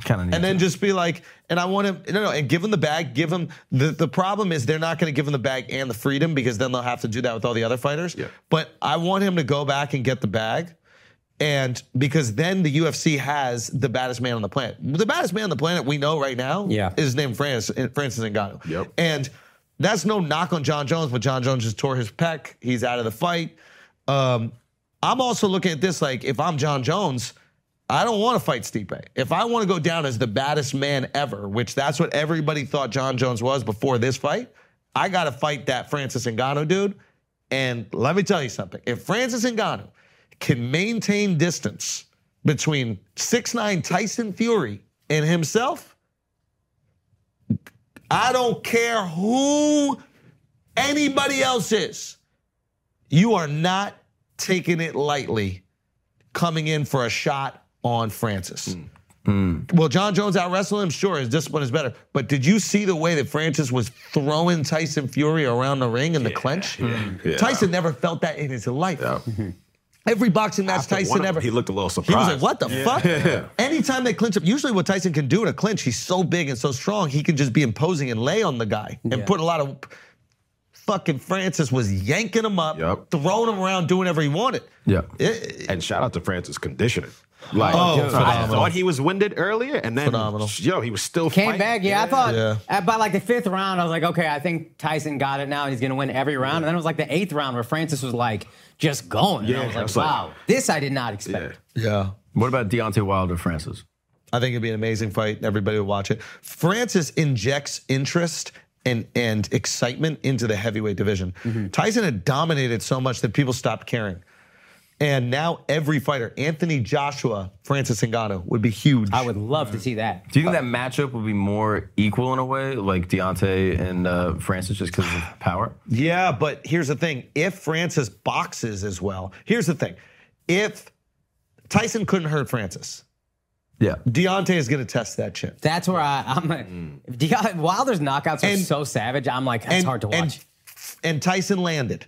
S1: kind of.
S2: And then just be like, and I want him, no, no, and give him the bag, give him, the, the problem is they're not going to give him the bag and the freedom because then they'll have to do that with all the other fighters.
S8: Yeah.
S2: But I want him to go back and get the bag. And because then the UFC has the baddest man on the planet. The baddest man on the planet we know right now
S7: Yeah.
S2: is named Francis, Francis Ngannou.
S8: Yep.
S2: And that's no knock on John Jones, but John Jones just tore his pec. He's out of the fight. Um, I'm also looking at this like if I'm John Jones, I don't want to fight Stipe. If I want to go down as the baddest man ever, which that's what everybody thought John Jones was before this fight, I got to fight that Francis Ngannou dude. And let me tell you something: if Francis Ngannou can maintain distance between 6'9 Tyson Fury and himself, I don't care who anybody else is. You are not taking it lightly coming in for a shot on Francis. Hmm. Well, John Jones out wrestled him. Sure, his discipline is better. But did you see the way that Francis was throwing Tyson Fury around the ring in the clench?
S8: yeah.
S2: Tyson never felt that in his life. Every boxing match
S8: After one
S2: Tyson
S8: of
S2: ever.
S8: them, He looked a little
S2: He
S8: surprised.
S2: was like, "What the
S3: (laughs)
S2: fuck?"
S8: (laughs)
S2: Anytime they clinch up, usually what Tyson can do in a clinch, he's so big and so strong, he can just be imposing and lay on the guy and
S7: Yeah.
S2: put a lot of. Fucking Francis was yanking him up,
S8: Yup.
S2: throwing him around, doing whatever he wanted.
S1: yeah.
S2: It-
S8: And shout out to Francis conditioning. Like,
S2: Oh,
S8: I
S2: phenomenal.
S8: thought he was winded earlier, and then
S2: Phenomenal.
S8: yo, he was still
S7: Came
S8: fighting.
S7: back, yeah. I thought
S2: Yeah.
S7: at, by like the fifth round, I was like, okay, I think Tyson got it now, and he's gonna win every round. And then it was like the eighth round where Francis was like just going. and
S8: Yeah,
S7: I
S8: I
S7: was like,
S8: was like-
S7: wow, this I did not expect.
S2: yeah.
S1: What about Deontay Wilder Francis?
S2: I think it'd be an amazing fight. and Everybody would watch it. Francis injects interest and and excitement into the heavyweight division.
S7: Mm-hmm.
S2: Tyson had dominated so much that people stopped caring. And now every fighter, Anthony Joshua, Francis Ngannou, would be huge.
S7: I would love to see that.
S1: Do you think that matchup would be more equal in a way, like Deontay and uh, Francis, just because of power?
S2: Yeah, but here's the thing. If Francis boxes as well, here's the thing. If Tyson couldn't hurt Francis,
S1: Yeah.
S2: Deontay is going to test that shit.
S7: That's where I, I'm. Like, Deon- Wilder's knockouts are
S2: And-
S7: so savage. I'm like, that's hard to watch.
S2: And, and Tyson landed.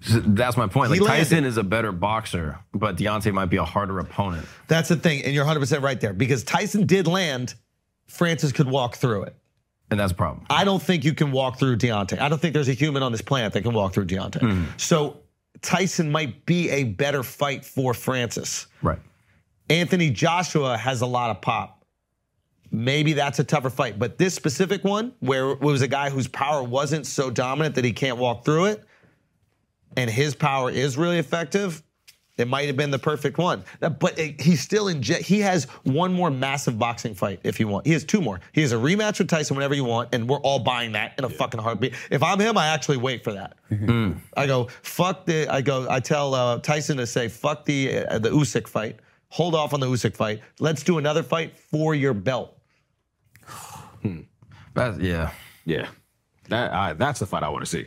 S1: So that's my point. Like
S2: He landed.
S1: Tyson is a better boxer, but Deontay might be a harder opponent.
S2: That's the thing, and you're 100% right there because Tyson did land. Francis could walk through it.
S1: And that's a problem.
S2: I don't think you can walk through Deontay. I don't think there's a human on this planet that can walk through Deontay.
S7: Hmm.
S2: So Tyson might be a better fight for Francis.
S1: Right.
S2: Anthony Joshua has a lot of pop. Maybe that's a tougher fight, but this specific one, where it was a guy whose power wasn't so dominant that he can't walk through it, and his power is really effective, It might have been the perfect one. That- But it- he's still in jet. He has one more massive boxing fight if you want. He has two more. He has a rematch with Tyson whenever you want, and we're all buying that in a fucking heartbeat. If I'm him, I actually wait for that. I go fuck the. I go. I tell uh, Tyson to say fuck the uh, the Usyk fight. Hold off on the Usyk fight. Let's do another fight for your belt.
S1: That's, yeah.
S3: Yeah, that I, that's the fight I want to see.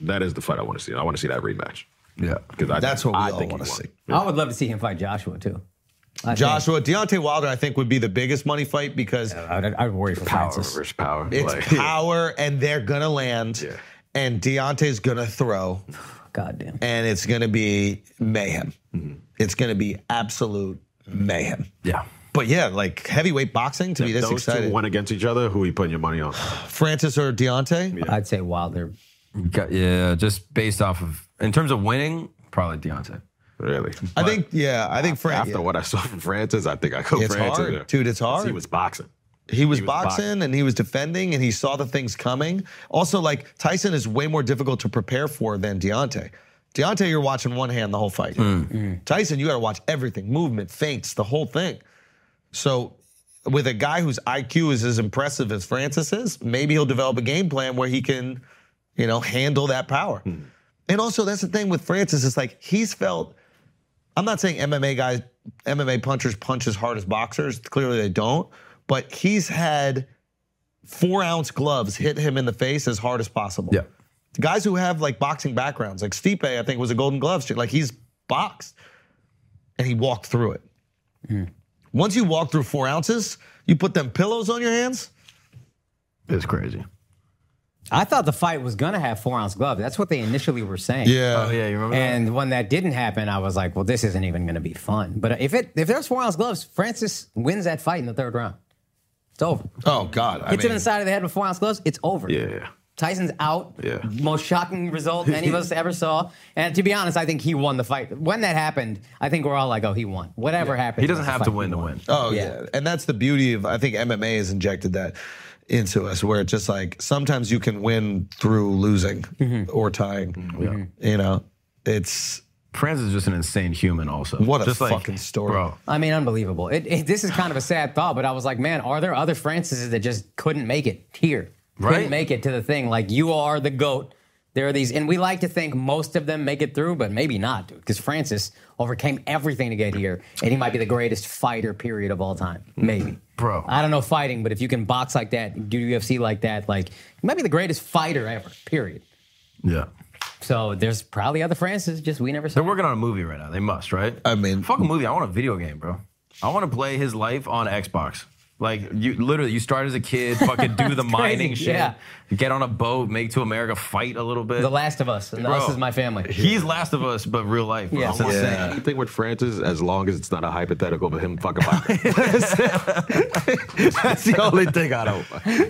S3: That is the fight I want to see. I want to see that rematch.
S1: Yeah,
S3: because I
S2: That's what we
S3: I
S2: all
S3: think he won.
S2: wanna see.
S7: I would love to see him fight Joshua too. I
S2: Joshua Deontay Wilder, I think, would be the biggest money fight because
S7: think- I would, I would worry for
S1: Power
S7: Francis.
S1: versus power.
S2: it's
S1: like-
S2: power, and they're gonna land,
S3: Yeah.
S2: and Deontay's gonna throw,
S7: Goddamn.
S2: and it's gonna be mayhem.
S3: Mm-hmm.
S2: It's gonna be absolute mayhem.
S1: yeah.
S2: But yeah, like heavyweight boxing to be this
S3: Those
S2: excited.
S3: two went against each other. Who are you putting your money
S2: (sighs)
S3: on?
S2: Francis or Deontay?
S7: I'd say Wilder.
S1: Got- yeah, just based off of in terms of winning, probably Deontay.
S3: Really?
S2: I think yeah, I think Fran-
S3: After what I saw from Francis, I think I go
S2: It's
S3: Francis.
S2: hard,
S3: there.
S2: dude, it's
S3: 'Cause He
S2: hard.
S3: was boxing.
S2: He was,
S3: was
S2: boxing,
S3: boxing.
S2: and he was defending and he saw the things coming. Also, like Tyson is way more difficult to prepare for than Deontay. Deontay, you're watching one hand the whole fight. Tyson, you got to watch everything movement, feints, the whole thing. So, with a guy whose IQ is as impressive as Francis is, maybe he'll develop a game plan where he can, you know, handle that power. And also, that's the thing with Francis, it's like he's felt. I'm not saying MMA guys, MMA punchers punch as hard as boxers. Clearly they don't. But he's had four ounce gloves hit him in the face as hard as possible.
S1: Yeah.
S2: Guys who have like boxing backgrounds, like Stipe, I think was a Golden Gloves. Like he's boxed, and he walked through it. Once you walk through four ounces, you put them pillows on your hands.
S1: It's crazy.
S7: I thought the fight was gonna have four ounce gloves. That's what they initially were saying.
S1: Oh yeah, you remember? that?
S7: And when that didn't happen, I was like, well, this isn't even gonna be fun. But if it if there's four ounce gloves, Francis wins that fight in the third round. It's over.
S2: Oh God, I
S7: Hits him in the side of the head with four ounce gloves. It's over.
S3: Yeah.
S7: Tyson's out.
S3: Yeah.
S7: Most shocking result any of us ever saw. And to be honest, I think he won the fight. When that happened, I think we're all like, oh, he won. Whatever happened.
S1: He doesn't
S7: was the
S1: have to
S7: fight
S1: win
S7: he
S1: to
S7: won.
S1: win.
S2: Oh yeah. and that's the beauty of I think MMA has injected that into us, where it's just like sometimes you can win through losing or tying. You know, it's
S1: Francis is just an insane human. Also,
S2: What a
S1: Just
S2: fucking story.
S1: bro.
S7: I mean, unbelievable. It, it, this is kind of a sad thought, but I was like, man, are there other Francises that just couldn't make it here?
S1: Right.
S7: Couldn't make it to the thing. Like, you are the GOAT. There are these, and we like to think most of them make it through, but maybe not, dude, because Francis overcame everything to get here, and he might be the greatest fighter, period, of all time. Maybe.
S1: Bro.
S7: I don't know fighting, but if you can box like that, do UFC like that, like, you might be the greatest fighter ever, period.
S1: Yeah.
S7: So there's probably other Francis, just we never saw.
S1: They're working on a movie right now. They must, right?
S2: I mean-
S1: fuck a movie. I want a video game, bro. I want to play his life on Xbox. Like you, literally, you start as a kid, fucking do the mining shit,
S7: yeah.
S1: get on a boat, make to America, fight a little bit.
S7: The Last of Us, and
S1: Bro,
S7: Us is my
S1: (laughs)
S7: family.
S1: He's Last of Us, but real life. bro.
S7: Yeah.
S1: I want
S3: Say
S1: that.
S3: Anything with Francis, as long as it's not a hypothetical, but him
S8: (laughs)
S3: fucking boxing. That's the only thing I don't.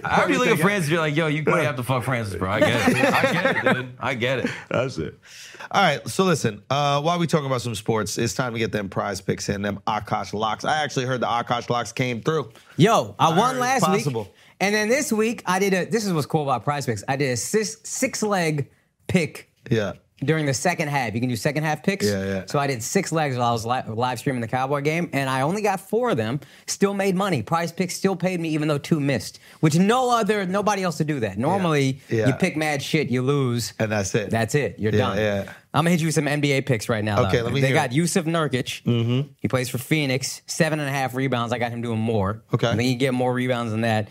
S1: How do you look at Francis? You're like, yo, you might have to fuck Francis, bro. I get it. I get it, dude. I get it.
S3: That's it.
S2: all right. So listen, uh, while we talking about some sports, it's time to get them prize picks in them Akash locks. I actually heard the Akash locks came through.
S7: Yo, I
S2: Iron
S7: won last
S2: possible.
S7: week. And then this week I did a this is what's cool about prize picks. I did a six six leg pick
S2: Yeah.
S7: during the second half. You can do second half picks.
S2: Yeah, yeah.
S7: So I did six legs while I was li- live streaming the Cowboy game, and I only got four of them. Still made money. Prize picks still paid me, even though two missed, which no other, nobody else to do that. Normally,
S2: Yeah.
S7: you pick mad shit, you lose,
S2: And that's it.
S7: That's it. You're
S2: Yeah,
S7: done.
S2: yeah.
S7: I'm gonna hit you with some NBA picks right now.
S2: Okay,
S7: though.
S2: let me
S7: They
S2: hear
S7: got
S2: it.
S7: Yusuf Nurkic. Mm-hmm. He plays for Phoenix. Seven and a half rebounds. I got him doing more.
S2: Okay.
S7: I think he can get more rebounds than that.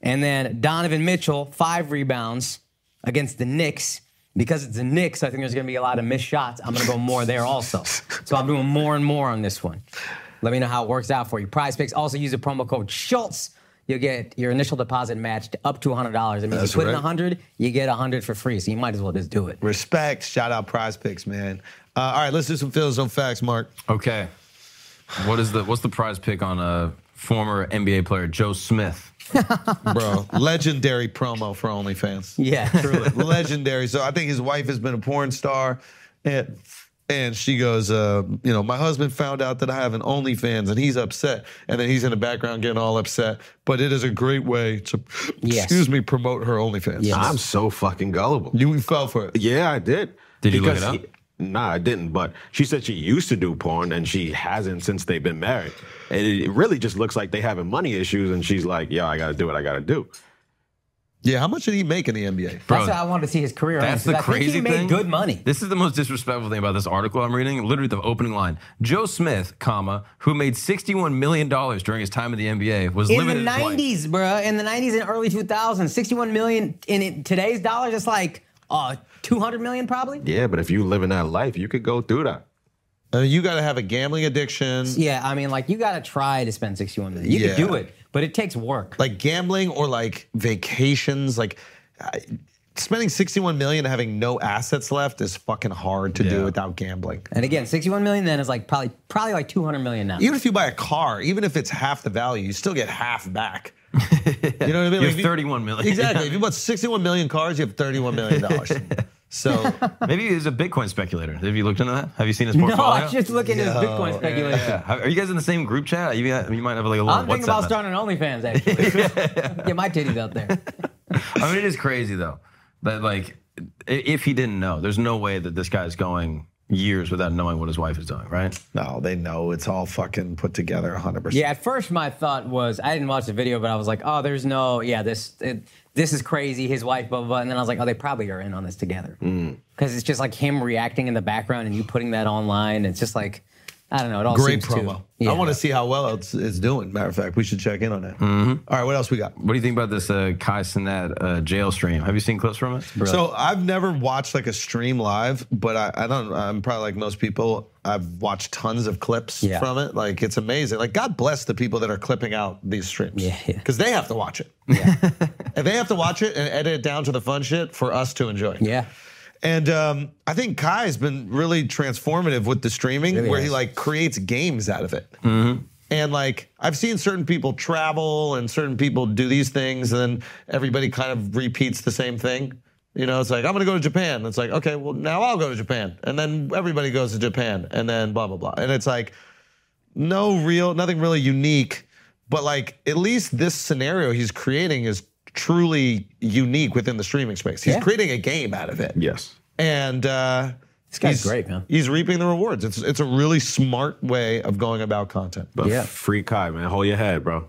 S7: And then Donovan Mitchell, five rebounds against the Knicks. Because it's the Knicks, I think there's going to be a lot of missed shots. I'm going to go more
S2: (laughs)
S7: there also. So I'm doing more and more on this one. Let me know how it works out for you. Prize picks also use the promo code Schultz. You'll get your initial deposit matched up to $100. It means
S2: That's
S7: you put in
S2: right.
S7: 100 you get 100 for free. So you might as well just do it.
S2: Respect. Shout out prize picks, man. Uh, all right, let's do some feels, some facts, Mark.
S1: Okay. What is the what's the prize pick on a former NBA player Joe Smith?
S2: Bro, (laughs) legendary promo for OnlyFans.
S7: Yeah.
S2: Truly, (laughs) legendary. So I think his wife has been a porn star, and and she goes, uh, you know, my husband found out that I have an OnlyFans, and he's upset, and then he's in the background getting all upset. But it is a great way to,
S7: Yes.
S2: excuse me, promote her OnlyFans.
S7: Yes.
S3: I'm so fucking gullible.
S2: You fell for it.
S3: Yeah, I did.
S1: Did you look it up?
S3: he-
S8: Nah, I didn't. But she said she used to do porn and she hasn't since they've been married. And it really just looks like they having money issues. And she's like, "Yo, I gotta do what I gotta do."
S2: Yeah, how much did he make in the NBA?
S7: that's why I wanted to see his career.
S1: That's
S7: on,
S1: the
S7: 'cause I think
S1: crazy
S7: he made
S1: thing.
S7: Good money.
S1: This is the most disrespectful thing about this article I'm reading. Literally the opening line: Joe Smith, comma, who made 61 million dollars during his time in the NBA, was
S7: in the
S1: limited. his life.
S7: nineties, bruh. In the nineties and early 2000s, 61 million in it, today's dollars, it's like uh, 200 million probably.
S8: Yeah, but if you living that life, you could go through that.
S2: Uh, you got to have a gambling addiction.
S7: Yeah, I mean, like you gotta try to spend 61 million. You
S2: Yeah.
S7: can do it, but it takes work.
S2: Like gambling or like vacations. Like I, spending 61 million and having no assets left is fucking hard to do without gambling.
S7: And again, 61 million then is like probably probably like 200 million now.
S2: Even if you buy a car, even if it's half the value, you still get half
S7: (laughs)
S2: back. You know what I mean?
S1: You
S2: Like,
S1: have
S2: if
S1: 31 million.
S2: (laughs) Exactly. If you bought 61 million cars, you have 31 million
S7: (laughs)
S2: dollars. so
S1: (laughs) Maybe he's a Bitcoin speculator. Have you looked into that? Have you seen his
S7: (laughs) No, I
S1: portfolio? (laughs)
S7: just look into his No. Bitcoin speculation.
S1: Yeah. Have- Are you guys in the same group chat? You, you might have like a little
S7: I'm thinking about
S1: WhatsApp.
S7: starting an OnlyFans
S1: (laughs)
S7: actually. Get my titties out there.
S1: message. I mean, it is crazy though that like i- if he didn't know, there's no way that this guy's going years without knowing what his wife is doing, right?
S2: No, they know it's all fucking put together 100%.
S7: Yeah, at first my thought was I didn't watch the video, but I was like, oh, there's no, yeah, this it, this is crazy. His wife, blah blah. blah. And then I was like, oh, they probably are in on this together
S2: Mm.
S7: because it's just like him reacting in the background and you putting that online. It's just like I don't know. It all
S2: Great
S7: seems
S2: promo.
S7: Too, yeah.
S2: I want to see how well it's, it's doing. Matter of fact, we should check in on it.
S7: Mm-hmm.
S2: All right, what else we got?
S1: What do you think about this uh, Kai Sinat uh, jail stream? Have you seen clips from it?
S2: So I've never watched like a stream live, but I, I don't. I'm probably like most people. I've watched tons of clips
S7: Yeah.
S2: from it. Like it's amazing. Like God bless the people that are clipping out these streams.
S7: Yeah, yeah.
S2: Because they have to watch it. (laughs) and they have to watch it and edit it down to the fun shit for us to enjoy.
S7: Yeah.
S2: And um, I think Kai's been really transformative with the streaming,
S7: Really
S2: where he
S7: has. Mm-hmm.
S2: like creates games out of it. And like I've seen certain people travel and certain people do these things, and then everybody kind of repeats the same thing. You know, it's like I'm going to go to Japan. It's like okay, well now I'll go to Japan, and then everybody goes to Japan, and then blah blah blah. And it's like no real, nothing really unique. But like at least this scenario he's creating is truly unique within the streaming space. He's
S7: Yeah.
S2: creating a game out of it
S8: Yes.
S2: and uh, this
S7: guy's great, man.
S2: He's reaping the rewards. It's it's a really smart way of going about content.
S8: But
S7: Yeah.
S8: free Kai, man. Hold your head, (laughs) bro.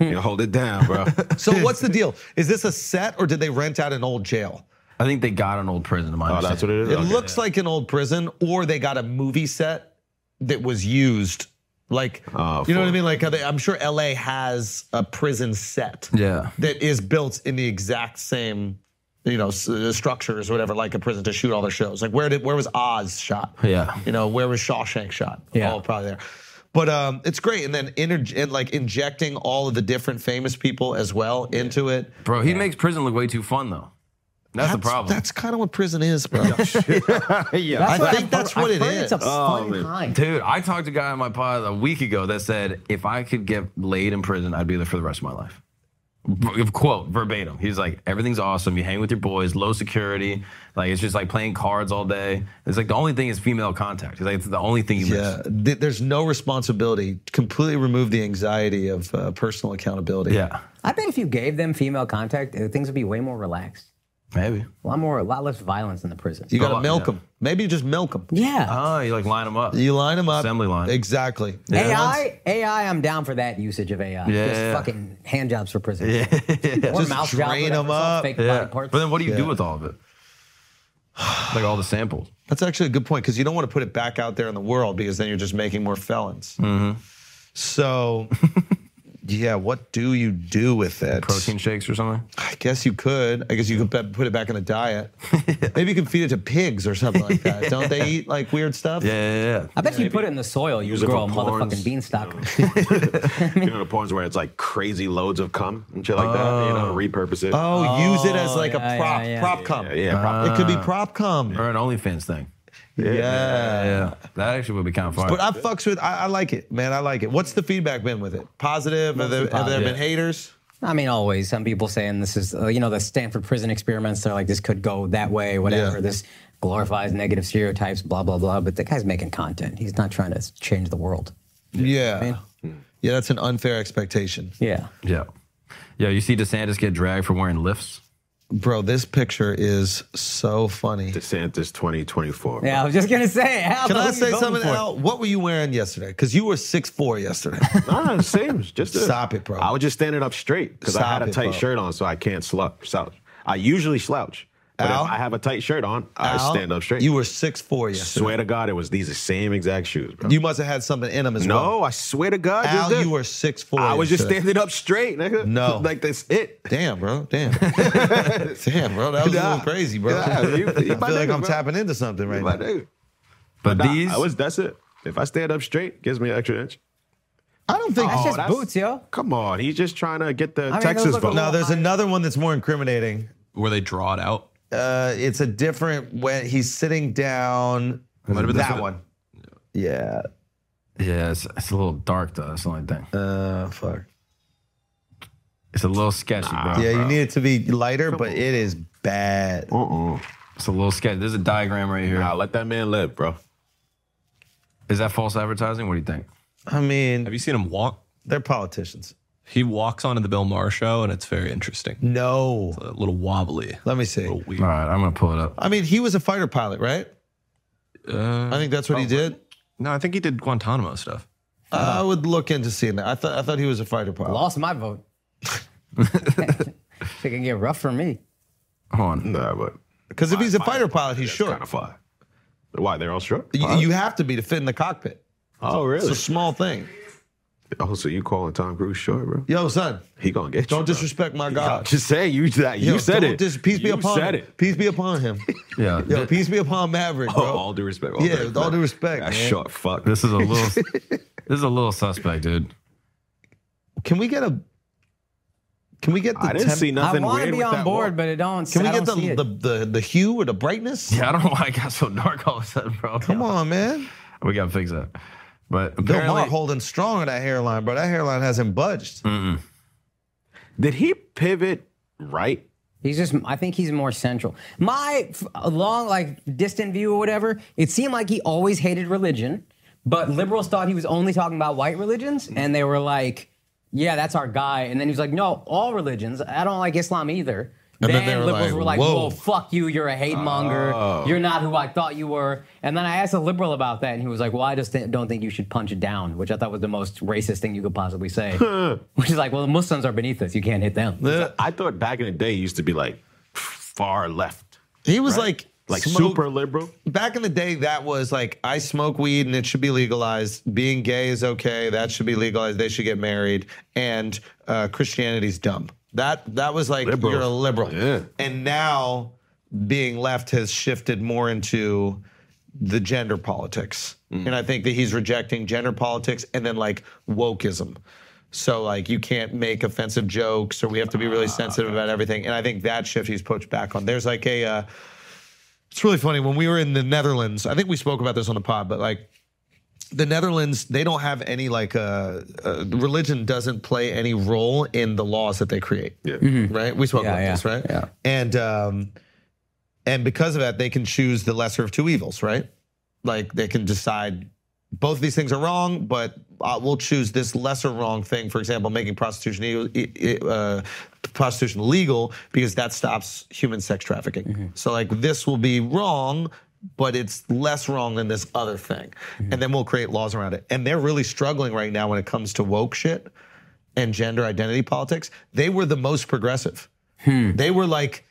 S8: you hold it down, (laughs) bro.
S2: (laughs) So what's the deal? Is this a set or did they rent out an old jail?
S1: I think they got an old prison. To my
S8: Oh,
S1: understanding.
S8: that's what it is?
S2: It
S8: Okay.
S2: looks like an old prison, or they got a movie set that was used. Like
S8: Oh,
S2: you know what I
S8: fuck.
S2: mean? Like how they- I'm sure LA has a prison set
S1: Yeah.
S2: that is built in the exact same. You know, s- uh, structures or whatever, like a prison to shoot all their shows. Like, where did where was Oz shot?
S1: Yeah.
S2: You know, where was Shawshank shot?
S7: Yeah.
S2: All probably there. But um, it's great. And then inter- and like injecting all of the different famous people as well into it.
S1: Bro, he makes prison look way too fun though. That's, the problem.
S2: That's kind of what prison is, bro.
S8: yeah.
S7: That's
S2: I
S7: what
S2: think
S7: I've
S2: that's
S7: heard-
S2: what
S7: I've
S2: it
S7: heard It's a
S2: is. Oh,
S7: fun kind.
S1: Dude, I talked to a guy on my pod a week ago that said if I could get laid in prison, I'd be there for the rest of my life. V- Quote verbatim. He's like, everything's awesome. You hang with your boys, low security. Like it's just like playing cards all day. It's like the only thing is female contact. He's like, it's the only thing you
S2: Yeah,
S1: miss.
S2: th- there's no responsibility. Completely remove the anxiety of uh, personal accountability.
S1: Yeah,
S7: I bet if you gave them female contact, uh, things would be way more relaxed.
S1: maybe.
S7: A lot more, a lot less violence in the prison.
S2: you got
S1: Oh,
S2: to milk
S1: yeah.
S2: them. Maybe you just milk them.
S7: Yeah.
S1: Oh, you like line them up.
S2: You line them up.
S1: Assembly line.
S2: Exactly.
S7: AI, AI, I'm down for that usage of AI.
S1: Yeah.
S7: Just fucking hand jobs for prisoners. Or
S2: Just
S7: mouth jobs,
S2: drain
S7: whatever,
S2: 'em
S7: it's all
S2: up.
S7: Fake
S1: Yeah.
S7: body parts.
S1: But then what do you do with all of it? Like all the samples.
S2: That's actually a good point because you don't want to put it back out there in the world because then you're just making more felons. So, yeah, what do you do with it?
S1: Protein shakes or something?
S2: I guess you could. I guess you could be- put it back in a diet. Maybe you could feed it to pigs or something like that. Don't they eat like weird stuff?
S1: Yeah, yeah,
S7: I
S1: yeah.
S7: bet you put it in the soil, you
S8: Use
S7: would
S8: it
S7: grow a
S8: for porns,
S7: motherfucking beanstalk.
S8: you know the porns where it's like crazy loads of cum and shit like that. You know, repurpose it.
S2: Oh, Uh. use it as like
S7: yeah,
S2: a prop,
S7: yeah, yeah.
S2: prop cum.
S8: yeah, yeah, prop-
S2: It could be prop cum.
S1: Or an OnlyFans thing.
S2: Yeah.
S1: Yeah, that actually would be kind of fun.
S2: But I fucks with. I, I like it, man. I like it. What's the feedback been with it? Positive? Have there, have there
S1: positive.
S2: been haters?
S7: I mean, always some people saying this is, uh, you know, the Stanford prison experiments. They're like, this could go that way, whatever.
S2: Yeah.
S7: This glorifies negative stereotypes, blah blah blah. But the guy's making content. He's not trying to s- change the world.
S2: Yeah. Yeah, that's an unfair expectation.
S7: Yeah.
S1: Yeah. Yeah, you see DeSantis get dragged for wearing lifts?
S2: Bro, this picture is so funny.
S8: DeSantis 2024.
S7: Yeah, I was just gonna say. (laughs) Al,
S2: Can
S7: who
S2: I
S7: you
S2: say
S7: voting
S2: something,
S7: for?
S2: Al? What were you wearing yesterday? Because you were 6'4 yesterday.
S8: (laughs) Nah, same. Just a-
S2: Stop it, bro.
S8: I was just standing up straight because I
S2: Stop
S8: had a
S2: it,
S8: tight
S2: bro.
S8: shirt on, so I can't slouch. slouch. I usually slouch, but
S2: Al?
S8: if I have a tight shirt on, I
S2: Al,
S8: stand up straight.
S2: You were 6'4 yesterday.
S8: swear to God, it was these the same exact shoes, bro.
S2: You must have had something in them as well.
S8: no, I swear to God, just
S2: Al,
S8: this.
S2: you were 6'4.
S8: I was just
S2: yesterday.
S8: standing up straight, nigga.
S2: No.
S8: (laughs) like that's it.
S2: Damn, bro.
S8: (laughs)
S2: Damn. damn, bro. That was a little
S8: Nah.
S2: crazy, bro.
S8: Yeah, you- you
S2: (laughs) I feel
S8: my
S2: like
S8: nigga,
S2: I'm
S8: bro.
S2: tapping into something right
S8: But,
S2: now.
S8: nigga,
S1: But
S8: nah,
S1: these,
S8: I was. That's it. If I stand up straight, gives me an extra inch.
S2: I don't think.
S7: That's
S8: Oh,
S7: just
S8: that's-
S7: boots, yo.
S8: Come on, he's just trying to get the
S7: mean,
S8: Texas
S7: those look a
S8: vote.
S2: no, there's another one that's more incriminating.
S10: Where they draw it out.
S2: Uh, it's a different when he's sitting down.
S10: Might have been
S2: that
S10: this-
S2: one. Yeah.
S1: yeah, it's, it's a little dark though. That's the only thing.
S2: Uh, fuck.
S1: It's a little sketchy, bro.
S8: Uh-huh.
S2: Yeah, you need it to be lighter, but it is bad.
S8: Uh-uh.
S1: It's a little sketchy. There's a diagram right here.
S8: Nah, let that man live, bro.
S1: Is that false advertising? What do you think?
S2: I mean,
S10: Have you seen him walk?
S2: they're politicians.
S10: He walks onto the Bill Maher show, and it's very interesting.
S2: No.
S10: A little wobbly.
S2: Let me see.
S10: little weird.
S1: All right, I'm gonna pull it up.
S2: I mean, he was a fighter pilot, right?
S10: Uh,
S2: I think that's what he did.
S10: no, I think he did Guantanamo stuff.
S2: I would look into seeing that. I thought I thought he was a fighter pilot.
S7: Lost my vote. (laughs) it can get rough for me.
S1: Hold on.
S8: Nah, but
S2: Because if he's a fighter pilot, he's short.
S8: kind of fly. Why they're all short?
S2: You,
S8: Huh?
S2: you have to be to fit in the cockpit.
S8: oh,
S2: It's
S8: really?
S2: a small thing.
S8: oh, so you calling Tom Cruise short, bro?
S2: Yo, son,
S8: He gonna get
S2: don't
S8: you.
S2: disrespect my
S8: bro.
S2: God.
S8: Just say you that you
S2: Yo,
S8: said
S2: don't
S8: it.
S2: dis- peace be
S8: you
S2: upon
S8: said
S2: him.
S8: it.
S2: Peace be upon him.
S1: Yeah.
S2: Yo,
S1: thi-
S8: (laughs)
S2: peace be upon Maverick,
S8: Oh,
S2: bro.
S8: all due respect.
S2: Yeah, with all due respect,
S8: That
S2: man.
S8: short fuck.
S1: This is a little. (laughs) this is a little suspect, dude.
S2: Can we get a? Can we get the?
S8: I didn't
S2: temp-
S8: see nothing
S7: I want
S8: weird
S7: to be
S8: with
S7: on
S8: that
S7: board,
S8: walk.
S7: but it don't.
S2: Can we
S7: I
S2: get the
S7: don't see it.
S2: the, the the hue or the brightness?
S1: Yeah, I don't know why I got so dark all of a sudden, bro.
S2: Come on, man.
S1: we gotta fix that. But
S2: Bill Maher
S1: apparently,
S2: holding strong on that hairline, bro. That hairline hasn't budged.
S8: Mm. Did he pivot right?
S7: He's just. I think he's more central. My f- long, like distant view or whatever. It seemed like he always hated religion, but liberals thought he was only talking about white religions, and they were like, "Yeah, that's our guy." And then he was like, "No, all religions. I don't like Islam either."
S2: And then
S7: then,
S2: they were
S7: liberals
S2: like,
S7: were like,
S2: "Whoa." Oh.
S7: "Well, fuck you. You're a hate monger. You're not who I thought you were." And then I asked a liberal about that, and he was like, "Well, I just th- don't think you should punch it down," which I thought was the most racist thing you could
S2: (laughs)
S7: possibly say. which is like, "Well, the Muslims are beneath us. You can't hit them."
S2: Uh,
S8: I thought back in the day he used to be like far left,
S2: He was
S8: Right?
S2: like
S8: like
S2: smoke-
S8: super liberal.
S2: back in the day, that was like I smoke weed and it should be legalized. Being gay is okay. That should be legalized. They should get married. And uh, Christianity's dumb. That that was like
S8: Liberal.
S2: you're a liberal.
S8: Yeah.
S2: And now being left has shifted more into the gender politics.
S8: Hmm.
S2: And I think that he's rejecting gender politics and then like wokeism. So like you can't make offensive jokes or we have to be really
S8: Ah.
S2: sensitive about everything. And I think that shift he's pushed back on. There's like a uh, it's really funny when we were in the Netherlands. I think we spoke about this on the pod, but like the Netherlands, they don't have any like uh, uh, religion doesn't play any role in the laws that they create.
S8: Yeah.
S2: Right? We spoke
S7: Mm-hmm. Yeah,
S2: about
S7: yeah,
S2: this, right?
S7: yeah.
S2: And um, and because of that, they can choose the lesser of two evils, right? Like they can decide both of these things are wrong, but uh, we'll choose this lesser wrong thing. For example, making prostitution e- e- uh, prostitution legal because that stops human sex trafficking. So like this will be wrong, but it's less wrong than this other thing, and then we'll create laws around it. And they're really struggling right now when it comes to woke shit and gender identity politics. They were the most progressive. They were like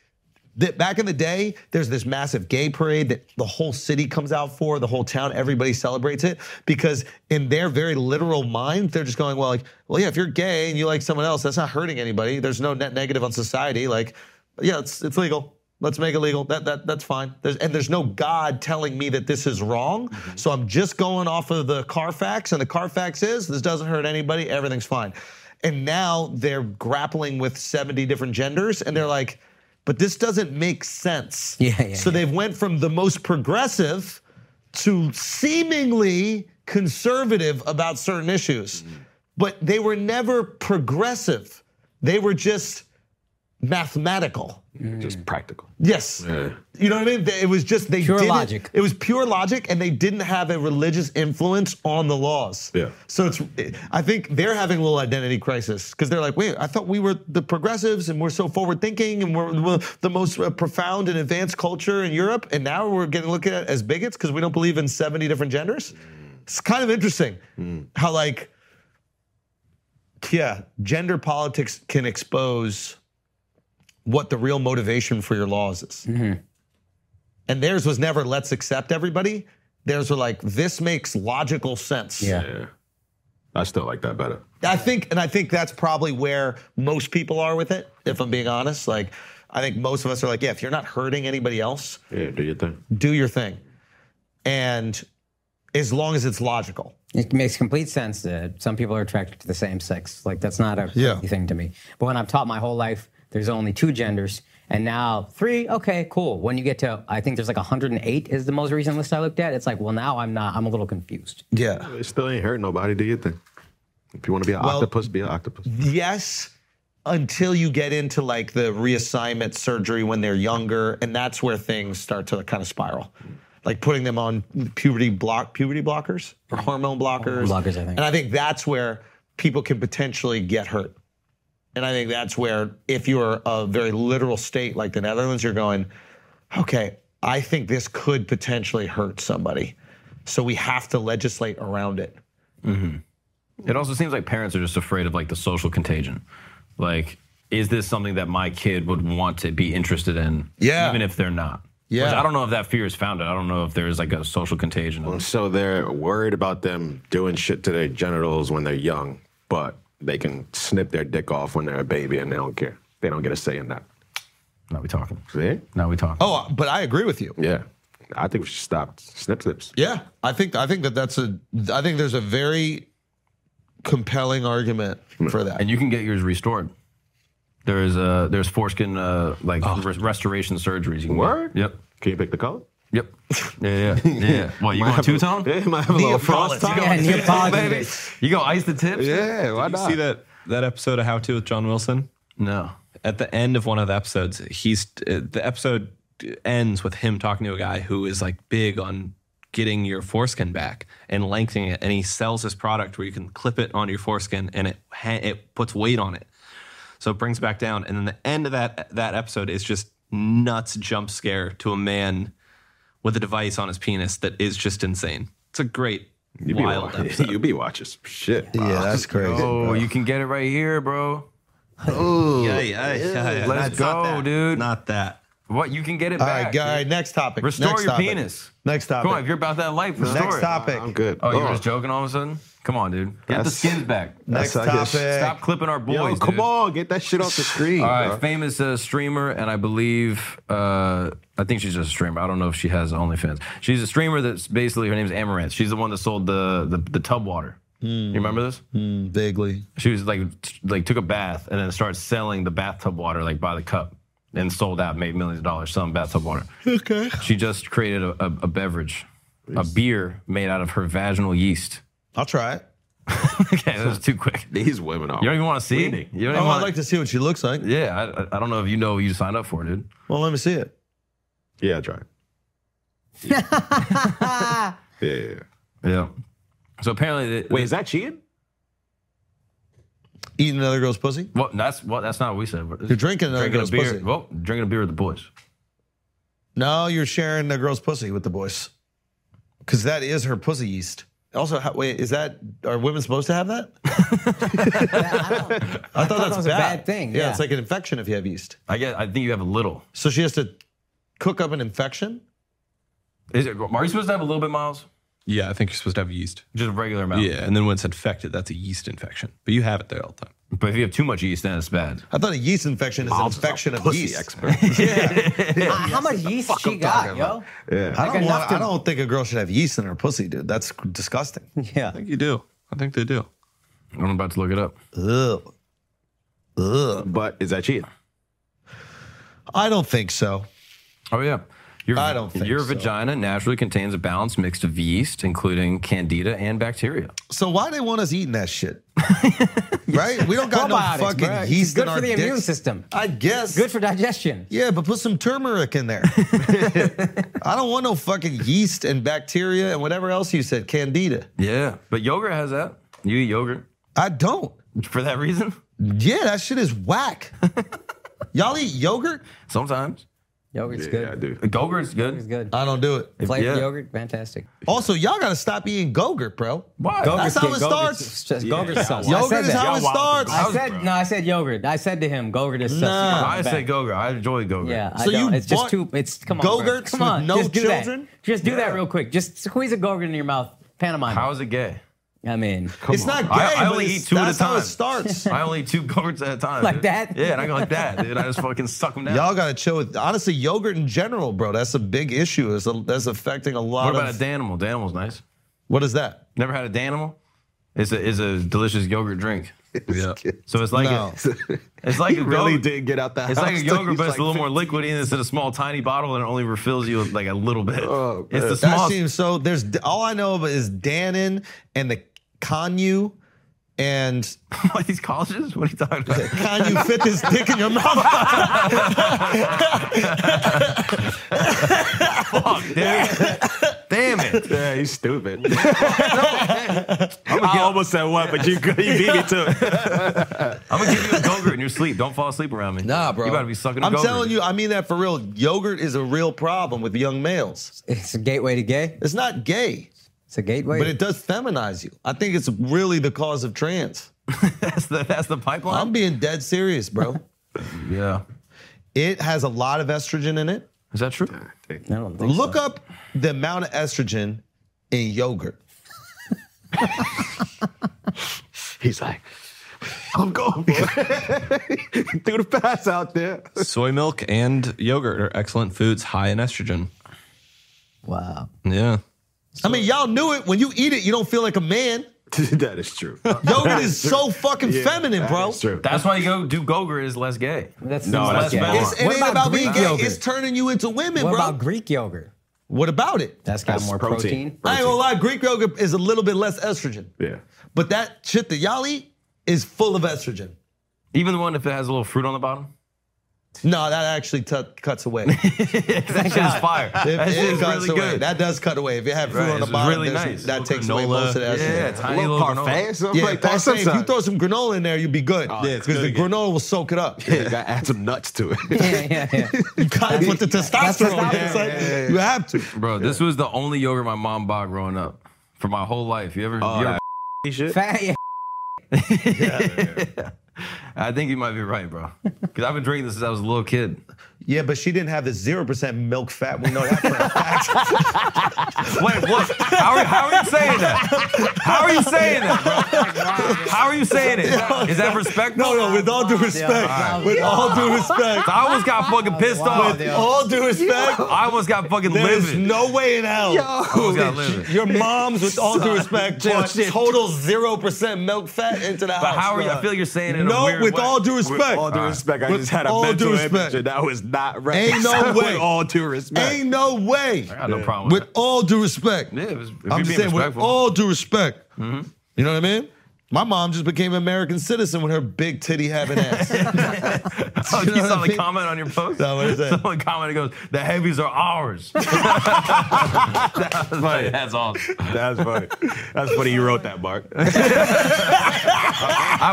S2: that back in the day, there's this massive gay parade that the whole city comes out for, the whole town, everybody celebrates it because in their very literal mind, they're just going, well, like, well, yeah, if you're gay and you like someone else, that's not hurting anybody. There's no net negative on society. Like, yeah, it's it's legal. Let's make it legal. That that that's fine. There's, and there's no God telling me that this is wrong.
S7: Mm-hmm.
S2: So I'm just going off of the Carfax, and the Carfax is this doesn't hurt anybody. Everything's fine. And now they're grappling with 70 different genders, and they're like but this doesn't make sense.
S7: (laughs) Yeah, yeah,
S2: So they've went from the most progressive to seemingly conservative about certain
S7: Mm-hmm.
S2: issues. But they were never progressive. They were just mathematical.
S8: Just practical.
S2: Yes. You know what I mean? They- It was just they
S7: Pure
S2: didn't-
S7: logic.
S2: It was pure logic, and they didn't have a religious influence on the laws.
S8: Yeah.
S2: So it's, I think they're having a little identity crisis because they're like, wait, I thought we were the progressives and we're so forward thinking and we're, we're the most uh, profound and advanced culture in Europe, and now we're getting looked at as bigots because we don't believe in seventy different genders. It's kind of interesting how like, yeah, gender politics can expose what the real motivation for your laws is. And theirs was never let's accept everybody. Theirs were like this makes logical sense.
S8: Yeah. I still like that better.
S2: I think, and I think that's probably where most people are with it. If I'm being honest, like I think most of us are like, yeah, if you're not hurting anybody else,
S8: Yeah, do your thing.
S2: do your thing, and as long as it's logical.
S7: It makes complete sense that some people are attracted to the same sex. Like that's not a crazy
S2: Yeah.
S7: thing to me. But when I've taught my whole life, there's only two genders, and now three. Okay, cool. When you get to, I think there's like 108 is the most recent list I looked at. It's like, well, now I'm not. I'm a little confused.
S2: Yeah.
S8: It still ain't hurt nobody. Do your thing. If you want to be an octopus, be an octopus.
S2: Yes, until you get into like the reassignment surgery when they're younger, and that's where things start to kind of spiral. Like putting them on puberty block puberty blockers or hormone blockers.
S7: Blockers, I think.
S2: And I think that's where people can potentially get hurt. And I think that's where if you're a very literal state like the Netherlands, you're going, okay, I think this could potentially hurt somebody. So we have to legislate around it.
S1: It also seems like parents are just afraid of like the social contagion. Like, is this something that my kid would want to be interested in?
S2: Yeah.
S1: Even if they're not.
S2: Yeah.
S1: Which I don't know if that fear is founded. I don't know if there is like a social contagion.
S8: Well, So they're worried about them doing shit to their genitals when they're young, but they can snip their dick off when they're a baby and they don't care. They don't get a say in that.
S1: Now we talking.
S8: See?
S1: Now we talking.
S2: Oh, but I agree with you.
S8: Yeah. I think we should stop snip snips.
S2: Yeah, I think I think that that's a I think there's a very compelling argument for that.
S1: And you can get yours restored. There is a there's foreskin uh, like res- restoration surgeries. You can
S8: Word?
S1: Get. Yep.
S8: Can you pick the color?
S1: Yep. Yeah, yeah, yeah. yeah. What you want two tone?
S8: Yeah, might have a little frost
S2: Neapolitan.
S8: top.
S7: Yeah,
S6: (laughs)
S7: Neapolitan.
S1: baby. You go ice the tips?
S8: Yeah, why
S6: Did you
S8: not?
S6: see that that episode of How to with John Wilson?
S1: No.
S6: At the end of one of the episodes, he's uh, the episode ends with him talking to a guy who is like big on getting your foreskin back and lengthening it, and he sells this product where you can clip it onto your foreskin and it ha- it puts weight on it, so it brings it back down. And then the end of that that episode is just nuts jump scare to a man with a device on his penis that is just insane. It's a great
S8: You be,
S6: wild
S8: watching, (laughs)
S6: episode.
S8: you be watching some shit.
S2: yeah, that's crazy.
S1: Oh, you can get it right here, bro.
S6: Yeah, yeah, yeah, yeah.
S1: Let's
S6: Not
S1: go,
S6: that.
S1: dude.
S6: Not that.
S1: What you can get it
S2: All
S1: back.
S2: right, guy. Next topic.
S1: Restore
S2: next
S1: your
S2: topic.
S1: penis.
S2: Next topic.
S1: Come on, if you're about that life, restore
S2: next
S1: it.
S2: topic.
S8: I'm good.
S1: Oh, you were just joking all of a sudden? Come on, dude. Get the
S8: That's-
S1: skins back.
S2: next
S8: That's- I
S2: topic.
S8: guess-
S1: Stop clipping our boys.
S8: Yo, come
S1: dude.
S8: on, get that shit off the screen. (laughs)
S1: All right,
S8: bro.
S1: famous uh, streamer, and I believe uh, I think she's just a streamer. I don't know if she has OnlyFans. She's a streamer that's basically her name's Amaranth. She's the one that sold the the, the tub water. You remember this?
S2: Vaguely.
S1: She was like t- like took a bath and then started selling the bathtub water like by the cup and sold out, made millions of dollars selling bathtub water.
S2: Okay.
S1: She just created a, a, a beverage, a beer made out of her vaginal yeast. (laughs)
S2: I'll try it.
S1: okay, that was too quick.
S8: These women are.
S1: You don't even want to see. it? You don't even
S2: Oh, I'd
S1: want.
S2: like to see what she looks like.
S1: yeah, I- I, I don't know if you know what you signed up for, dude.
S2: Well, let me see it.
S8: yeah, I try. it. Yeah, yeah, yeah.
S1: Yeah. So apparently,
S8: Wait, is that cheating?
S2: Eating another girl's pussy.
S1: Well, that's well, that's not what we said.
S2: You're drinking another
S1: drinking a
S2: girl's
S1: beer.
S2: pussy.
S1: Well, drinking a beer with the boys.
S2: No, you're sharing a girl's pussy with the boys, because that is her pussy yeast. Also, how, wait, is that are women supposed to have
S7: (laughs)
S2: that? I thought that's
S7: that was a
S2: bad.
S7: bad thing,
S2: yeah,
S7: yeah.
S2: it's like an infection if you have yeast.
S1: I guess I think you have a little.
S2: So she has to cook up an infection.
S1: Is it? Are you supposed to have a little bit, Miles?
S6: Yeah, I think you're supposed to have yeast.
S1: Just a regular amount.
S6: Yeah, and then when it's infected, that's a yeast infection. But you have it there all the time.
S1: But if you have too much yeast, then it's bad.
S2: I thought a yeast infection is an infection of
S8: pussy
S2: yeast.
S8: expert.
S7: Uh, how much yeast she got, yo?
S8: yeah.
S2: I don't,
S7: enough
S2: want,
S7: to-
S2: I don't think a girl should have yeast in her pussy, dude. That's disgusting.
S7: Yeah.
S6: I think you do. I think they do.
S1: I'm about to look it up.
S2: Ugh. Ugh.
S8: But is that cheating?
S2: I don't think so.
S1: Oh yeah. Your, I don't think Your vagina naturally contains a balanced mix of yeast, including candida and bacteria.
S2: So why they want us eating that
S7: (laughs)
S2: shit? right? We don't got
S7: Probiotics,
S2: no fucking
S7: bruh. It's
S2: yeast
S7: good
S2: in
S7: for
S2: our
S7: the
S2: dicks.
S7: immune system.
S2: I guess.
S7: Good for digestion.
S2: Yeah, but put some turmeric in
S1: (laughs)
S2: there. I don't want no fucking yeast and bacteria and whatever else you said, candida.
S1: Yeah, but yogurt has that. You eat yogurt
S2: I don't.
S1: for that reason (laughs)
S2: Yeah, that shit is whack. Y'all eat yogurt?
S1: sometimes.
S7: Yogurt's
S3: I
S7: good.
S3: do.
S1: Yogurt's
S7: It's
S1: good.
S7: good.
S2: I don't do it.
S7: Flavored
S1: yeah.
S7: yogurt, fantastic.
S2: Also, y'all gotta stop eating Gogurt, bro.
S1: Why?
S2: That's how it starts.
S7: It's just Gogurt sauce. I
S2: Yogurt
S7: said
S2: is
S7: that.
S2: how it starts.
S7: I said no. I said yogurt. I said to him, "Gogurt is sus."
S2: Nah.
S1: I say Gogurt. I enjoy Gogurt.
S7: Yeah, I
S2: So you
S7: don't. It's just
S2: bought
S7: too. It's come on, bro.
S2: Go-Gurts
S7: come
S2: with
S7: on.
S2: no
S7: just do
S2: children?
S7: That. Just do that real quick. Just squeeze a Gogurt in your mouth. Pantomime.
S1: How is it gay?
S7: I mean,
S2: it's not gay,
S1: I- I
S2: but
S1: only
S2: it's-
S1: eat two at a
S2: that's how it
S1: time. (laughs)
S2: starts.
S1: I only eat two Gogurts at a time.
S7: Like
S1: dude.
S7: that?
S1: Yeah, and I go like that, dude. I just fucking suck them down.
S2: Y'all gotta chill with honestly yogurt in general, bro. That's a big issue. It's a- that's affecting a lot
S1: what about a
S2: of.
S1: Danimal? Danimal's nice.
S2: what is that?
S1: Never had a Danimal? It's a, it's a delicious yogurt drink.
S13: Yeah.
S1: So it's like
S2: No.
S1: a,
S3: (laughs)
S1: it's like a
S3: really
S1: yogurt-
S3: did get out the
S1: It's
S3: house. (laughs)
S1: like a
S3: till
S1: yogurt,
S3: he's
S1: but it's a
S3: like
S1: little more liquidy, and it's in a small, tiny bottle, and it only refills you with, like a little bit.
S3: Oh,
S1: it's the
S2: That
S1: small. (laughs)
S2: seems so. There's all I know of is Dannon and the Kanyu, and
S1: What, these colleges? What are you
S3: (laughs)
S1: talking about? (laughs)
S2: Kanyu fit his dick in your mouth.
S1: Fuck, dude. Damn it.
S3: (laughs) Yeah, he's
S2: (laughs)
S3: stupid. I almost said what, but you you beat me to it. (laughs)
S1: I'm gonna give you a Gogurt in your sleep. Don't fall asleep around me.
S2: Nah, bro.
S1: You gotta be sucking. a
S2: I'm
S1: Gogurt.
S2: telling you, I mean that for real. Yogurt is a real problem with young males.
S7: it's a gateway to gay.
S2: It's not gay,
S7: It's a gateway.
S2: but it does feminize you. I think it's really the cause of trans.
S1: that's the that's the pipeline.
S2: I'm being dead serious,
S1: (laughs)
S2: bro.
S1: yeah.
S2: it has a lot of estrogen in it.
S1: Is that true?
S7: I don't think
S2: Look up the amount of estrogen in yogurt.
S3: He's like, I'm going for it. (laughs) Threw the pass out there. (laughs)
S13: Soy milk and yogurt are excellent foods high in estrogen.
S7: Wow.
S13: Yeah.
S2: I mean, y'all knew it. When you eat it, you don't feel like a
S1: (laughs)
S2: man.
S3: that is true.
S2: Yogurt is so fucking
S3: Yeah,
S2: (laughs) feminine,
S3: that
S2: bro.
S3: is true.
S1: That's why you go do Gogurt is less gay.
S7: That's
S3: No,
S7: seems
S3: that's
S7: like
S3: bad.
S7: gay.
S2: It's, it
S7: What
S2: ain't about,
S7: Greek
S2: being gay.
S7: yogurt?
S2: It's turning you into women,
S7: what
S2: bro.
S7: about Greek yogurt?
S2: what about it?
S7: That's got
S3: That's
S7: more
S3: protein.
S7: protein.
S2: (laughs) I ain't gonna lie, Greek yogurt is a little bit less estrogen.
S3: Yeah.
S2: But that shit that y'all eat is full of estrogen.
S1: Even the one if it has a little fruit on the bottom. (laughs)
S2: No, that actually tu- cuts away.
S1: That shit is fire.
S2: It,
S1: that shit
S2: it
S1: is
S2: cuts
S1: really
S2: away.
S1: good.
S2: That does cut away. If you have food
S1: Right,
S2: on the
S1: it's
S2: bottom,
S1: really
S2: there's-
S1: nice.
S2: that
S1: Little
S2: takes away
S13: granola.
S2: most of the estrogen.
S1: yeah,
S3: A
S1: tiny
S3: little
S1: little
S3: parfait
S1: granola.
S3: or something
S2: Yeah,
S3: like that.
S2: parfait, if you
S3: sometimes. (laughs)
S2: throw some granola in there, you'll be good.
S13: yeah, it's
S2: Because
S13: good
S2: the
S13: again.
S2: granola will soak it up.
S3: You gotta add some nuts to it.
S7: Yeah, yeah, yeah.
S2: You gotta put the testosterone in. It's like, You have to.
S1: Bro, this was the only yogurt my mom bought growing up for my whole life. You ever?
S13: Oh,
S1: you ever
S7: Fat, yeah.
S1: I think you might be right, bro. Because I've been drinking this since I was a little kid.
S2: Yeah, but she didn't have the 0% milk fat. We know that for a fact. (laughs)
S1: Wait, what? How are, how are you saying that? How are you saying that, bro? How are you saying it? Is that respectful?
S2: No, no, with all due respect. With all due respect.
S1: I almost got fucking pissed off.
S2: With all due respect.
S1: I almost got fucking
S2: There is
S1: livid.
S2: no way in hell.
S1: almost got livid.
S2: Your mom's, with all due respect, brought
S3: shit.
S2: total 0% milk fat into the
S1: But
S2: house.
S1: how are you? I
S2: bruh.
S1: feel you're saying it. In
S2: No,
S1: a weird
S2: with
S1: way.
S2: all due respect.
S3: With all due respect, I
S2: With
S3: just had a
S2: all
S3: mental
S2: due
S3: image
S2: respect.
S3: and that was not right.
S2: Ain't no
S3: (laughs)
S2: way.
S3: With all due respect.
S2: Ain't no way.
S1: I got no problem with,
S2: With all due respect.
S1: that. Yeah, it was- if
S2: I'm
S1: you're
S2: just
S1: being
S2: saying, with
S1: respectful. Mm-hmm.
S2: all due respect, you know what I mean? My mom just became an American citizen with her big titty having
S1: (laughs)
S2: ass.
S1: Oh,
S2: You
S1: (laughs) you
S2: know what
S1: saw
S2: I
S1: the
S2: mean?
S1: comment on your post? (laughs)
S2: No, what is that?
S1: Someone commented goes, the heavies are ours. (laughs) that was funny. That's awesome.
S3: That's funny. That's funny you wrote that,
S2: (laughs)
S3: Mark.
S1: I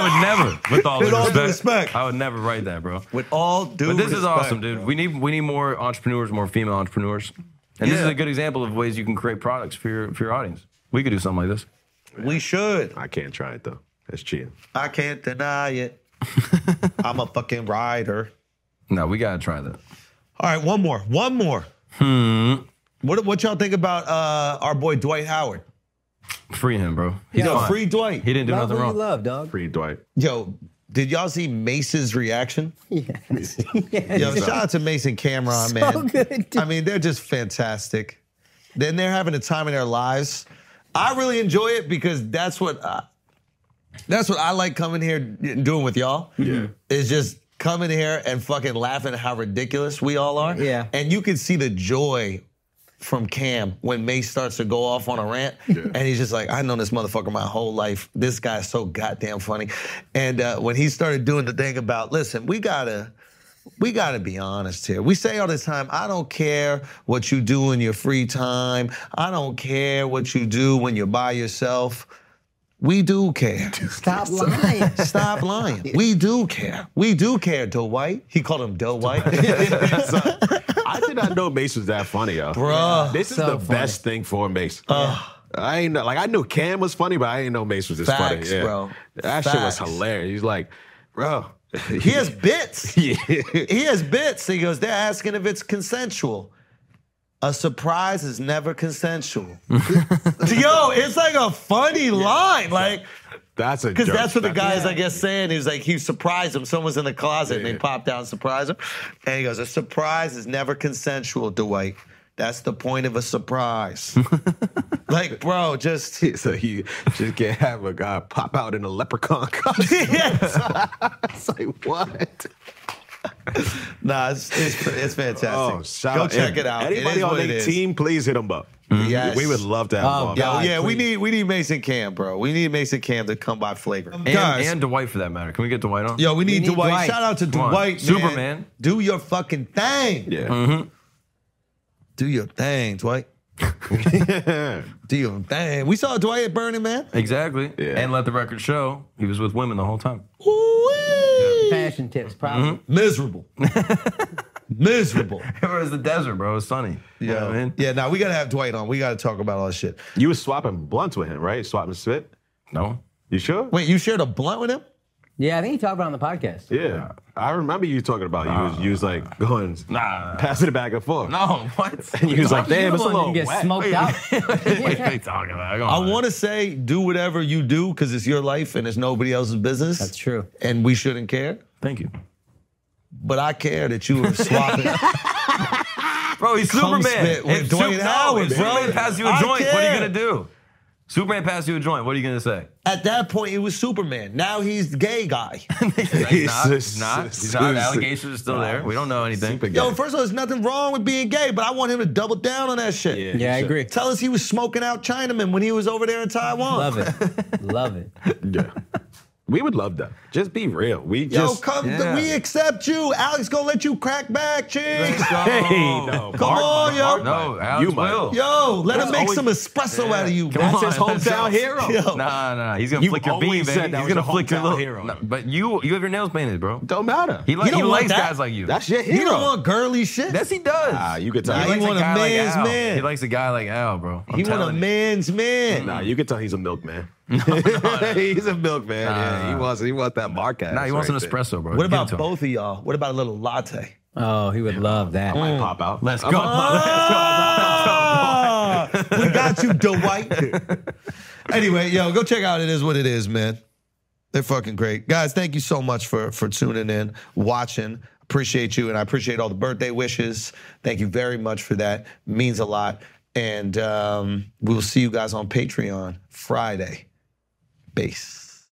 S1: would never, with all
S2: With
S1: due
S2: all due
S1: respect,
S2: respect.
S1: I would never write that, bro.
S2: with all due
S1: But this
S2: respect,
S1: is awesome, dude. We need we need more entrepreneurs, more female entrepreneurs. And this
S2: Yeah.
S1: is a good example of ways you can create products for your for your audience. We could do something like this.
S2: We should.
S3: I can't try it though. That's cheating.
S2: I can't deny it. I'm a fucking rider.
S1: No, we gotta try that.
S2: All right, one more. One more. Hmm. What, what y'all think about uh, our boy Dwight Howard?
S1: Free him, bro. He's
S2: Yo,
S1: fine.
S2: free Dwight.
S1: He didn't do
S7: Love
S1: nothing
S7: who you
S1: wrong.
S7: love, dog.
S3: Free
S2: (laughs)
S3: Dwight.
S2: Yo, did y'all see Mace's reaction?
S7: Yes.
S2: Yo, shout out to Mason Cameron,
S7: So
S2: man.
S7: good, dude.
S2: I mean, they're just fantastic. Then they're having a time in their lives. I really enjoy it because uh, that's what I, that's what I like coming here and doing with y'all. Yeah, is just come in here and fucking laughing at how ridiculous we all are.
S14: Yeah.
S2: And you can see the joy from Cam when Mace starts to go off on a rant. And he's just like, I know this motherfucker my whole life. This guy's so goddamn funny. And uh, when he started doing the thing about, listen, we gotta. We gotta be honest here. We say all the time, I don't care what you do in your free time. I don't care what you do when you're by yourself. We do care.
S7: Stop
S2: (laughs)
S7: lying.
S2: Stop lying. We do care. We do care, Doe White. He called him Doe White.
S8: I did not know Mace was that funny, yo.
S2: Bruh,
S8: this is
S2: so
S8: the best thing for Mace. I ain't know, like I knew Cam was funny, but I didn't know Mace was this
S2: Facts,
S8: funny. Yeah.
S2: bro.
S8: That shit was
S2: Facts.
S8: hilarious. He's like, bro,
S2: (laughs) he has (laughs) bits.
S8: Yeah.
S2: He has bits. He goes, they're asking if it's consensual. A surprise is never (laughs) consensual. Yo, it's like a funny line. Like,
S8: (laughs) that's a
S2: Because
S8: jerk.
S2: that's what the guy is,
S8: Yeah.
S2: I guess, saying. He was like, he surprised him. Someone was in the closet and they popped out and surprised him. And he goes, a surprise is never consensual, Dwight. That's the point of a
S8: (laughs)
S2: surprise. like, bro, just.
S8: (laughs)
S2: (laughs)
S8: So he just can't have a guy pop out in a leprechaun (laughs) costume. it's like what?
S2: Nah, it's, it's, it's fantastic.
S8: Oh, shout
S2: Go
S8: out.
S2: check
S8: If
S2: it out. It
S8: Anybody
S2: is
S8: on
S2: what it
S8: their
S2: is.
S8: team, please hit them up.
S2: Yes.
S8: We would love to have
S2: Oh,
S8: them. on.
S2: yeah, yeah we need we need Mason Cam, bro. We need Mason Cam to come by flavor.
S1: And, and Dwight for that matter. Can we get Dwight on?
S2: Yo, we need, Dwight. Shout out to
S1: Come on.
S2: Dwight. man.
S1: Superman.
S2: Do your fucking thing.
S8: Yeah.
S2: Do your thing, Dwight.
S1: Mm-hmm.
S2: Do your thing. We saw Dwight at Burning Man.
S1: Exactly. And let the record show he was with women the whole time. (laughs)
S7: Fashion tips, probably.
S2: Mm-hmm. Miserable.
S7: (laughs)
S2: Miserable.
S1: it was the desert, bro. It was sunny. You know
S2: Yeah.
S1: what I mean?
S2: Yeah, now we gotta have Dwight on. We gotta talk about all this shit.
S8: (laughs) You was swapping blunts with him, right? Swapping spit.
S1: No.
S8: You sure?
S2: Wait, you shared a blunt with him?
S7: Yeah, I think he talked about it on the podcast.
S8: Yeah. I remember you talking about you was you was like going
S1: Nah.
S8: passing it back and forth.
S1: No, (laughs) what?
S8: And you was like, damn, it's a little
S7: Someone didn't get
S8: wet.
S7: smoked out.
S1: what are you (laughs) talking about? Come
S2: I
S1: on.
S2: want to say do whatever you do because it's your life and it's nobody else's business.
S7: That's true.
S2: And we shouldn't care.
S1: Thank you.
S2: But I care that you were swapping.
S7: (laughs)
S1: Bro, he's
S2: Come
S1: Superman.
S2: spit with
S1: If
S2: Dwight
S1: Sup-
S2: Howard,
S1: if
S2: bro.
S1: Superman passed you a
S2: I
S1: joint, what are
S2: care.
S1: you going to do? Superman passed you a joint, what are you going to
S8: (laughs)
S1: say?
S2: At that point, he was Superman. Now he's gay guy.
S1: He's not. He's
S8: He's-
S1: not. He's
S8: (laughs)
S1: not. The allegations are still there. We don't know anything.
S2: Yo, first of all, there's nothing wrong with being gay, but I want him to double down on that shit.
S8: Yeah.
S7: Yeah, I agree.
S2: Tell us he was smoking out Chinamen when he was over there in Taiwan.
S7: Love it. Love it.
S8: Yeah. We would love that. Just be real. We
S2: Yo,
S8: just
S2: come,
S1: yeah.
S2: we accept you. Alex gonna let you crack back, chicks.
S8: Hey, no,
S2: Come on, yo.
S1: No, Alex
S8: you might.
S1: will.
S2: Yo, let him
S8: That's
S2: make
S8: always-
S2: some espresso out of you.
S1: Come
S2: man.
S1: on.
S8: hometown hero.
S1: Nah, nah, nah. He's gonna
S8: You
S1: flick your bean,
S8: always
S1: baby.
S8: said that
S1: He's
S8: was
S1: gonna
S8: your
S1: flick your
S8: hometown
S1: little
S8: hero.
S1: No, but you, you have your nails painted, bro.
S8: Don't matter.
S1: He, like,
S2: don't
S1: he
S2: want
S1: likes
S2: that.
S1: guys like you.
S8: That's your
S2: He
S8: hero.
S2: don't want girly shit.
S1: yes, he does.
S8: Nah, you could
S1: He
S8: tell.
S2: Nah,
S1: likes
S2: he
S1: a
S2: want a
S1: guy like
S2: man's
S1: Al.
S2: man.
S1: He likes a guy like Al, bro. I'm
S2: he want a
S1: telling you.
S2: man's man.
S8: (laughs) Nah, you could tell he's
S1: (laughs)
S8: a milkman. (laughs) he's a milkman. yeah, he wants. He wants that mark.
S1: Nah, he wants an espresso, bro.
S2: What
S1: Give it
S2: about
S1: to him.
S2: both of y'all? What about a little latte?
S7: Oh, he would love that.
S8: Might pop out.
S1: Let's go. Let's go.
S2: Ah, we got you, Dwight. anyway, yo, go check out. It is what it is, man. They're fucking great, guys. Thank you so much for for tuning in, watching. Appreciate you, and I appreciate all the birthday wishes. Thank you very much for that. Means a lot. And um, we'll see you guys on Patreon Friday. Base.